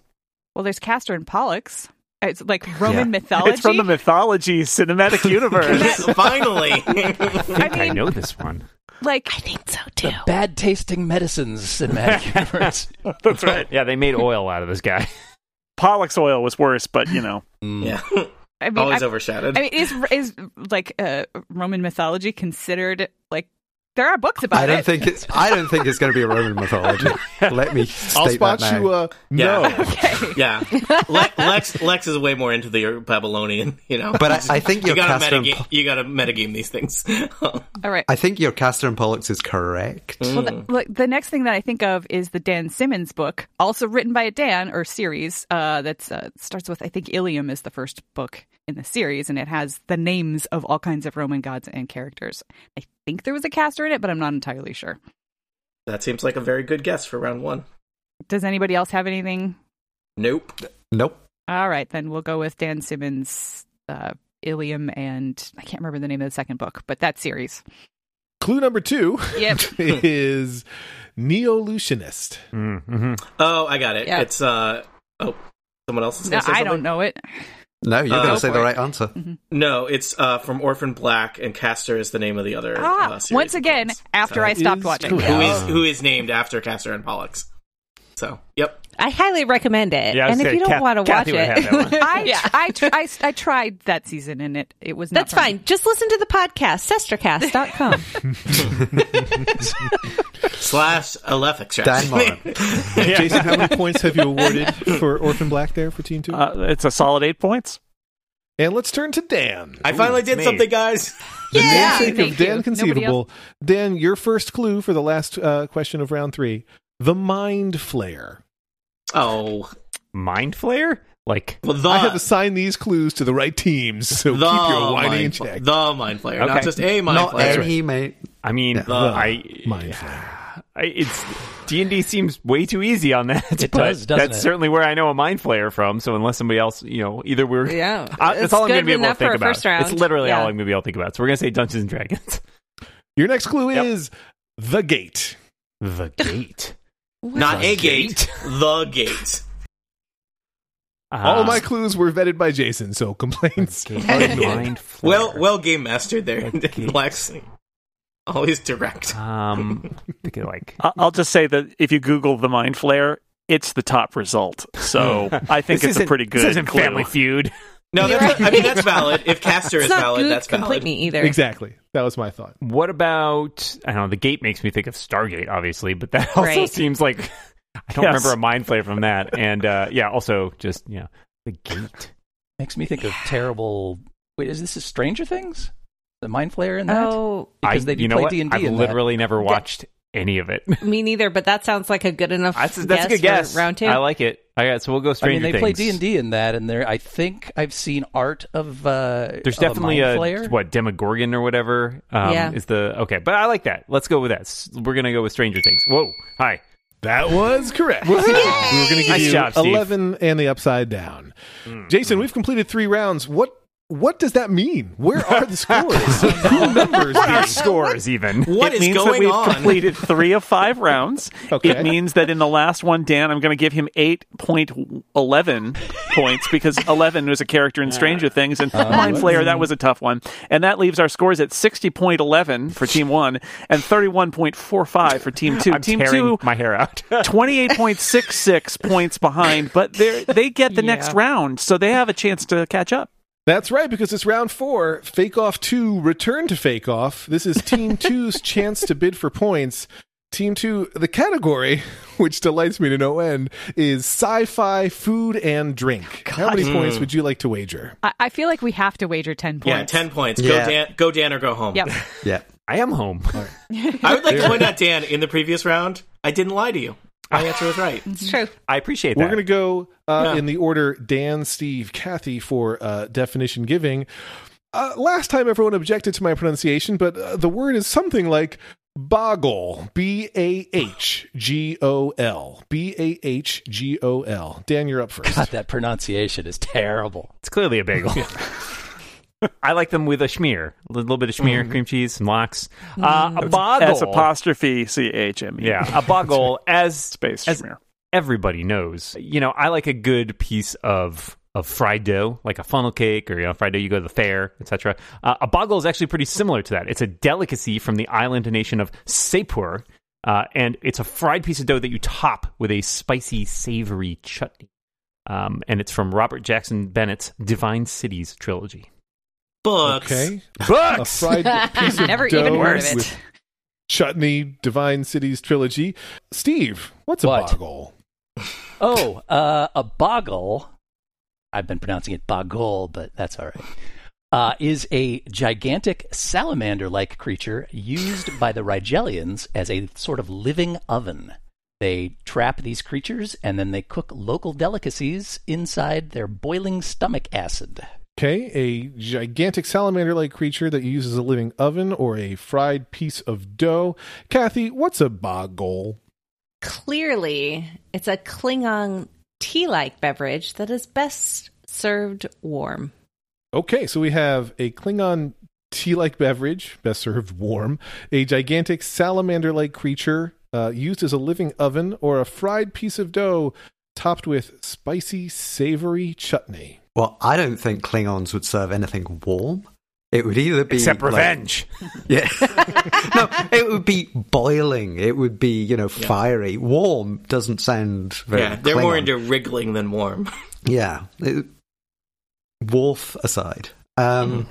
[SPEAKER 7] Well, there's Castor and Pollux. It's like Roman mythology.
[SPEAKER 1] It's from the
[SPEAKER 6] <laughs>
[SPEAKER 1] mythology cinematic universe.
[SPEAKER 5] <laughs> Finally,
[SPEAKER 3] I think I,
[SPEAKER 7] mean-
[SPEAKER 3] know this <laughs> one.
[SPEAKER 7] like
[SPEAKER 6] I think so too.
[SPEAKER 4] Bad tasting medicines cinematic universe.
[SPEAKER 1] That's right.
[SPEAKER 3] Yeah, they made oil out of this <laughs> guy.
[SPEAKER 1] Pollux oil was worse, but you know.
[SPEAKER 4] Mm.
[SPEAKER 5] yeah.
[SPEAKER 7] I mean,
[SPEAKER 5] Always
[SPEAKER 7] I,
[SPEAKER 5] overshadowed.
[SPEAKER 7] I mean, is is like uh, Roman mythology considered like There are books about
[SPEAKER 8] I
[SPEAKER 7] it.
[SPEAKER 8] don't think it's. I don't think it's going to be Roman mythology. Let me
[SPEAKER 2] I'll
[SPEAKER 8] state
[SPEAKER 2] spot
[SPEAKER 8] that now.
[SPEAKER 2] you. Uh, no.
[SPEAKER 5] <laughs> Yeah. Yeah, Le- Lex Lex is way more into the Babylonian, you know.
[SPEAKER 8] But I, I think
[SPEAKER 5] you
[SPEAKER 8] your
[SPEAKER 5] gotta
[SPEAKER 8] Castor. and
[SPEAKER 5] metagame.
[SPEAKER 8] Po-
[SPEAKER 5] You gotta metagame these things. <laughs>
[SPEAKER 7] All right.
[SPEAKER 8] I Mm. think your Castor and Pollux is correct.
[SPEAKER 7] Well, the, look, the next thing that I think of is the Dan Simmons book, also written by a Dan or series. Uh, that uh, starts with I think Ilium is the first book in the series, and it has the names of all kinds of Roman gods and characters. I think there was a caster in it, but I'm not entirely sure.
[SPEAKER 5] that seems like a very good guess for round one.
[SPEAKER 7] Does anybody else have anything?
[SPEAKER 5] Nope.
[SPEAKER 8] Nope.
[SPEAKER 7] All right, then we'll go with Dan Simmons, uh, Ilium, and I can't remember the name of the second book, but that series.
[SPEAKER 2] Clue number two
[SPEAKER 7] Yep.
[SPEAKER 2] <laughs> is Neolutionist.
[SPEAKER 3] Mm, mhm.
[SPEAKER 5] Oh, I got it.
[SPEAKER 7] Yeah.
[SPEAKER 5] It's uh. Oh, someone else is
[SPEAKER 7] No,
[SPEAKER 5] gonna say
[SPEAKER 7] I
[SPEAKER 5] something?
[SPEAKER 7] don't
[SPEAKER 6] <laughs>
[SPEAKER 7] know it.
[SPEAKER 8] No, you're
[SPEAKER 5] Uh,
[SPEAKER 8] going
[SPEAKER 5] go
[SPEAKER 8] to say
[SPEAKER 5] for
[SPEAKER 8] the
[SPEAKER 5] it.
[SPEAKER 8] right answer.
[SPEAKER 5] No, it's uh from Orphan Black, and Castor is the name of the other.
[SPEAKER 7] Ah,
[SPEAKER 5] uh, series
[SPEAKER 7] once
[SPEAKER 5] of
[SPEAKER 7] again,
[SPEAKER 5] books.
[SPEAKER 7] after
[SPEAKER 2] That
[SPEAKER 7] I stopped
[SPEAKER 2] is
[SPEAKER 7] watching. Oh.
[SPEAKER 2] correct.
[SPEAKER 5] who is who is named after Castor and Pollux? So, yep.
[SPEAKER 6] I highly recommend it.
[SPEAKER 3] Yeah, I was
[SPEAKER 6] and if
[SPEAKER 3] saying,
[SPEAKER 6] you
[SPEAKER 3] Kath-
[SPEAKER 6] don't want to watch
[SPEAKER 3] Kathy would have that
[SPEAKER 6] it, <laughs>
[SPEAKER 7] I,
[SPEAKER 6] Yeah.
[SPEAKER 7] I, tr- I, I tried that season and it, it was not
[SPEAKER 6] that's
[SPEAKER 7] for me.
[SPEAKER 6] fine. Just listen to the podcast, <laughs> sestercast.com.
[SPEAKER 5] Slash Aleph extract.
[SPEAKER 8] Dan Morin.
[SPEAKER 2] Jason, how many points have you
[SPEAKER 7] <laughs>
[SPEAKER 2] awarded for Orphan Black there for Team Two?
[SPEAKER 1] Uh, it's a solid eight points.
[SPEAKER 2] and let's turn to Dan.
[SPEAKER 5] <laughs> I finally
[SPEAKER 3] it's
[SPEAKER 5] did
[SPEAKER 3] me.
[SPEAKER 5] something, guys.
[SPEAKER 2] The
[SPEAKER 7] Yeah,
[SPEAKER 2] namesake
[SPEAKER 7] thank
[SPEAKER 2] of Dan
[SPEAKER 7] you.
[SPEAKER 2] Conceivable. Dan, your first clue for the last uh, question of round three: the Mind Flayer.
[SPEAKER 5] Oh,
[SPEAKER 3] Mind flayer? Like
[SPEAKER 5] well,
[SPEAKER 2] <laughs>
[SPEAKER 5] the
[SPEAKER 2] I have assigned these clues to the right teams, so
[SPEAKER 5] the
[SPEAKER 2] keep your whining in
[SPEAKER 5] mind,
[SPEAKER 2] check.
[SPEAKER 5] the mind flayer, not
[SPEAKER 3] Okay.
[SPEAKER 5] just a mind
[SPEAKER 8] Not
[SPEAKER 5] flayer.
[SPEAKER 8] any, mate.
[SPEAKER 3] I mean,
[SPEAKER 8] The
[SPEAKER 3] I,
[SPEAKER 2] Mind Flayer.
[SPEAKER 3] I it's D and D seems way too easy on that. <laughs>
[SPEAKER 4] It
[SPEAKER 3] but
[SPEAKER 4] does, doesn't
[SPEAKER 3] that's uh,
[SPEAKER 4] it?
[SPEAKER 3] certainly where I know a mind flayer from. So unless somebody else, you know, either we're <laughs>
[SPEAKER 6] yeah.
[SPEAKER 3] I- that's all I'm going to
[SPEAKER 6] good
[SPEAKER 3] be able to
[SPEAKER 6] enough for
[SPEAKER 3] think
[SPEAKER 6] a
[SPEAKER 3] about.
[SPEAKER 6] first round.
[SPEAKER 3] It's literally
[SPEAKER 6] Yeah.
[SPEAKER 3] all I'm going to be able to think about. So we're going to say Dungeons and Dragons.
[SPEAKER 2] Your next clue
[SPEAKER 3] Yep.
[SPEAKER 2] is the Gate.
[SPEAKER 3] <laughs> The gate.
[SPEAKER 5] Not
[SPEAKER 4] The
[SPEAKER 5] a gate, the gate.
[SPEAKER 2] All Oh,
[SPEAKER 3] Ah,
[SPEAKER 2] my clues were vetted by Jason, so complaints. are ignored.
[SPEAKER 3] mind flayer.
[SPEAKER 5] Well, well, game mastered there,
[SPEAKER 3] The gate.
[SPEAKER 5] Lex. Always direct.
[SPEAKER 3] Um, thinking like
[SPEAKER 1] <laughs> I- I'll just say that if you Google the mind flare, it's the top result.
[SPEAKER 3] <laughs>
[SPEAKER 1] So I think
[SPEAKER 3] this
[SPEAKER 1] it's a
[SPEAKER 3] isn't-
[SPEAKER 1] pretty good
[SPEAKER 3] This isn't
[SPEAKER 1] clue.
[SPEAKER 3] Family Feud.
[SPEAKER 5] No,
[SPEAKER 6] You're
[SPEAKER 5] that's,
[SPEAKER 6] right.
[SPEAKER 5] I mean that's valid. If Castor
[SPEAKER 6] It's
[SPEAKER 5] is
[SPEAKER 6] not
[SPEAKER 5] valid,
[SPEAKER 6] good
[SPEAKER 5] that's valid.
[SPEAKER 6] completely either.
[SPEAKER 2] <laughs> Exactly. That was my thought.
[SPEAKER 3] What about I don't know? The gate makes me think of Stargate, obviously, but that <laughs> also
[SPEAKER 6] Right.
[SPEAKER 3] seems like I don't
[SPEAKER 1] Yes.
[SPEAKER 3] remember a mind flayer from that. And uh, yeah, also just you know the gate.
[SPEAKER 4] Makes me think of terrible. Wait, is this a Stranger Things? The Mind Flayer in that?
[SPEAKER 6] Oh,
[SPEAKER 4] because
[SPEAKER 3] I,
[SPEAKER 4] they do
[SPEAKER 3] you know
[SPEAKER 4] play
[SPEAKER 3] what?
[SPEAKER 4] D and
[SPEAKER 3] I've
[SPEAKER 4] D.
[SPEAKER 3] literally never watched any of it. <laughs>
[SPEAKER 6] me neither, but that sounds like a good enough
[SPEAKER 3] That's, that's
[SPEAKER 6] guess
[SPEAKER 3] a good guess.
[SPEAKER 6] for round two.
[SPEAKER 3] I like it. All right, so we'll go
[SPEAKER 4] I mean,
[SPEAKER 3] Stranger
[SPEAKER 4] they play D
[SPEAKER 3] Things.
[SPEAKER 4] and D in that, and there. I think I've seen art of. Uh,
[SPEAKER 3] There's
[SPEAKER 4] of a
[SPEAKER 3] definitely
[SPEAKER 4] Mind
[SPEAKER 3] a,
[SPEAKER 4] Flayer.
[SPEAKER 3] what Demogorgon or whatever um,
[SPEAKER 6] Yeah.
[SPEAKER 3] is the okay, but I like that. Let's go with that. S- We're gonna go with Stranger Things. Whoa, hi.
[SPEAKER 2] That was correct. We were going to give
[SPEAKER 3] Nice
[SPEAKER 2] you
[SPEAKER 3] job, Steve. Mm.
[SPEAKER 2] eleven and the upside down. Jason, we've completed three rounds. What what does that mean? Where
[SPEAKER 3] <laughs>
[SPEAKER 2] are the scores? Who members?
[SPEAKER 3] Our scores even.
[SPEAKER 5] What
[SPEAKER 1] it
[SPEAKER 5] is
[SPEAKER 1] means that
[SPEAKER 5] going
[SPEAKER 1] we've
[SPEAKER 5] on?
[SPEAKER 1] completed three of five rounds.
[SPEAKER 2] Okay.
[SPEAKER 1] It means that in the last one, Dan, I'm going to give him eight point eleven points because eleven was a character in Stranger Things and Mind Flayer. That was a tough one, and that leaves our scores at sixty point eleven for Team One and thirty one point four five for Team 2
[SPEAKER 3] I'm
[SPEAKER 1] team
[SPEAKER 3] tearing
[SPEAKER 1] Two,
[SPEAKER 3] my <laughs> hair
[SPEAKER 1] <laughs>
[SPEAKER 3] out.
[SPEAKER 1] 28.66 points behind, but they they get the next round, so they have a chance to catch up.
[SPEAKER 2] That's right, because it's round four. Fake Off 2, Return to Fake Off. This is
[SPEAKER 3] <laughs>
[SPEAKER 2] Team 2's chance to bid for points. Team 2, the category, <laughs> which delights me to no end, is sci fi, food, and drink. How many
[SPEAKER 3] Mm.
[SPEAKER 2] points would you like to wager?
[SPEAKER 7] I, I feel like we have to wager 10 points.
[SPEAKER 5] Yeah, ten points.
[SPEAKER 8] Yeah.
[SPEAKER 5] Go Dan. Go Dan or go home.
[SPEAKER 7] Yep. <laughs>
[SPEAKER 8] Yeah.
[SPEAKER 3] I am home.
[SPEAKER 5] I would like to point out, Dan, in the previous round, I didn't lie to you. My answer was right.
[SPEAKER 6] it's true.
[SPEAKER 3] I appreciate that.
[SPEAKER 2] We're going to go uh,
[SPEAKER 5] Yeah.
[SPEAKER 2] in the order Dan, Steve, Kathy for uh, definition giving. Uh, last time everyone objected to my pronunciation, but uh, the word is something like boggle. B A H G O L. B A H G O L. Dan, you're up first.
[SPEAKER 4] God, that pronunciation is terrible.
[SPEAKER 3] It's clearly a bagel. I like them with a schmear, a little bit of schmear,
[SPEAKER 1] Mm-hmm.
[SPEAKER 3] cream cheese, some lox. Uh, a boggle.
[SPEAKER 1] S apostrophe C H M E.
[SPEAKER 3] Yeah, a boggle as
[SPEAKER 1] <laughs> Space
[SPEAKER 3] as
[SPEAKER 1] schmear.
[SPEAKER 3] everybody knows. You know, I like a good piece of of fried dough, like a funnel cake, or you know, fried dough. You go to the fair, etc. Uh, a boggle is actually pretty similar to that. It's a delicacy from the island nation of Sapur, uh, and it's a fried piece of dough that you top with a spicy, savory chutney. Um, and it's from Robert Jackson Bennett's Divine Cities trilogy.
[SPEAKER 5] Books.
[SPEAKER 2] Okay. A
[SPEAKER 3] Books.
[SPEAKER 2] fried piece of
[SPEAKER 7] Never
[SPEAKER 2] dough
[SPEAKER 7] even heard of it.
[SPEAKER 2] with Chutney Divine Cities trilogy. Steve, what's a
[SPEAKER 4] What?
[SPEAKER 2] boggle?
[SPEAKER 4] Oh, uh, a boggle. I've been pronouncing it boggle, but that's all right. Uh, is a gigantic salamander-like creature used by the Rigelians as a sort of living oven. They trap these creatures and then they cook local delicacies inside their boiling stomach acid.
[SPEAKER 2] Okay, a gigantic salamander like creature that uses a living oven or a fried piece of dough. Kathy, what's a boggle?
[SPEAKER 6] Clearly, it's a Klingon tea like beverage that is best served warm.
[SPEAKER 2] Okay, so we have a Klingon tea like beverage, best served warm, a gigantic salamander like creature uh, used as a living oven or a fried piece of dough topped with spicy, savory chutney.
[SPEAKER 8] Well, I don't think Klingons would serve anything warm. It would either be
[SPEAKER 3] Except
[SPEAKER 8] like-
[SPEAKER 3] revenge.
[SPEAKER 8] <laughs> yeah. no, it would be boiling. It would be you know
[SPEAKER 5] Yeah.
[SPEAKER 8] fiery. Warm doesn't sound very.
[SPEAKER 5] yeah, they're more
[SPEAKER 8] Klingon.
[SPEAKER 5] into wriggling than warm.
[SPEAKER 8] Yeah. It, Worf aside. Um,
[SPEAKER 5] Mm-hmm.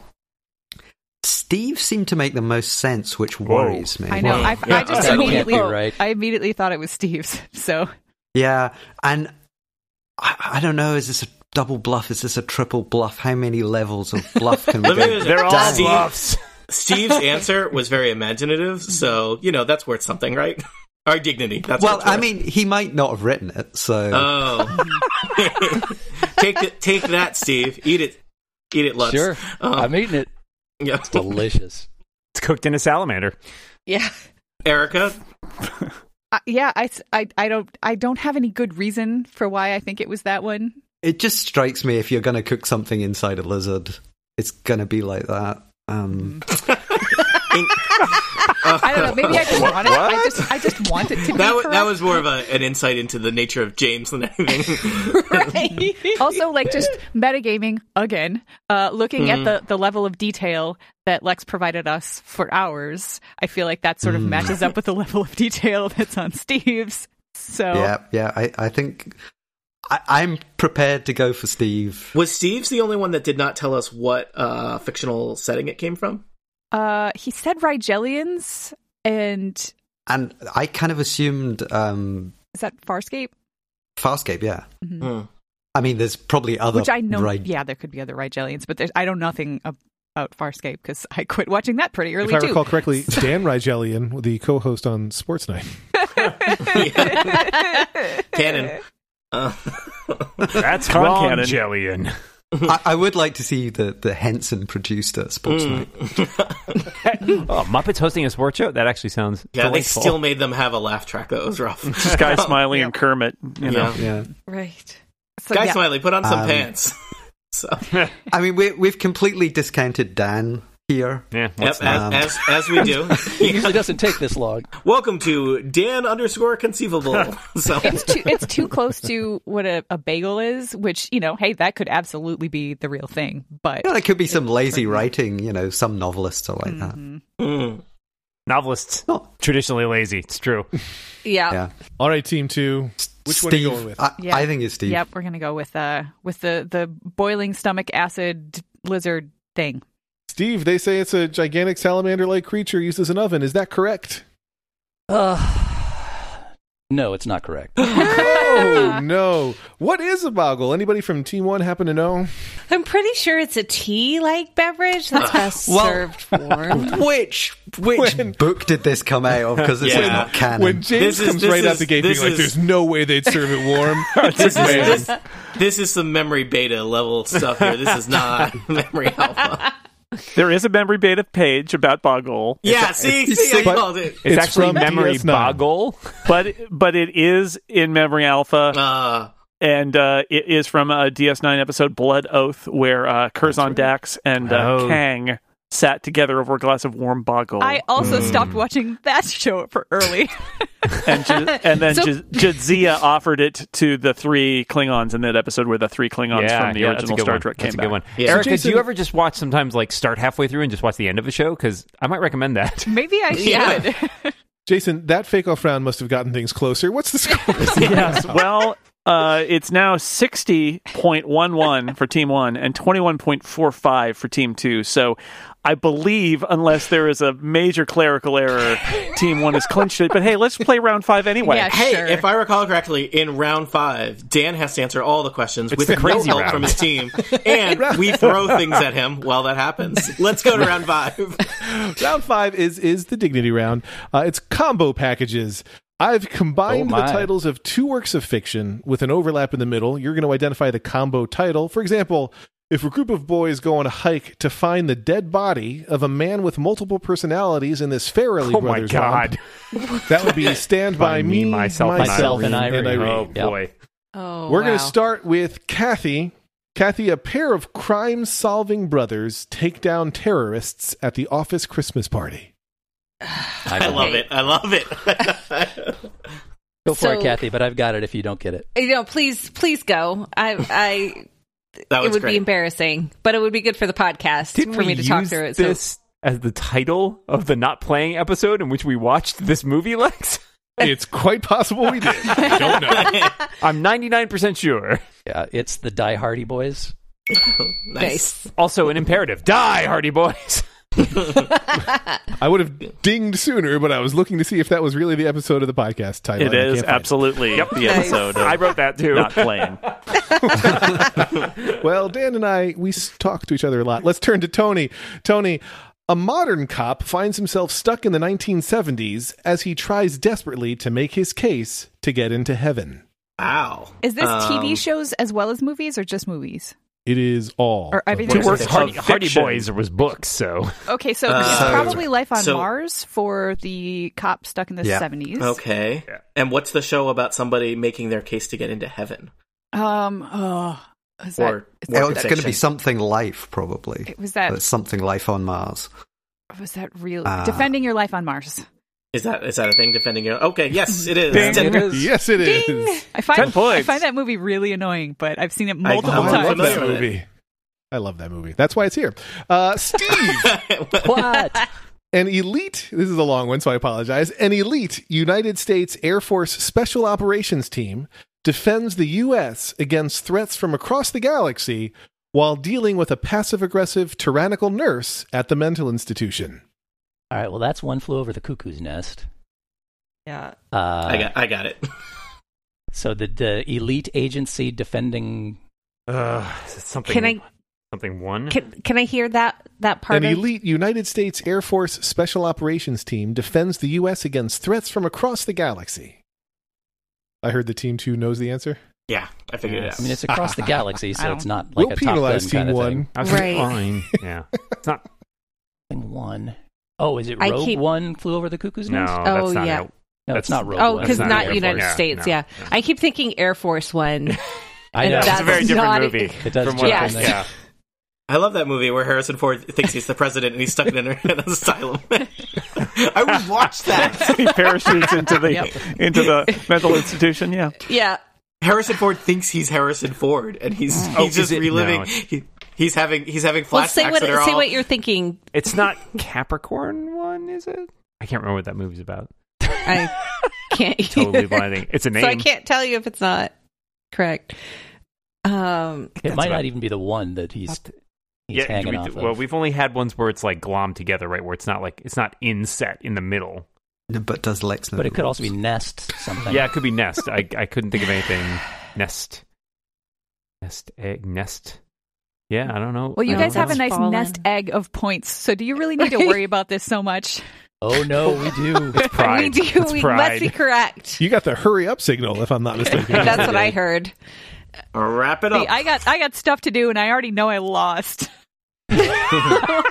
[SPEAKER 8] Steve seemed to make the most sense, which
[SPEAKER 3] Whoa.
[SPEAKER 8] worries me.
[SPEAKER 7] I know. I,
[SPEAKER 5] Yeah.
[SPEAKER 7] I just
[SPEAKER 5] That can't
[SPEAKER 7] immediately,
[SPEAKER 4] be right.
[SPEAKER 7] I immediately thought it was Steve's. <laughs> So
[SPEAKER 8] Yeah, and I, I don't know. Is this a double bluff? Is this a triple bluff? How many levels of bluff
[SPEAKER 5] <laughs>
[SPEAKER 8] can we
[SPEAKER 5] Let me
[SPEAKER 8] go?
[SPEAKER 5] just-
[SPEAKER 3] They're all
[SPEAKER 5] Done.
[SPEAKER 3] bluffs.
[SPEAKER 5] Steve's answer was very imaginative, so you know that's worth something, right? <laughs> Our dignity. That's
[SPEAKER 8] Well,
[SPEAKER 5] worth
[SPEAKER 8] I mean, he might not have written it, so
[SPEAKER 5] Oh, <laughs> take th- take that, Steve. Eat it, eat it, Lutz.
[SPEAKER 4] Sure,
[SPEAKER 5] Um,
[SPEAKER 4] I'm eating
[SPEAKER 5] <laughs>
[SPEAKER 4] it.
[SPEAKER 5] yeah.
[SPEAKER 4] It's delicious.
[SPEAKER 3] It's cooked in a salamander.
[SPEAKER 6] Yeah.
[SPEAKER 5] Erica,
[SPEAKER 7] I, yeah, I, s- I- I don't I don't have any good reason for why I think it was that one.
[SPEAKER 8] it just strikes me if you're going to cook something inside a lizard, it's going to be like that. Um,
[SPEAKER 5] <laughs>
[SPEAKER 7] I don't know. Maybe I just want it. I just I just want it to be
[SPEAKER 5] that was,
[SPEAKER 7] correct.
[SPEAKER 5] that was more of a, an insight into the nature of James than anything.
[SPEAKER 6] <laughs> Right.
[SPEAKER 7] also like just metagaming again uh looking at the the level of detail that lex provided us for ours i feel like that sort of matches up with the level of detail <laughs> that's on steve's so
[SPEAKER 8] Yeah, yeah. I, I think I, I'm prepared to go for Steve.
[SPEAKER 5] was Steve's the only one that did not tell us what uh, fictional setting it came from?
[SPEAKER 7] uh he said rigelians and
[SPEAKER 8] And I kind of assumed um,
[SPEAKER 7] is that farscape
[SPEAKER 8] Farscape, yeah.
[SPEAKER 7] Mm-hmm.
[SPEAKER 5] Hmm.
[SPEAKER 7] <laughs>
[SPEAKER 8] I mean, there's probably other.
[SPEAKER 7] which i know
[SPEAKER 8] Right,
[SPEAKER 7] yeah there could be other rigelians but there's, i know nothing ab- about farscape because i quit watching that pretty early
[SPEAKER 2] if I
[SPEAKER 7] too
[SPEAKER 2] recall
[SPEAKER 7] <laughs>
[SPEAKER 2] correctly, <laughs> Dan Rigelian, the co host on Sports Night.
[SPEAKER 5] Canon. Uh, <laughs>
[SPEAKER 3] That's
[SPEAKER 1] Wrong
[SPEAKER 3] Jellian.
[SPEAKER 8] I, I would like to see the, the Henson produced at Sports
[SPEAKER 5] Hmm. Mm. <laughs>
[SPEAKER 8] Night.
[SPEAKER 3] <laughs> oh, Muppets hosting a sports show? That actually sounds
[SPEAKER 5] yeah, they
[SPEAKER 3] delightful.
[SPEAKER 5] still made them have a laugh track. That was <laughs> rough.
[SPEAKER 1] Sky Smiley and Kermit, you know.
[SPEAKER 5] Yeah.
[SPEAKER 8] Yeah.
[SPEAKER 6] Right.
[SPEAKER 7] So,
[SPEAKER 5] Sky
[SPEAKER 7] yeah.
[SPEAKER 5] Smiley, put on some
[SPEAKER 8] Um,
[SPEAKER 5] pants. <laughs> So,
[SPEAKER 8] I mean, we, we've completely discounted Dan here.
[SPEAKER 3] Yeah,
[SPEAKER 5] yep,
[SPEAKER 3] what's that?
[SPEAKER 5] as, as, as we do.
[SPEAKER 4] It usually doesn't take this long.
[SPEAKER 5] Welcome to Dan underscore conceivable. So,
[SPEAKER 7] it's too it's too close to what a, a bagel is, which you know, hey, that could absolutely be the real thing. But
[SPEAKER 8] You know, there could be some lazy writing. You know, some novelists are like
[SPEAKER 7] Mm-hmm.
[SPEAKER 8] that.
[SPEAKER 5] Mm.
[SPEAKER 3] novelists
[SPEAKER 8] No,
[SPEAKER 3] traditionally lazy. It's <laughs> true.
[SPEAKER 7] Uh,
[SPEAKER 6] Yeah.
[SPEAKER 8] yeah.
[SPEAKER 2] All right, team two. Which one are you
[SPEAKER 8] Steve,
[SPEAKER 2] going with?
[SPEAKER 8] I,
[SPEAKER 7] Yeah.
[SPEAKER 8] I think it's Steve.
[SPEAKER 7] yep, we're gonna go with uh with the the boiling stomach acid lizard thing.
[SPEAKER 2] Steve, they say it's a gigantic salamander like creature used as an oven. Is that correct? <laughs>
[SPEAKER 4] Uh, no, it's not correct.
[SPEAKER 2] oh no! What is a boggle? Anybody from Team One happen to know?
[SPEAKER 6] I'm pretty sure it's a tea like beverage that's best
[SPEAKER 8] Well-
[SPEAKER 6] served
[SPEAKER 2] <laughs>
[SPEAKER 6] warm.
[SPEAKER 8] Which which
[SPEAKER 2] When-
[SPEAKER 8] book did this come out of? Because it's
[SPEAKER 5] Yeah.
[SPEAKER 8] not canon.
[SPEAKER 2] When James
[SPEAKER 5] This is-
[SPEAKER 2] comes
[SPEAKER 5] this
[SPEAKER 2] right out
[SPEAKER 5] is-
[SPEAKER 2] the gate, being
[SPEAKER 5] this
[SPEAKER 2] like,
[SPEAKER 5] is-
[SPEAKER 2] "There's no way they'd serve it warm."
[SPEAKER 5] <laughs> this, is,
[SPEAKER 2] Man.
[SPEAKER 5] this, this is some memory beta level stuff here. This is not memory alpha.
[SPEAKER 1] There is a memory beta page about Boggle,
[SPEAKER 5] Yeah, see, see, I
[SPEAKER 2] but-
[SPEAKER 5] called it.
[SPEAKER 3] It's,
[SPEAKER 2] It's
[SPEAKER 3] actually
[SPEAKER 2] from
[SPEAKER 3] memory
[SPEAKER 2] DS9.
[SPEAKER 3] boggle.
[SPEAKER 1] but but it is in Memory Alpha.
[SPEAKER 5] Uh,
[SPEAKER 1] and uh, it is from a DS9 episode Blood Oath, where uh, Curzon Dax and uh,
[SPEAKER 3] Oh.
[SPEAKER 1] Kang sat together over a glass of warm boggle,
[SPEAKER 7] I also stopped watching that show for early.
[SPEAKER 1] and, J- and then
[SPEAKER 6] So-
[SPEAKER 1] J- Jadzia offered it to the three Klingons in that episode, where the three Klingons from the
[SPEAKER 3] yeah, that's a
[SPEAKER 1] original
[SPEAKER 3] good
[SPEAKER 1] Star
[SPEAKER 3] one.
[SPEAKER 1] Trek came
[SPEAKER 3] That's a
[SPEAKER 1] back.
[SPEAKER 3] good one.
[SPEAKER 5] Yeah. So
[SPEAKER 3] Erica,
[SPEAKER 2] Jason-
[SPEAKER 3] do you ever just watch sometimes like start halfway through and just watch the end of a show? Because I might recommend that. <laughs>
[SPEAKER 7] Maybe I
[SPEAKER 5] Yeah.
[SPEAKER 7] should.
[SPEAKER 2] Jason, that fake off round must have gotten things closer. What's the
[SPEAKER 8] <laughs>
[SPEAKER 2] score?
[SPEAKER 1] yes, <laughs> well. Uh, it's now 60.11 for team 1 and 21.45 for team 2. So I believe, unless there is a major clerical error, Team One has clinched it. But hey, let's play round five anyway.
[SPEAKER 7] Yeah,
[SPEAKER 5] Hey,
[SPEAKER 7] sure.
[SPEAKER 5] if I recall correctly, in round five, Dan has to answer all the questions with
[SPEAKER 3] the
[SPEAKER 5] no
[SPEAKER 3] crazy
[SPEAKER 5] help
[SPEAKER 3] round.
[SPEAKER 5] from his team, and we throw things at him while that happens. Let's go to round five.
[SPEAKER 2] round five is is the dignity round. Uh, it's combo packages. I've combined
[SPEAKER 4] Oh,
[SPEAKER 2] the
[SPEAKER 4] my.
[SPEAKER 2] titles of two works of fiction with an overlap in the middle. You're going to identify the combo title. For example, if a group of boys go on a hike to find the dead body of a man with multiple personalities in this Farrelly
[SPEAKER 3] Oh my
[SPEAKER 2] Brothers
[SPEAKER 3] god!
[SPEAKER 2] romp, that would be Stand by, Me,
[SPEAKER 3] myself,
[SPEAKER 4] Myself, and Irene.
[SPEAKER 3] Oh
[SPEAKER 4] Yep.
[SPEAKER 3] boy!
[SPEAKER 6] <laughs> Oh,
[SPEAKER 2] We're
[SPEAKER 6] wow.
[SPEAKER 2] going to start with Kathy. Kathy, a pair of crime-solving brothers take down terrorists at the office Christmas party.
[SPEAKER 5] <laughs> I
[SPEAKER 4] will.
[SPEAKER 5] love it. <laughs> I love it.
[SPEAKER 4] Go for it,
[SPEAKER 6] So-
[SPEAKER 4] Kathy. But I've got it. If you don't get it,
[SPEAKER 6] You know, please, please go. I,
[SPEAKER 5] that
[SPEAKER 6] I,
[SPEAKER 5] was
[SPEAKER 6] it would
[SPEAKER 5] great.
[SPEAKER 6] be embarrassing, but it would be good for the podcast
[SPEAKER 3] Didn't
[SPEAKER 6] for me
[SPEAKER 3] we
[SPEAKER 6] to talk
[SPEAKER 3] use
[SPEAKER 6] through it.
[SPEAKER 3] this as the title of the not playing episode in which we watched this movie, Lex? <laughs>
[SPEAKER 2] It's quite possible
[SPEAKER 7] <laughs>
[SPEAKER 2] we did. Don't know.
[SPEAKER 3] I'm 99% sure.
[SPEAKER 4] yeah, Uh, it's the Die Hardy Boys.
[SPEAKER 6] So
[SPEAKER 5] <laughs> nice.
[SPEAKER 3] Also, an imperative: die, Hardy <laughs> Boys.
[SPEAKER 2] I would have dinged sooner, but I was looking to see if that was really the episode of the podcast title.
[SPEAKER 1] It
[SPEAKER 2] and I
[SPEAKER 1] is
[SPEAKER 2] can't find
[SPEAKER 1] absolutely the episode.
[SPEAKER 3] I
[SPEAKER 1] Of
[SPEAKER 3] wrote that too.
[SPEAKER 1] not <laughs> playing.
[SPEAKER 2] it. Well, Dan and I, we s- talk to each other a lot. Let's turn to Tony. Tony, a modern cop finds himself stuck in the 1970s as he tries desperately to make his case to get into heaven.
[SPEAKER 5] Wow.
[SPEAKER 7] Is this
[SPEAKER 5] Um,
[SPEAKER 7] TV shows as well as movies or just movies?
[SPEAKER 2] It is all.
[SPEAKER 7] Or
[SPEAKER 2] of
[SPEAKER 7] everything
[SPEAKER 2] what
[SPEAKER 7] works
[SPEAKER 2] is-
[SPEAKER 7] hard.
[SPEAKER 3] Hardy, Hardy Boys was books, so
[SPEAKER 7] Okay, so
[SPEAKER 5] Uh,
[SPEAKER 7] it's
[SPEAKER 5] so-
[SPEAKER 7] probably Life on
[SPEAKER 5] so-
[SPEAKER 7] Mars for the cop stuck in the
[SPEAKER 8] Yeah.
[SPEAKER 7] 70s.
[SPEAKER 5] Okay. And what's the show about somebody making their case to get into heaven?
[SPEAKER 7] Um, oh, is that,
[SPEAKER 5] Or
[SPEAKER 7] is
[SPEAKER 8] Well,
[SPEAKER 5] work
[SPEAKER 8] it's
[SPEAKER 7] that,
[SPEAKER 8] going to be
[SPEAKER 5] section?
[SPEAKER 8] something life, probably.
[SPEAKER 7] was that
[SPEAKER 8] It's something life on Mars.
[SPEAKER 7] was that real?
[SPEAKER 8] Ah.
[SPEAKER 7] Defending your life on Mars.
[SPEAKER 5] Is that is that a thing? Defending your okay?
[SPEAKER 7] <laughs>
[SPEAKER 5] Yes, it is.
[SPEAKER 1] Ding.
[SPEAKER 5] Ten-
[SPEAKER 4] It is.
[SPEAKER 2] Yes, it is.
[SPEAKER 7] I find
[SPEAKER 1] Ten
[SPEAKER 7] I
[SPEAKER 1] points.
[SPEAKER 7] find that movie really annoying, but I've seen it
[SPEAKER 5] I-
[SPEAKER 7] multiple
[SPEAKER 2] Oh, I love
[SPEAKER 7] times.
[SPEAKER 5] familiar
[SPEAKER 2] that
[SPEAKER 5] with it.
[SPEAKER 2] movie. I love that movie. That's why it's here. Uh, Steve.
[SPEAKER 4] What?
[SPEAKER 2] An elite, this is a long one, so I apologize. An elite United States Air Force Special Operations Team defends the U.S. against threats from across the galaxy while dealing with a passive aggressive, tyrannical nurse at the mental institution.
[SPEAKER 4] All right. Well, that's one flew over the cuckoo's nest.
[SPEAKER 6] yeah.
[SPEAKER 4] Uh,
[SPEAKER 5] <laughs> I got I got it.
[SPEAKER 4] so the, the elite agency defending.
[SPEAKER 3] uh, is it something?
[SPEAKER 6] Can I
[SPEAKER 3] Something one.
[SPEAKER 6] can can I hear that that part?
[SPEAKER 2] An
[SPEAKER 6] of-
[SPEAKER 2] elite United States Air Force Special Operations Team defends the U.S. against threats from across the galaxy. I heard the Team 2 knows the answer.
[SPEAKER 5] Yeah, I figured it out.
[SPEAKER 4] I mean, it's across the galaxy,
[SPEAKER 7] I
[SPEAKER 4] so
[SPEAKER 7] don't-
[SPEAKER 4] it's not like
[SPEAKER 2] we'll
[SPEAKER 4] a top gun
[SPEAKER 2] penalize
[SPEAKER 4] kind
[SPEAKER 2] Team
[SPEAKER 4] of
[SPEAKER 2] 1.
[SPEAKER 4] thing.
[SPEAKER 3] I was like,
[SPEAKER 6] Right.
[SPEAKER 3] fine. Yeah. It's
[SPEAKER 6] <laughs>
[SPEAKER 3] not.
[SPEAKER 4] Thing One. Oh, is it
[SPEAKER 6] I
[SPEAKER 4] Rogue
[SPEAKER 6] keep-
[SPEAKER 4] One flew over the cuckoo's
[SPEAKER 3] No,
[SPEAKER 4] nest?
[SPEAKER 6] Oh,
[SPEAKER 3] that's not
[SPEAKER 6] yeah.
[SPEAKER 3] it.
[SPEAKER 4] No, it's
[SPEAKER 3] that's-
[SPEAKER 4] not Rogue
[SPEAKER 6] Oh,
[SPEAKER 4] One.
[SPEAKER 6] because
[SPEAKER 4] It's
[SPEAKER 6] not,
[SPEAKER 4] Air
[SPEAKER 6] United
[SPEAKER 4] Force.
[SPEAKER 3] Yeah,
[SPEAKER 6] States.
[SPEAKER 3] no,
[SPEAKER 6] yeah,
[SPEAKER 3] no.
[SPEAKER 6] I keep thinking Air Force One.
[SPEAKER 4] I know.
[SPEAKER 6] And
[SPEAKER 3] It's a very
[SPEAKER 6] That's
[SPEAKER 3] different
[SPEAKER 6] not-
[SPEAKER 3] movie.
[SPEAKER 4] It does
[SPEAKER 3] from what I
[SPEAKER 6] change
[SPEAKER 3] think.
[SPEAKER 6] things.
[SPEAKER 3] Yeah.
[SPEAKER 5] I love that movie where Harrison Ford thinks he's the president and he's stuck in an, an asylum. I would watch that.
[SPEAKER 1] he parachutes into the
[SPEAKER 7] Yep.
[SPEAKER 1] into the mental institution. Yeah,
[SPEAKER 6] yeah.
[SPEAKER 5] <laughs> Harrison Ford thinks he's Harrison Ford, and he's
[SPEAKER 3] Oh,
[SPEAKER 5] he's
[SPEAKER 3] is
[SPEAKER 5] just
[SPEAKER 3] it-
[SPEAKER 5] reliving.
[SPEAKER 3] no.
[SPEAKER 5] He, he's having he's having flashbacks
[SPEAKER 6] Well, say what
[SPEAKER 5] that are
[SPEAKER 6] say
[SPEAKER 5] all.
[SPEAKER 6] what you're thinking.
[SPEAKER 3] It's not Capricorn one, is it? I can't remember what that movie's
[SPEAKER 6] <laughs>
[SPEAKER 3] about.
[SPEAKER 6] I
[SPEAKER 5] <laughs>
[SPEAKER 6] can't
[SPEAKER 3] Totally
[SPEAKER 6] either.
[SPEAKER 3] blinding. It's a name.
[SPEAKER 6] So I can't tell you if it's not correct. Um,
[SPEAKER 4] It
[SPEAKER 3] That's
[SPEAKER 4] might
[SPEAKER 3] what I-
[SPEAKER 4] not even be the one that he's he's
[SPEAKER 3] yeah,
[SPEAKER 4] hanging
[SPEAKER 3] we,
[SPEAKER 4] off of.
[SPEAKER 3] well, we've only had ones where it's like glom together, right? Where it's not like it's not inset in the middle.
[SPEAKER 8] But does Lex know?
[SPEAKER 4] but
[SPEAKER 8] the
[SPEAKER 4] it could also be
[SPEAKER 8] rules?
[SPEAKER 4] nest something.
[SPEAKER 3] Yeah, it could be nest. I I couldn't think of anything. Nest, nest egg, nest. Yeah, I don't know.
[SPEAKER 7] Well, you
[SPEAKER 3] I
[SPEAKER 7] guys
[SPEAKER 3] don't
[SPEAKER 7] have a
[SPEAKER 3] know.
[SPEAKER 7] nice
[SPEAKER 6] Fallen.
[SPEAKER 7] nest egg of points, so do you really need to
[SPEAKER 6] Right.
[SPEAKER 7] worry about this so much?
[SPEAKER 4] Oh no, we do.
[SPEAKER 3] pride.
[SPEAKER 6] <laughs> we do.
[SPEAKER 3] It's
[SPEAKER 6] we
[SPEAKER 3] pride.
[SPEAKER 6] must be
[SPEAKER 5] <laughs>
[SPEAKER 6] correct.
[SPEAKER 2] You got the hurry up signal, if I'm not
[SPEAKER 6] <laughs>
[SPEAKER 2] mistaken.
[SPEAKER 6] That's what I heard.
[SPEAKER 5] Wrap it
[SPEAKER 7] See,
[SPEAKER 5] up.
[SPEAKER 7] I got I got stuff to do, and I already know I lost.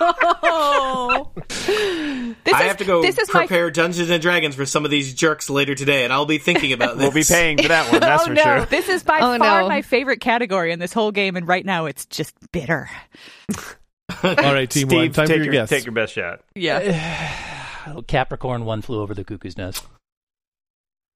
[SPEAKER 6] Oh.
[SPEAKER 7] This
[SPEAKER 5] I
[SPEAKER 7] is,
[SPEAKER 5] have to go
[SPEAKER 7] This is my
[SPEAKER 5] prepare Dungeons and Dragons for some of these jerks later today, and I'll be thinking about
[SPEAKER 3] <laughs>
[SPEAKER 5] this.
[SPEAKER 3] We'll be paying for that one.
[SPEAKER 7] <laughs>
[SPEAKER 3] That's
[SPEAKER 6] <laughs> Oh,
[SPEAKER 3] for
[SPEAKER 6] no.
[SPEAKER 3] sure.
[SPEAKER 7] This is by
[SPEAKER 6] Oh,
[SPEAKER 7] far
[SPEAKER 6] no.
[SPEAKER 7] my favorite category in this whole game, and right now it's just bitter.
[SPEAKER 2] All right, Team 1,
[SPEAKER 3] Steve,
[SPEAKER 2] time for
[SPEAKER 3] take
[SPEAKER 2] your, guess.
[SPEAKER 3] take your best shot.
[SPEAKER 7] Yeah.
[SPEAKER 4] Oh, <sighs> Capricorn one flew over the cuckoo's nest.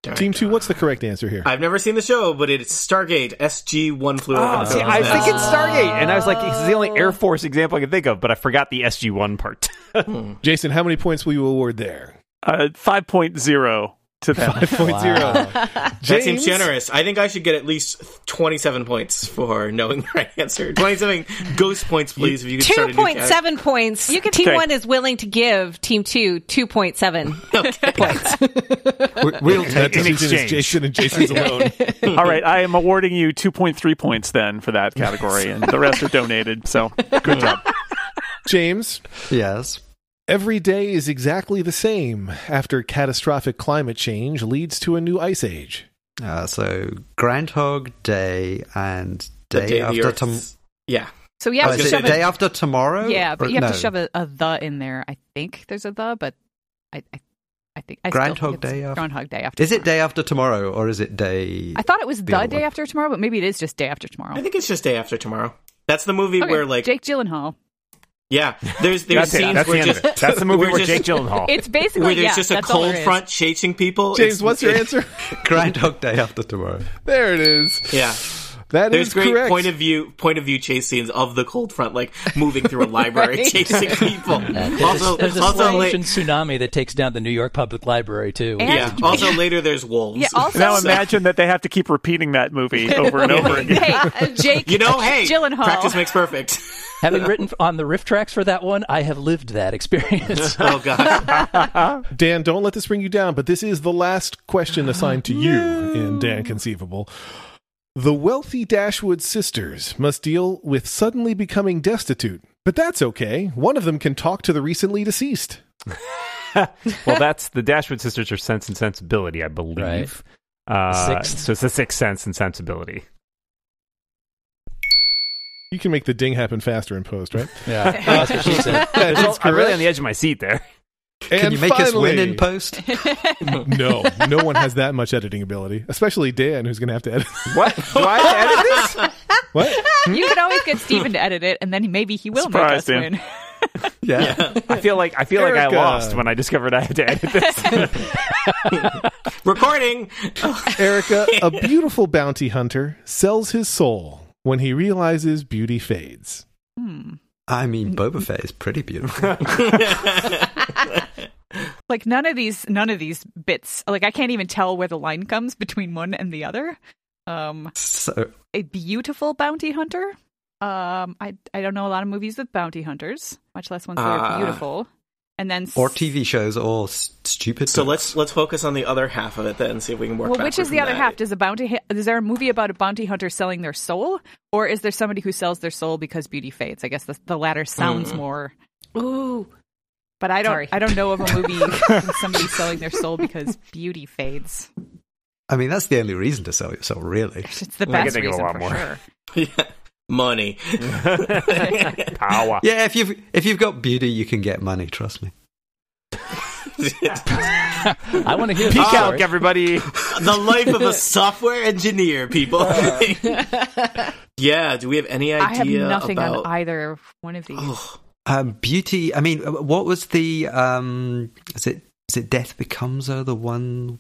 [SPEAKER 5] Darn
[SPEAKER 2] Team 2,
[SPEAKER 5] God.
[SPEAKER 2] what's the correct answer here?
[SPEAKER 5] I've never seen the show, but it's Stargate SG One flew over.
[SPEAKER 3] Oh,
[SPEAKER 5] the
[SPEAKER 3] see,
[SPEAKER 5] Golden
[SPEAKER 3] I
[SPEAKER 5] Nest.
[SPEAKER 3] was thinking Stargate, and I was like, "It's the only Air Force example I could think of," but I forgot the
[SPEAKER 5] <laughs>
[SPEAKER 3] SG One part.
[SPEAKER 5] Hmm.
[SPEAKER 2] Jason, how many points will you award there? <laughs>
[SPEAKER 1] uh, five point zero
[SPEAKER 7] <laughs>
[SPEAKER 1] to them.
[SPEAKER 2] 5.0.
[SPEAKER 5] That
[SPEAKER 2] James,
[SPEAKER 5] seems generous. I think I should get at least 27 points for knowing the right answer. 27 ghost points, please, if you could start a
[SPEAKER 6] Two
[SPEAKER 5] new
[SPEAKER 6] point
[SPEAKER 5] cat-
[SPEAKER 6] seven points. team
[SPEAKER 1] Okay.
[SPEAKER 6] one is willing to give team two two point seven points.
[SPEAKER 8] We- We'll
[SPEAKER 2] That
[SPEAKER 8] take
[SPEAKER 3] In
[SPEAKER 2] decision
[SPEAKER 8] it.
[SPEAKER 2] is
[SPEAKER 3] exchange.
[SPEAKER 2] Jason and Jason's
[SPEAKER 8] <laughs>
[SPEAKER 2] alone.
[SPEAKER 1] All right, I am awarding you 2.3 points then for that category, and the rest are donated. So good job.
[SPEAKER 2] James,
[SPEAKER 8] Yes.
[SPEAKER 2] every day is exactly the same after catastrophic climate change leads to a new ice age.
[SPEAKER 8] Uh, so Groundhog Day and
[SPEAKER 5] The
[SPEAKER 8] day,
[SPEAKER 5] day the
[SPEAKER 8] after
[SPEAKER 5] Earth-
[SPEAKER 8] tom-
[SPEAKER 5] Yeah.
[SPEAKER 7] So you have
[SPEAKER 8] oh,
[SPEAKER 5] was
[SPEAKER 7] to
[SPEAKER 8] is
[SPEAKER 5] gonna
[SPEAKER 8] it
[SPEAKER 7] shove
[SPEAKER 8] day
[SPEAKER 7] a,
[SPEAKER 8] after tomorrow.
[SPEAKER 7] yeah,
[SPEAKER 8] Or-
[SPEAKER 7] but you have
[SPEAKER 8] no.
[SPEAKER 7] to shove a, a the in there. I think there's a the, but I I, I think I
[SPEAKER 8] Groundhog
[SPEAKER 7] still think it's
[SPEAKER 8] Day after-
[SPEAKER 7] Groundhog Day after.
[SPEAKER 8] Is it
[SPEAKER 7] tomorrow.
[SPEAKER 8] day after tomorrow or is it day?
[SPEAKER 7] I thought it was
[SPEAKER 8] The
[SPEAKER 7] the
[SPEAKER 8] other
[SPEAKER 7] day
[SPEAKER 8] one.
[SPEAKER 7] after tomorrow, but maybe it is just day after tomorrow.
[SPEAKER 5] I think it's just day after tomorrow. That's the movie
[SPEAKER 7] Okay,
[SPEAKER 5] where, like,
[SPEAKER 7] Jake Gyllenhaal.
[SPEAKER 5] yeah, there's there's
[SPEAKER 3] That's it.
[SPEAKER 5] scenes
[SPEAKER 3] That's the
[SPEAKER 5] where
[SPEAKER 3] end
[SPEAKER 5] just
[SPEAKER 3] of it.
[SPEAKER 5] <laughs>
[SPEAKER 3] That's the movie
[SPEAKER 5] we're
[SPEAKER 3] where
[SPEAKER 5] just-
[SPEAKER 3] Jake Gyllenhaal.
[SPEAKER 7] It's <laughs> basically
[SPEAKER 5] where there's
[SPEAKER 7] yeah,
[SPEAKER 5] just a
[SPEAKER 7] that's all
[SPEAKER 5] cold
[SPEAKER 7] there is.
[SPEAKER 5] front chasing people.
[SPEAKER 2] James,
[SPEAKER 5] It's-
[SPEAKER 2] what's
[SPEAKER 5] <laughs>
[SPEAKER 2] your
[SPEAKER 5] it-
[SPEAKER 2] answer?
[SPEAKER 8] Groundhog Day after tomorrow.
[SPEAKER 2] there it is.
[SPEAKER 5] Yeah,
[SPEAKER 2] That is
[SPEAKER 5] there's great
[SPEAKER 2] correct.
[SPEAKER 5] point of view point of view chase scenes of the cold front, like moving
[SPEAKER 7] <laughs>
[SPEAKER 5] through a library
[SPEAKER 6] Right.
[SPEAKER 5] chasing people. <laughs>
[SPEAKER 4] Uh, there's,
[SPEAKER 5] also,
[SPEAKER 4] there's a slow
[SPEAKER 5] also, la-
[SPEAKER 4] motion tsunami that takes down the New York Public Library too.
[SPEAKER 7] And-
[SPEAKER 5] yeah. Also later, there's wolves.
[SPEAKER 7] Yeah, also-
[SPEAKER 1] Now imagine that they have to keep repeating that movie over
[SPEAKER 5] <laughs>
[SPEAKER 1] and over again.
[SPEAKER 7] Hey, <laughs> uh, Jake.
[SPEAKER 5] you know, hey,
[SPEAKER 7] Gyllenhaal.
[SPEAKER 5] practice makes
[SPEAKER 3] <laughs>
[SPEAKER 5] perfect.
[SPEAKER 4] Having written on the riff tracks for that one, I have lived that
[SPEAKER 5] <laughs>
[SPEAKER 4] experience.
[SPEAKER 5] Oh god,
[SPEAKER 2] Dan, don't let this bring you down, but this is the last question assigned to
[SPEAKER 8] <gasps>
[SPEAKER 2] you in Dan Conceivable. The wealthy Dashwood sisters must deal with suddenly becoming destitute, but that's okay. One of them can talk to the recently deceased.
[SPEAKER 3] <laughs> well, that's the Dashwood sisters are Sense and Sensibility, I believe. Uh,
[SPEAKER 4] Sixth.
[SPEAKER 3] so it's the sixth sense and sensibility.
[SPEAKER 2] You can make the ding happen faster in post,
[SPEAKER 8] <laughs>
[SPEAKER 2] right?
[SPEAKER 4] yeah, that's what she said.
[SPEAKER 2] That is
[SPEAKER 3] I'm really on
[SPEAKER 2] correct.
[SPEAKER 3] the edge of my seat there.
[SPEAKER 8] Can
[SPEAKER 2] And
[SPEAKER 8] you make us win
[SPEAKER 2] finally-
[SPEAKER 8] in post? <laughs>
[SPEAKER 2] No, no one has that much editing ability, especially Dan, who's going to have
[SPEAKER 8] <laughs>
[SPEAKER 2] to edit.
[SPEAKER 3] What? Do I edit this?
[SPEAKER 2] What?
[SPEAKER 7] you could always get Steven to edit it, and then maybe he will make
[SPEAKER 1] Surprise,
[SPEAKER 7] us
[SPEAKER 1] Dan.
[SPEAKER 7] win. <laughs>
[SPEAKER 8] Yeah.
[SPEAKER 3] I feel like I feel like I
[SPEAKER 2] Erica.
[SPEAKER 3] lost when I discovered I had to edit this.
[SPEAKER 5] recording.
[SPEAKER 2] Erica, a beautiful bounty hunter, sells his soul when he realizes beauty fades.
[SPEAKER 7] Hmm.
[SPEAKER 8] I mean, Boba Fett is pretty beautiful. <laughs>
[SPEAKER 7] Like none of these, none of these bits. Like I can't even tell where the line comes between one and the other. Um,
[SPEAKER 8] so
[SPEAKER 7] a beautiful bounty hunter. Um, I I don't know a lot of movies with bounty hunters, much less ones that
[SPEAKER 5] Ah.
[SPEAKER 7] are beautiful. And then s-
[SPEAKER 8] or TV shows or s- stupid.
[SPEAKER 5] So
[SPEAKER 8] books.
[SPEAKER 5] let's let's focus on the other half of it then and see if we can work.
[SPEAKER 7] Well, which
[SPEAKER 5] backward
[SPEAKER 7] is the
[SPEAKER 5] from
[SPEAKER 7] other
[SPEAKER 5] that.
[SPEAKER 7] half? Does a bounty hi- is there a movie about a bounty hunter selling their soul, or is there somebody who sells their soul because beauty fades? I guess the, the latter sounds more.
[SPEAKER 6] Ooh,
[SPEAKER 7] But I don't.
[SPEAKER 6] Sorry.
[SPEAKER 7] I don't know of a movie with somebody selling their soul because beauty fades.
[SPEAKER 8] I mean, that's the only reason to sell your soul, really.
[SPEAKER 7] It's the
[SPEAKER 3] I can
[SPEAKER 7] best
[SPEAKER 3] think of a
[SPEAKER 7] reason
[SPEAKER 3] lot
[SPEAKER 7] for
[SPEAKER 3] more.
[SPEAKER 7] sure.
[SPEAKER 5] Yeah. Money.
[SPEAKER 7] <laughs>
[SPEAKER 3] Power.
[SPEAKER 8] Yeah, if you've if you've got beauty, you can get money. Trust me.
[SPEAKER 4] I want to hear
[SPEAKER 3] Peacock,
[SPEAKER 4] the story.
[SPEAKER 3] everybody.
[SPEAKER 5] the life of a software engineer,
[SPEAKER 7] <laughs>
[SPEAKER 5] people. yeah, do we have any idea
[SPEAKER 7] I have nothing
[SPEAKER 5] about
[SPEAKER 7] on either one of these.
[SPEAKER 5] Ugh.
[SPEAKER 8] Um, beauty. I mean, what was the? Um, is it is it Death Becomes Her? The one.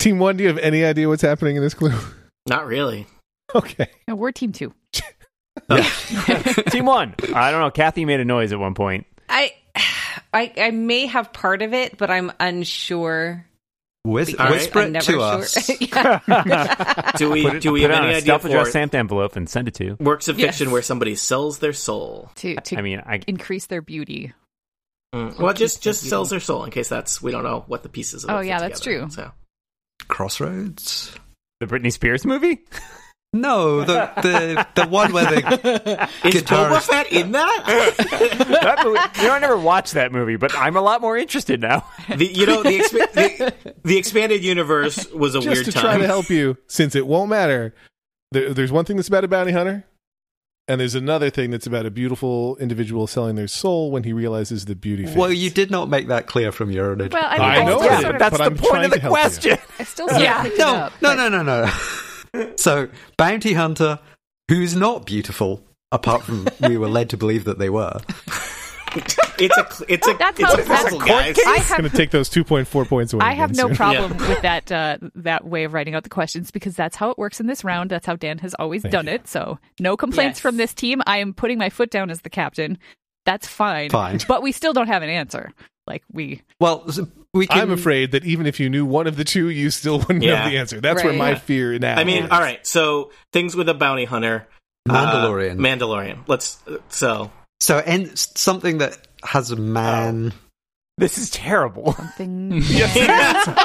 [SPEAKER 2] Team one, do you have any idea what's happening in this clue? <laughs>
[SPEAKER 5] Not
[SPEAKER 7] <laughs>
[SPEAKER 5] really.
[SPEAKER 2] Okay.
[SPEAKER 7] No, we're team two.
[SPEAKER 3] Team one. I don't know. Kathy made a noise at one point.
[SPEAKER 6] I, <sighs> I, I may have part of it, but I'm unsure.
[SPEAKER 8] <laughs> Whis-
[SPEAKER 5] All right.
[SPEAKER 8] whisper
[SPEAKER 6] I'm
[SPEAKER 8] it
[SPEAKER 6] never
[SPEAKER 8] to
[SPEAKER 6] sure.
[SPEAKER 7] <laughs>
[SPEAKER 8] us.
[SPEAKER 6] <laughs> Yeah.
[SPEAKER 5] Do we
[SPEAKER 3] Put it,
[SPEAKER 5] do we
[SPEAKER 3] put
[SPEAKER 5] have
[SPEAKER 3] it on
[SPEAKER 5] any
[SPEAKER 3] a
[SPEAKER 5] idea for
[SPEAKER 3] self-addressed stamped envelope and send it to.
[SPEAKER 5] works of fiction
[SPEAKER 7] Yes.
[SPEAKER 5] where somebody sells their soul?
[SPEAKER 7] To to
[SPEAKER 3] I mean, I
[SPEAKER 7] increase their beauty.
[SPEAKER 5] Mm. Well, just just sells their soul in case that's we don't know what the pieces of. it
[SPEAKER 7] Oh,
[SPEAKER 5] fit
[SPEAKER 7] yeah, that's
[SPEAKER 5] together.
[SPEAKER 7] true.
[SPEAKER 5] So
[SPEAKER 8] Crossroads.
[SPEAKER 3] the Britney Spears movie.
[SPEAKER 8] No, the the the one where the
[SPEAKER 5] is Boba
[SPEAKER 8] guitarist.
[SPEAKER 5] Fett in
[SPEAKER 7] <laughs>
[SPEAKER 5] that?
[SPEAKER 3] <laughs> That movie. You know, I never watched that movie, but I'm a lot more interested now.
[SPEAKER 5] the, you know the, expa- the the expanded universe was a
[SPEAKER 2] Just
[SPEAKER 5] weird
[SPEAKER 2] to
[SPEAKER 5] time.
[SPEAKER 2] try to help you, since it won't matter, there, there's one thing that's about a bounty hunter, and there's another thing that's about a beautiful individual selling their soul when he realizes the beauty. Fades.
[SPEAKER 8] Well, you did not make that clear from your original.
[SPEAKER 7] Well, I mean,
[SPEAKER 2] I know
[SPEAKER 7] still
[SPEAKER 2] it,
[SPEAKER 7] sort of,
[SPEAKER 3] that's
[SPEAKER 2] but
[SPEAKER 3] the
[SPEAKER 2] I'm
[SPEAKER 3] point
[SPEAKER 2] trying
[SPEAKER 3] of the
[SPEAKER 2] to help you.
[SPEAKER 3] question.
[SPEAKER 7] I still sort
[SPEAKER 5] Yeah.
[SPEAKER 7] of picked it
[SPEAKER 8] no,
[SPEAKER 7] up,
[SPEAKER 8] no,
[SPEAKER 7] but-
[SPEAKER 8] no, no, no. <laughs> so, bounty hunter, who's not beautiful, apart from we were led to believe that they were.
[SPEAKER 5] <laughs> It's a cl- it's a
[SPEAKER 7] That's
[SPEAKER 5] it's
[SPEAKER 7] how-
[SPEAKER 5] a
[SPEAKER 7] that's-
[SPEAKER 5] puzzle,
[SPEAKER 7] Court
[SPEAKER 5] guys.
[SPEAKER 7] I
[SPEAKER 2] It's
[SPEAKER 7] have
[SPEAKER 2] <laughs> going to take those 2.4 points away.
[SPEAKER 7] I have
[SPEAKER 2] again
[SPEAKER 7] no
[SPEAKER 2] soon.
[SPEAKER 7] problem with that uh, that way of writing out the questions because that's how it works in this round. That's how Dan has always
[SPEAKER 2] Thank
[SPEAKER 7] done it. So no complaints
[SPEAKER 6] Yes.
[SPEAKER 7] from this team. I am putting my foot down as the captain. That's fine.
[SPEAKER 8] Fine.
[SPEAKER 7] But we still don't have an answer. Like we
[SPEAKER 8] Well, s- we can.
[SPEAKER 2] I'm afraid that even if you knew one of the two, you still wouldn't
[SPEAKER 5] Yeah.
[SPEAKER 2] know the answer. That's where
[SPEAKER 6] Right.
[SPEAKER 2] my
[SPEAKER 6] Yeah.
[SPEAKER 2] fear now.
[SPEAKER 5] I mean,
[SPEAKER 2] is.
[SPEAKER 5] all right. So things with a bounty hunter, uh,
[SPEAKER 8] Mandalorian.
[SPEAKER 5] Mandalorian. Let's so
[SPEAKER 8] so, and s- something that has a man.
[SPEAKER 3] This is terrible.
[SPEAKER 7] <laughs> something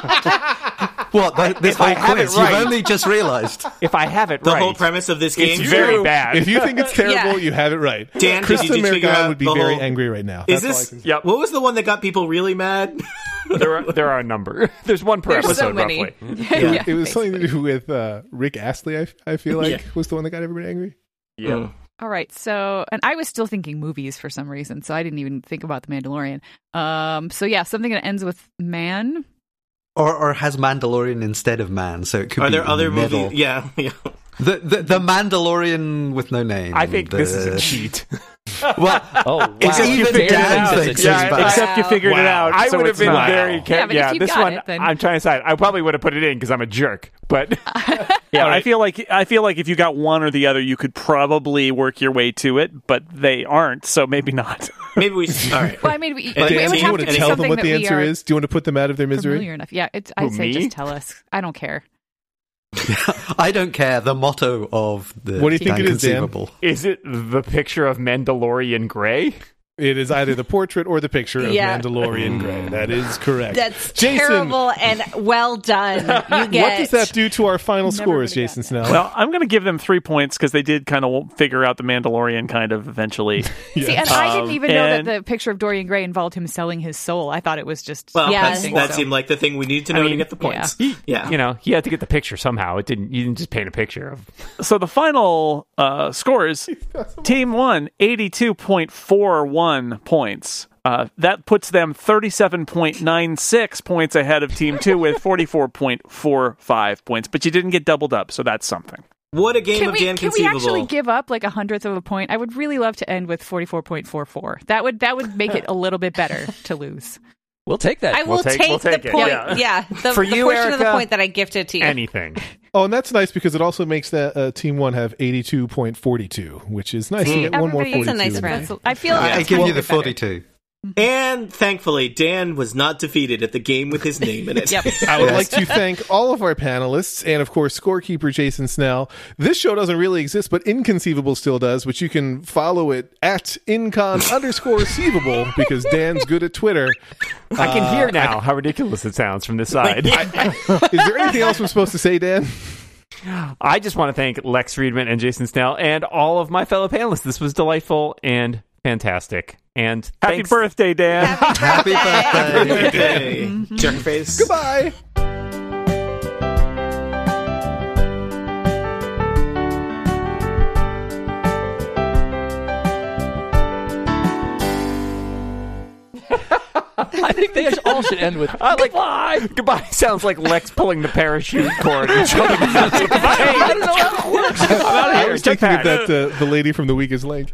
[SPEAKER 8] What? th- this
[SPEAKER 3] Oh. I
[SPEAKER 8] whole
[SPEAKER 3] have it
[SPEAKER 8] quiz?
[SPEAKER 3] right-
[SPEAKER 8] You've only just realised.
[SPEAKER 3] if I have it
[SPEAKER 5] the
[SPEAKER 3] right,
[SPEAKER 5] whole premise of this game
[SPEAKER 3] it's very bad.
[SPEAKER 2] If you think
[SPEAKER 5] <laughs>
[SPEAKER 2] it's terrible,
[SPEAKER 6] Yeah.
[SPEAKER 2] you have it right.
[SPEAKER 5] Dan, did you-
[SPEAKER 2] Krista
[SPEAKER 5] did you figure
[SPEAKER 2] Merrigan
[SPEAKER 5] out
[SPEAKER 2] would be
[SPEAKER 5] the
[SPEAKER 2] very
[SPEAKER 5] whole-
[SPEAKER 2] angry right now.
[SPEAKER 5] Is
[SPEAKER 2] That's all I
[SPEAKER 5] this
[SPEAKER 2] can say.
[SPEAKER 3] Yep.
[SPEAKER 5] what was the one that got people really mad?
[SPEAKER 3] there are there are a number. <laughs> There's one per
[SPEAKER 6] There's so
[SPEAKER 3] episode
[SPEAKER 6] many.
[SPEAKER 3] roughly. <laughs>
[SPEAKER 7] <laughs> yeah.
[SPEAKER 2] It was something to do with uh, Rick Astley. I, I feel like
[SPEAKER 5] Yeah.
[SPEAKER 2] was the one that got everybody angry.
[SPEAKER 3] Yeah.
[SPEAKER 5] Mm.
[SPEAKER 7] All right, so and I was still thinking movies for some reason, so I didn't even think about the Mandalorian. Um, so yeah, something that ends with man.
[SPEAKER 8] Or, or has Mandalorian instead of man, so it could
[SPEAKER 5] Are
[SPEAKER 8] be
[SPEAKER 5] there other
[SPEAKER 8] middle.
[SPEAKER 5] movies? Yeah, <laughs> yeah.
[SPEAKER 8] The, the the Mandalorian with no name.
[SPEAKER 3] I think
[SPEAKER 8] the,
[SPEAKER 3] this is a cheat.
[SPEAKER 8] Well,
[SPEAKER 4] Oh, wow.
[SPEAKER 8] It's
[SPEAKER 3] Except you
[SPEAKER 8] even
[SPEAKER 3] figured it
[SPEAKER 8] Dan
[SPEAKER 3] out.
[SPEAKER 8] thinks
[SPEAKER 3] Yeah,
[SPEAKER 8] it's bad.
[SPEAKER 1] Except you
[SPEAKER 6] Wow.
[SPEAKER 1] figured it out.
[SPEAKER 3] I
[SPEAKER 1] so
[SPEAKER 3] would have
[SPEAKER 1] it's
[SPEAKER 3] been
[SPEAKER 1] not.
[SPEAKER 3] very careful.
[SPEAKER 7] Yeah, but if you
[SPEAKER 3] this
[SPEAKER 7] got
[SPEAKER 3] one
[SPEAKER 7] it, then-
[SPEAKER 3] I'm trying to decide. I probably would have put it in because I'm a jerk. But <laughs>
[SPEAKER 1] Yeah, I feel like I feel like if you got one or the other, you could probably work your way to it, but they aren't, so maybe not.
[SPEAKER 5] Maybe we. should- All right.
[SPEAKER 7] Well, I
[SPEAKER 2] <laughs>
[SPEAKER 7] mean, we,
[SPEAKER 5] But
[SPEAKER 7] it
[SPEAKER 2] Dan,
[SPEAKER 5] it
[SPEAKER 2] do
[SPEAKER 7] would
[SPEAKER 2] you
[SPEAKER 7] have
[SPEAKER 2] want
[SPEAKER 7] to
[SPEAKER 2] to
[SPEAKER 7] be
[SPEAKER 2] tell them
[SPEAKER 7] something
[SPEAKER 2] what the
[SPEAKER 7] that we
[SPEAKER 2] answer
[SPEAKER 7] are
[SPEAKER 2] is? Do you want to put them out of their misery?
[SPEAKER 7] Familiar enough? Yeah, it's, I
[SPEAKER 3] Who,
[SPEAKER 7] say
[SPEAKER 3] me?
[SPEAKER 7] just tell us. I don't care.
[SPEAKER 8] I don't care. The motto of the
[SPEAKER 2] What do you think it is, Dan?
[SPEAKER 8] Inconceivable.
[SPEAKER 3] is it the picture of Mandalorian Grey?
[SPEAKER 2] It is either the portrait or the picture of
[SPEAKER 6] Yeah.
[SPEAKER 2] Mandalorian Grey. That is correct.
[SPEAKER 6] That's
[SPEAKER 2] Jason,
[SPEAKER 6] terrible and well done. You get
[SPEAKER 2] <laughs> What does that do to our final
[SPEAKER 7] Never
[SPEAKER 2] scores,
[SPEAKER 7] would've
[SPEAKER 2] Jason Snell?
[SPEAKER 1] well, I'm going to give them three points because they did kind of figure out the Mandalorian kind of eventually.
[SPEAKER 7] See, and I
[SPEAKER 1] Um,
[SPEAKER 7] didn't even know
[SPEAKER 1] and-
[SPEAKER 7] that the picture of Dorian Gray involved him selling his soul. I thought it was just
[SPEAKER 5] Well,
[SPEAKER 6] Yeah.
[SPEAKER 5] that's,
[SPEAKER 7] something,
[SPEAKER 5] that
[SPEAKER 7] so-
[SPEAKER 5] seemed like the thing we needed to know
[SPEAKER 3] mean,
[SPEAKER 5] to get the
[SPEAKER 7] yeah.
[SPEAKER 5] points.
[SPEAKER 3] He-
[SPEAKER 5] Yeah.
[SPEAKER 3] You know, he had to get the picture somehow. It didn't. You didn't just paint a picture of.
[SPEAKER 1] so the final uh, scores Team 1, 82.41 points. Uh, that puts them 37.96 points ahead of Team 2 with 44.45 points, but you didn't get doubled up, so that's something.
[SPEAKER 5] What a game
[SPEAKER 7] Can
[SPEAKER 5] of
[SPEAKER 7] we,
[SPEAKER 5] Dan
[SPEAKER 7] can we
[SPEAKER 5] Conceivable.
[SPEAKER 7] actually give up like a hundredth of a point? I would really love to end with forty four point four four. That would that would make it a little bit better to lose.
[SPEAKER 4] We'll take that.
[SPEAKER 6] I will
[SPEAKER 3] We'll take-
[SPEAKER 6] take,
[SPEAKER 3] we'll take
[SPEAKER 6] the
[SPEAKER 3] it.
[SPEAKER 6] point.
[SPEAKER 3] Yeah.
[SPEAKER 6] Yeah, the,
[SPEAKER 3] For
[SPEAKER 6] the
[SPEAKER 3] you,
[SPEAKER 6] portion of the
[SPEAKER 3] Erica,
[SPEAKER 6] point that I gifted to you.
[SPEAKER 3] anything.
[SPEAKER 2] Oh, and that's nice because it also makes that uh, team one have eighty-two point forty-two, which is nice. You get one more
[SPEAKER 7] Everybody-
[SPEAKER 2] forty-two.
[SPEAKER 6] That's a nice round.
[SPEAKER 7] That's- I feel like
[SPEAKER 8] I, I
[SPEAKER 7] it's
[SPEAKER 8] give you
[SPEAKER 7] probably
[SPEAKER 8] the
[SPEAKER 7] better.
[SPEAKER 8] forty-two.
[SPEAKER 5] and thankfully, Dan was not defeated at the game with his name in it.
[SPEAKER 7] Yep.
[SPEAKER 2] I would
[SPEAKER 5] <laughs>
[SPEAKER 2] like to thank all of our panelists and, of course, scorekeeper Jason Snell. This show doesn't really exist, but Inconceivable still does, which you can follow it at incon underscore conceivable because Dan's good at Twitter.
[SPEAKER 3] <laughs> I can hear now how ridiculous it sounds from this side. I,
[SPEAKER 2] Is there anything else I'm supposed to say, Dan?
[SPEAKER 3] I just want to thank Lex Friedman and Jason Snell and all of my fellow panelists. This was delightful and fantastic. And
[SPEAKER 1] Happy
[SPEAKER 3] thanks-
[SPEAKER 1] birthday, Dan.
[SPEAKER 8] <laughs> Happy birthday.
[SPEAKER 2] <laughs>
[SPEAKER 5] Hey, Jerkface. Goodbye.
[SPEAKER 2] Bye.
[SPEAKER 4] I think they all should end with
[SPEAKER 3] I like, goodbye. Goodbye <laughs> sounds like Lex pulling the parachute cord and jumping out of the plane. I'm out of
[SPEAKER 2] I
[SPEAKER 3] here.
[SPEAKER 2] was thinking of
[SPEAKER 3] Jetpack.
[SPEAKER 2] that uh, the lady from The Weakest Link.